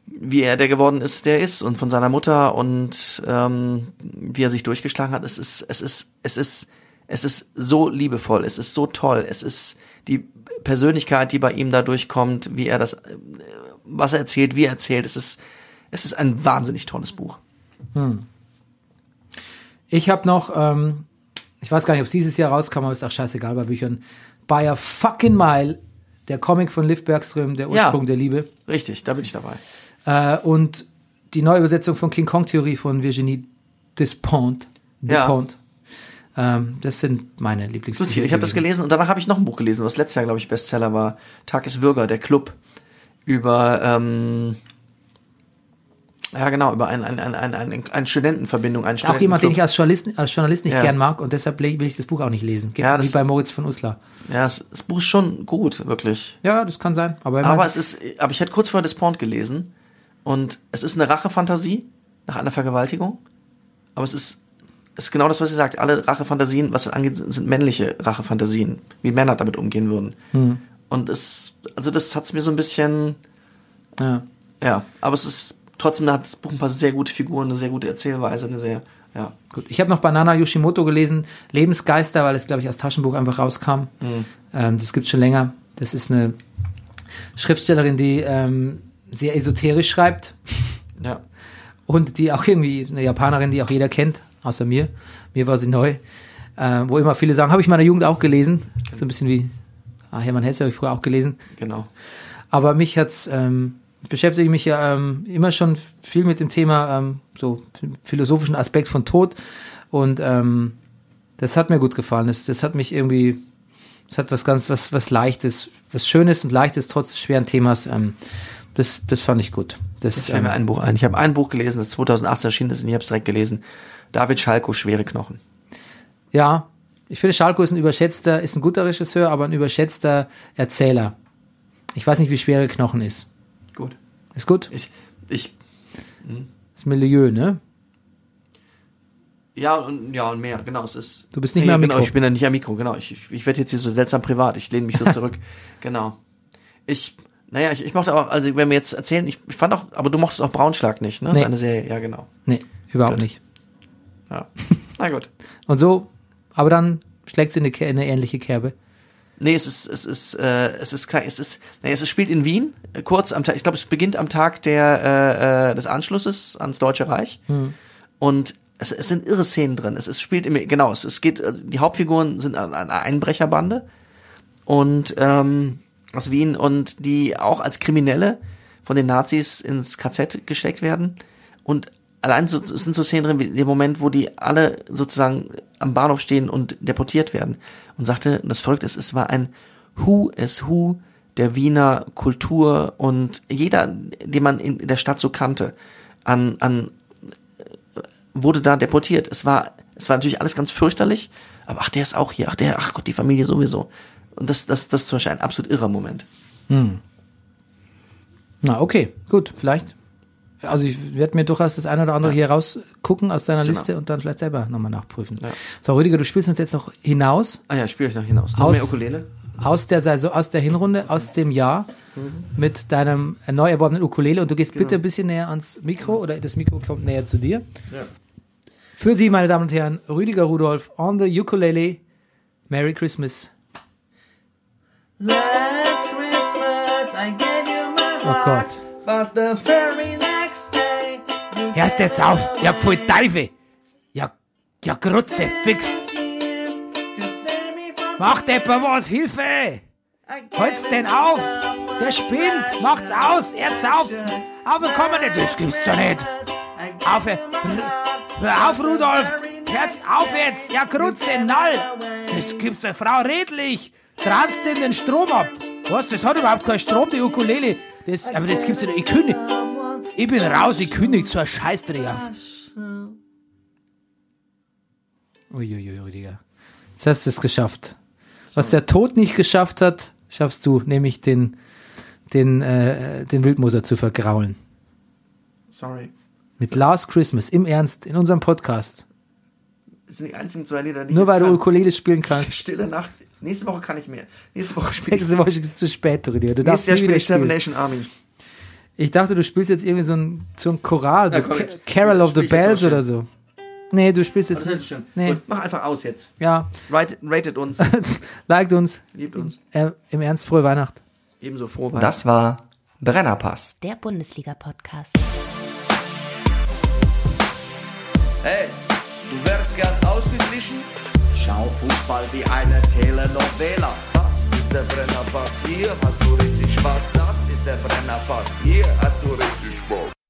S2: wie er der geworden ist, der ist und von seiner Mutter und ähm, wie er sich durchgeschlagen hat. Es ist, es ist, es ist, es ist so liebevoll, es ist so toll, es ist die Persönlichkeit, die bei ihm da durchkommt, wie er das, äh, was er erzählt, wie er erzählt. Es ist, es ist ein wahnsinnig tolles Buch.
S1: Ich habe noch, ähm, ich weiß gar nicht, ob es dieses Jahr rauskam, aber ist auch scheißegal bei Büchern. By a fucking mile, der Comic von Liv Bergström, der
S2: Ja.
S1: Ursprung der Liebe.
S2: Richtig, da bin ich dabei.
S1: Äh, und die Neuübersetzung von King Kong Theorie von Virginie Despont.
S2: Ja.
S1: Despont. Ähm, das sind meine Lieblingsbücher.
S2: Lustig, ich habe das
S1: gewesen.
S2: gelesen und danach habe ich noch ein Buch gelesen, was letztes Jahr, glaube ich, Bestseller war. Tag ist Bürger, der Club. Über, ähm, ja genau, über ein, ein, ein, ein, ein, ein Studentenverbindung, ein
S1: Auch jemand, den ich als Journalist, als Journalist nicht
S2: Ja.
S1: gern mag und deshalb le- will ich das Buch auch nicht lesen. Geht
S2: Ja,
S1: wie
S2: das-
S1: bei Moritz von Uslar.
S2: Ja, das, das Buch ist schon gut, wirklich.
S1: Ja, das kann sein. Aber, wenn
S2: Aber
S1: man-
S2: es ist, aber ich hätte kurz vorher Despont gelesen und es ist eine Rachefantasie nach einer Vergewaltigung, aber es ist, es ist genau das, was ihr sagt. Alle Rachefantasien, was das angeht, sind, sind männliche Rachefantasien, wie Männer damit umgehen würden.
S1: Hm.
S2: Und es, also das hat's mir so ein bisschen,
S1: ja.
S2: ja, aber es ist, trotzdem hat das Buch ein paar sehr gute Figuren, eine sehr gute Erzählweise, eine sehr, ja.
S1: Gut, ich habe noch Banana Yoshimoto gelesen, Lebensgeister, weil es, glaube ich, als Taschenbuch einfach rauskam. Ähm, das gibt schon länger. Das ist eine Schriftstellerin, die ähm, sehr esoterisch schreibt
S2: ja.
S1: und die auch irgendwie eine Japanerin, die auch jeder kennt, außer mir. Mir war sie neu. Äh, wo immer viele sagen, habe ich in meiner Jugend auch gelesen. So ein bisschen wie, ah, Hermann Hesse habe ich früher auch gelesen.
S2: Genau.
S1: Aber mich hat's, ähm, ich beschäftige mich ja ähm, immer schon viel mit dem Thema, ähm, so philosophischen Aspekt von Tod. Und ähm, das hat mir gut gefallen. Das, das hat mich irgendwie, das hat was ganz, was, was Leichtes, was Schönes und Leichtes, trotz des schweren Themas. Ähm, das, das fand ich gut. Das,
S2: Jetzt fällt
S1: ähm,
S2: mir ein Buch ein. Ich habe ein Buch gelesen, das 2018 erschienen ist und ich habe es direkt gelesen. David Schalko, Schwere Knochen.
S1: ja, ich finde, Schalko ist ein überschätzter, ist ein guter Regisseur, aber ein überschätzter Erzähler. Ich weiß nicht, wie schwere Knochen ist.
S2: Gut.
S1: Ist gut?
S2: Ich, ich,
S1: Ist Milieu, ne?
S2: ja und, ja und mehr, genau, es ist.
S1: Du bist nicht mehr am
S2: genau,
S1: Mikro.
S2: ich bin ja nicht am Mikro, genau. Ich, ich, ich werde jetzt hier so seltsam privat, ich lehne mich so zurück. genau. Ich, naja, ich, ich mochte auch, also wenn wir jetzt erzählen, ich, ich fand auch, aber du mochtest auch Braunschlag nicht, ne?
S1: Nee.
S2: Seine Serie, ja, genau.
S1: Nee, überhaupt
S2: Gut.
S1: nicht.
S2: Ja. Na gut.
S1: Und so, aber dann schlägt sie in eine, Ke- in eine ähnliche Kerbe.
S2: Nee, es ist, es ist, äh, es ist klar, es ist, nee, es spielt in Wien, äh, kurz am Tag, ich glaube, es beginnt am Tag der, äh, äh, des Anschlusses ans Deutsche Reich. Und es, es sind irre Szenen drin. Es, es spielt immer, genau, es, es geht, also die Hauptfiguren sind eine eine Einbrecherbande und ähm, aus Wien und die auch als Kriminelle von den Nazis ins KZ gesteckt werden. Und allein so, es sind so Szenen drin, wie der Moment, wo die alle sozusagen am Bahnhof stehen und deportiert werden. Und sagte, und das Verrückte ist, es war ein Who is Who der Wiener Kultur und jeder, den man in der Stadt so kannte, an, an wurde da deportiert. Es war, es war natürlich alles ganz fürchterlich, aber ach, der ist auch hier, ach der, ach Gott, die Familie sowieso. Und das, das, das ist zum Beispiel ein absolut irrer Moment.
S1: Na, okay, gut, vielleicht. Also ich werde mir durchaus das eine oder andere hier rausgucken aus deiner Liste und dann vielleicht selber nochmal nachprüfen. So, Rüdiger, du spielst uns jetzt noch hinaus,
S2: Ah ja, spiele ich noch hinaus. Noch
S1: Aus-
S2: mehr Ukulele?
S1: aus der Saison, aus der Hinrunde,
S6: Mhm.
S1: aus dem Jahr mit deinem neu erworbenen Ukulele und du gehst
S6: Genau.
S1: bitte ein bisschen näher ans Mikro oder das Mikro kommt näher zu dir. Für Sie, meine Damen und Herren, Rüdiger Rudolf on the Ukulele. Merry Christmas.
S7: Last Christmas I gave you my
S1: Oh Gott.
S7: but the very next day you
S6: Hörst jetzt auf, ja voll Teufel. Ja, ja Grutze, fix.
S7: here to save me from
S6: Macht etwa was, Hilfe!
S7: I gave
S6: Halt's
S7: it
S6: denn
S7: to
S6: auf!
S7: someone
S1: Der spinnt! Macht's aus! Jetzt auf! Auf, komm mal nicht! Das gibt's doch nicht! Auf! R- Hör auf, Rudolf! Jetzt auf jetzt! Ja, Grutze, Nall! Das gibt's doch, Frau Redlich! Transt dem den Strom ab! Was, das hat überhaupt keinen Strom, die Ukulele! Das, aber das gibt's doch nicht! Ich kündig! Ich bin raus, ich kündig so ein Scheißdreck auf! Uiuiui, Digga. Jetzt hast du es geschafft. Was der Tod nicht geschafft hat, schaffst du, nämlich den, den, äh, den Wildmoser zu vergraulen.
S2: Sorry.
S1: Mit Last Christmas, im Ernst, in unserem Podcast.
S2: Das sind die einzigen zwei Lieder, die
S1: Nur
S2: ich
S1: weil du
S2: jetzt kann.
S1: Ukulele spielen kannst.
S2: Stille Nacht. Nächste Woche kann ich mehr. Nächste Woche spiele ich.
S1: Nächste Woche ist es zu spät, Rüdiger. Du darfst
S2: Nächstes Jahr
S1: nie
S2: spiele
S1: wieder
S2: ich Seven
S1: spielen.
S2: Nation Army.
S1: Ich dachte, du spielst jetzt irgendwie so ein, so ein Choral, so
S2: Ja, komm,
S1: Ca-
S2: jetzt-
S1: Carol of
S2: spiel
S1: the
S2: ich jetzt auch
S1: Bells
S2: schon.
S1: oder so. Nee, du spielst jetzt.
S2: Das ist schön.
S1: Nee.
S2: Gut, mach einfach aus jetzt.
S1: Ja,
S2: Ratet, ratet uns,
S1: liked uns.
S2: liebt uns.
S1: Äh, Im Ernst, frohe Weihnacht.
S2: Ebenso froh. Weihnachten.
S8: Das war Brennerpass.
S3: Der Bundesliga-Podcast.
S4: Hey, du wärst gern ausgeglichen? Schau Fußball wie eine Telenovela. Das ist der Brennerpass, hier hast du richtig Spaß. Das ist der Brennerpass, hier hast du richtig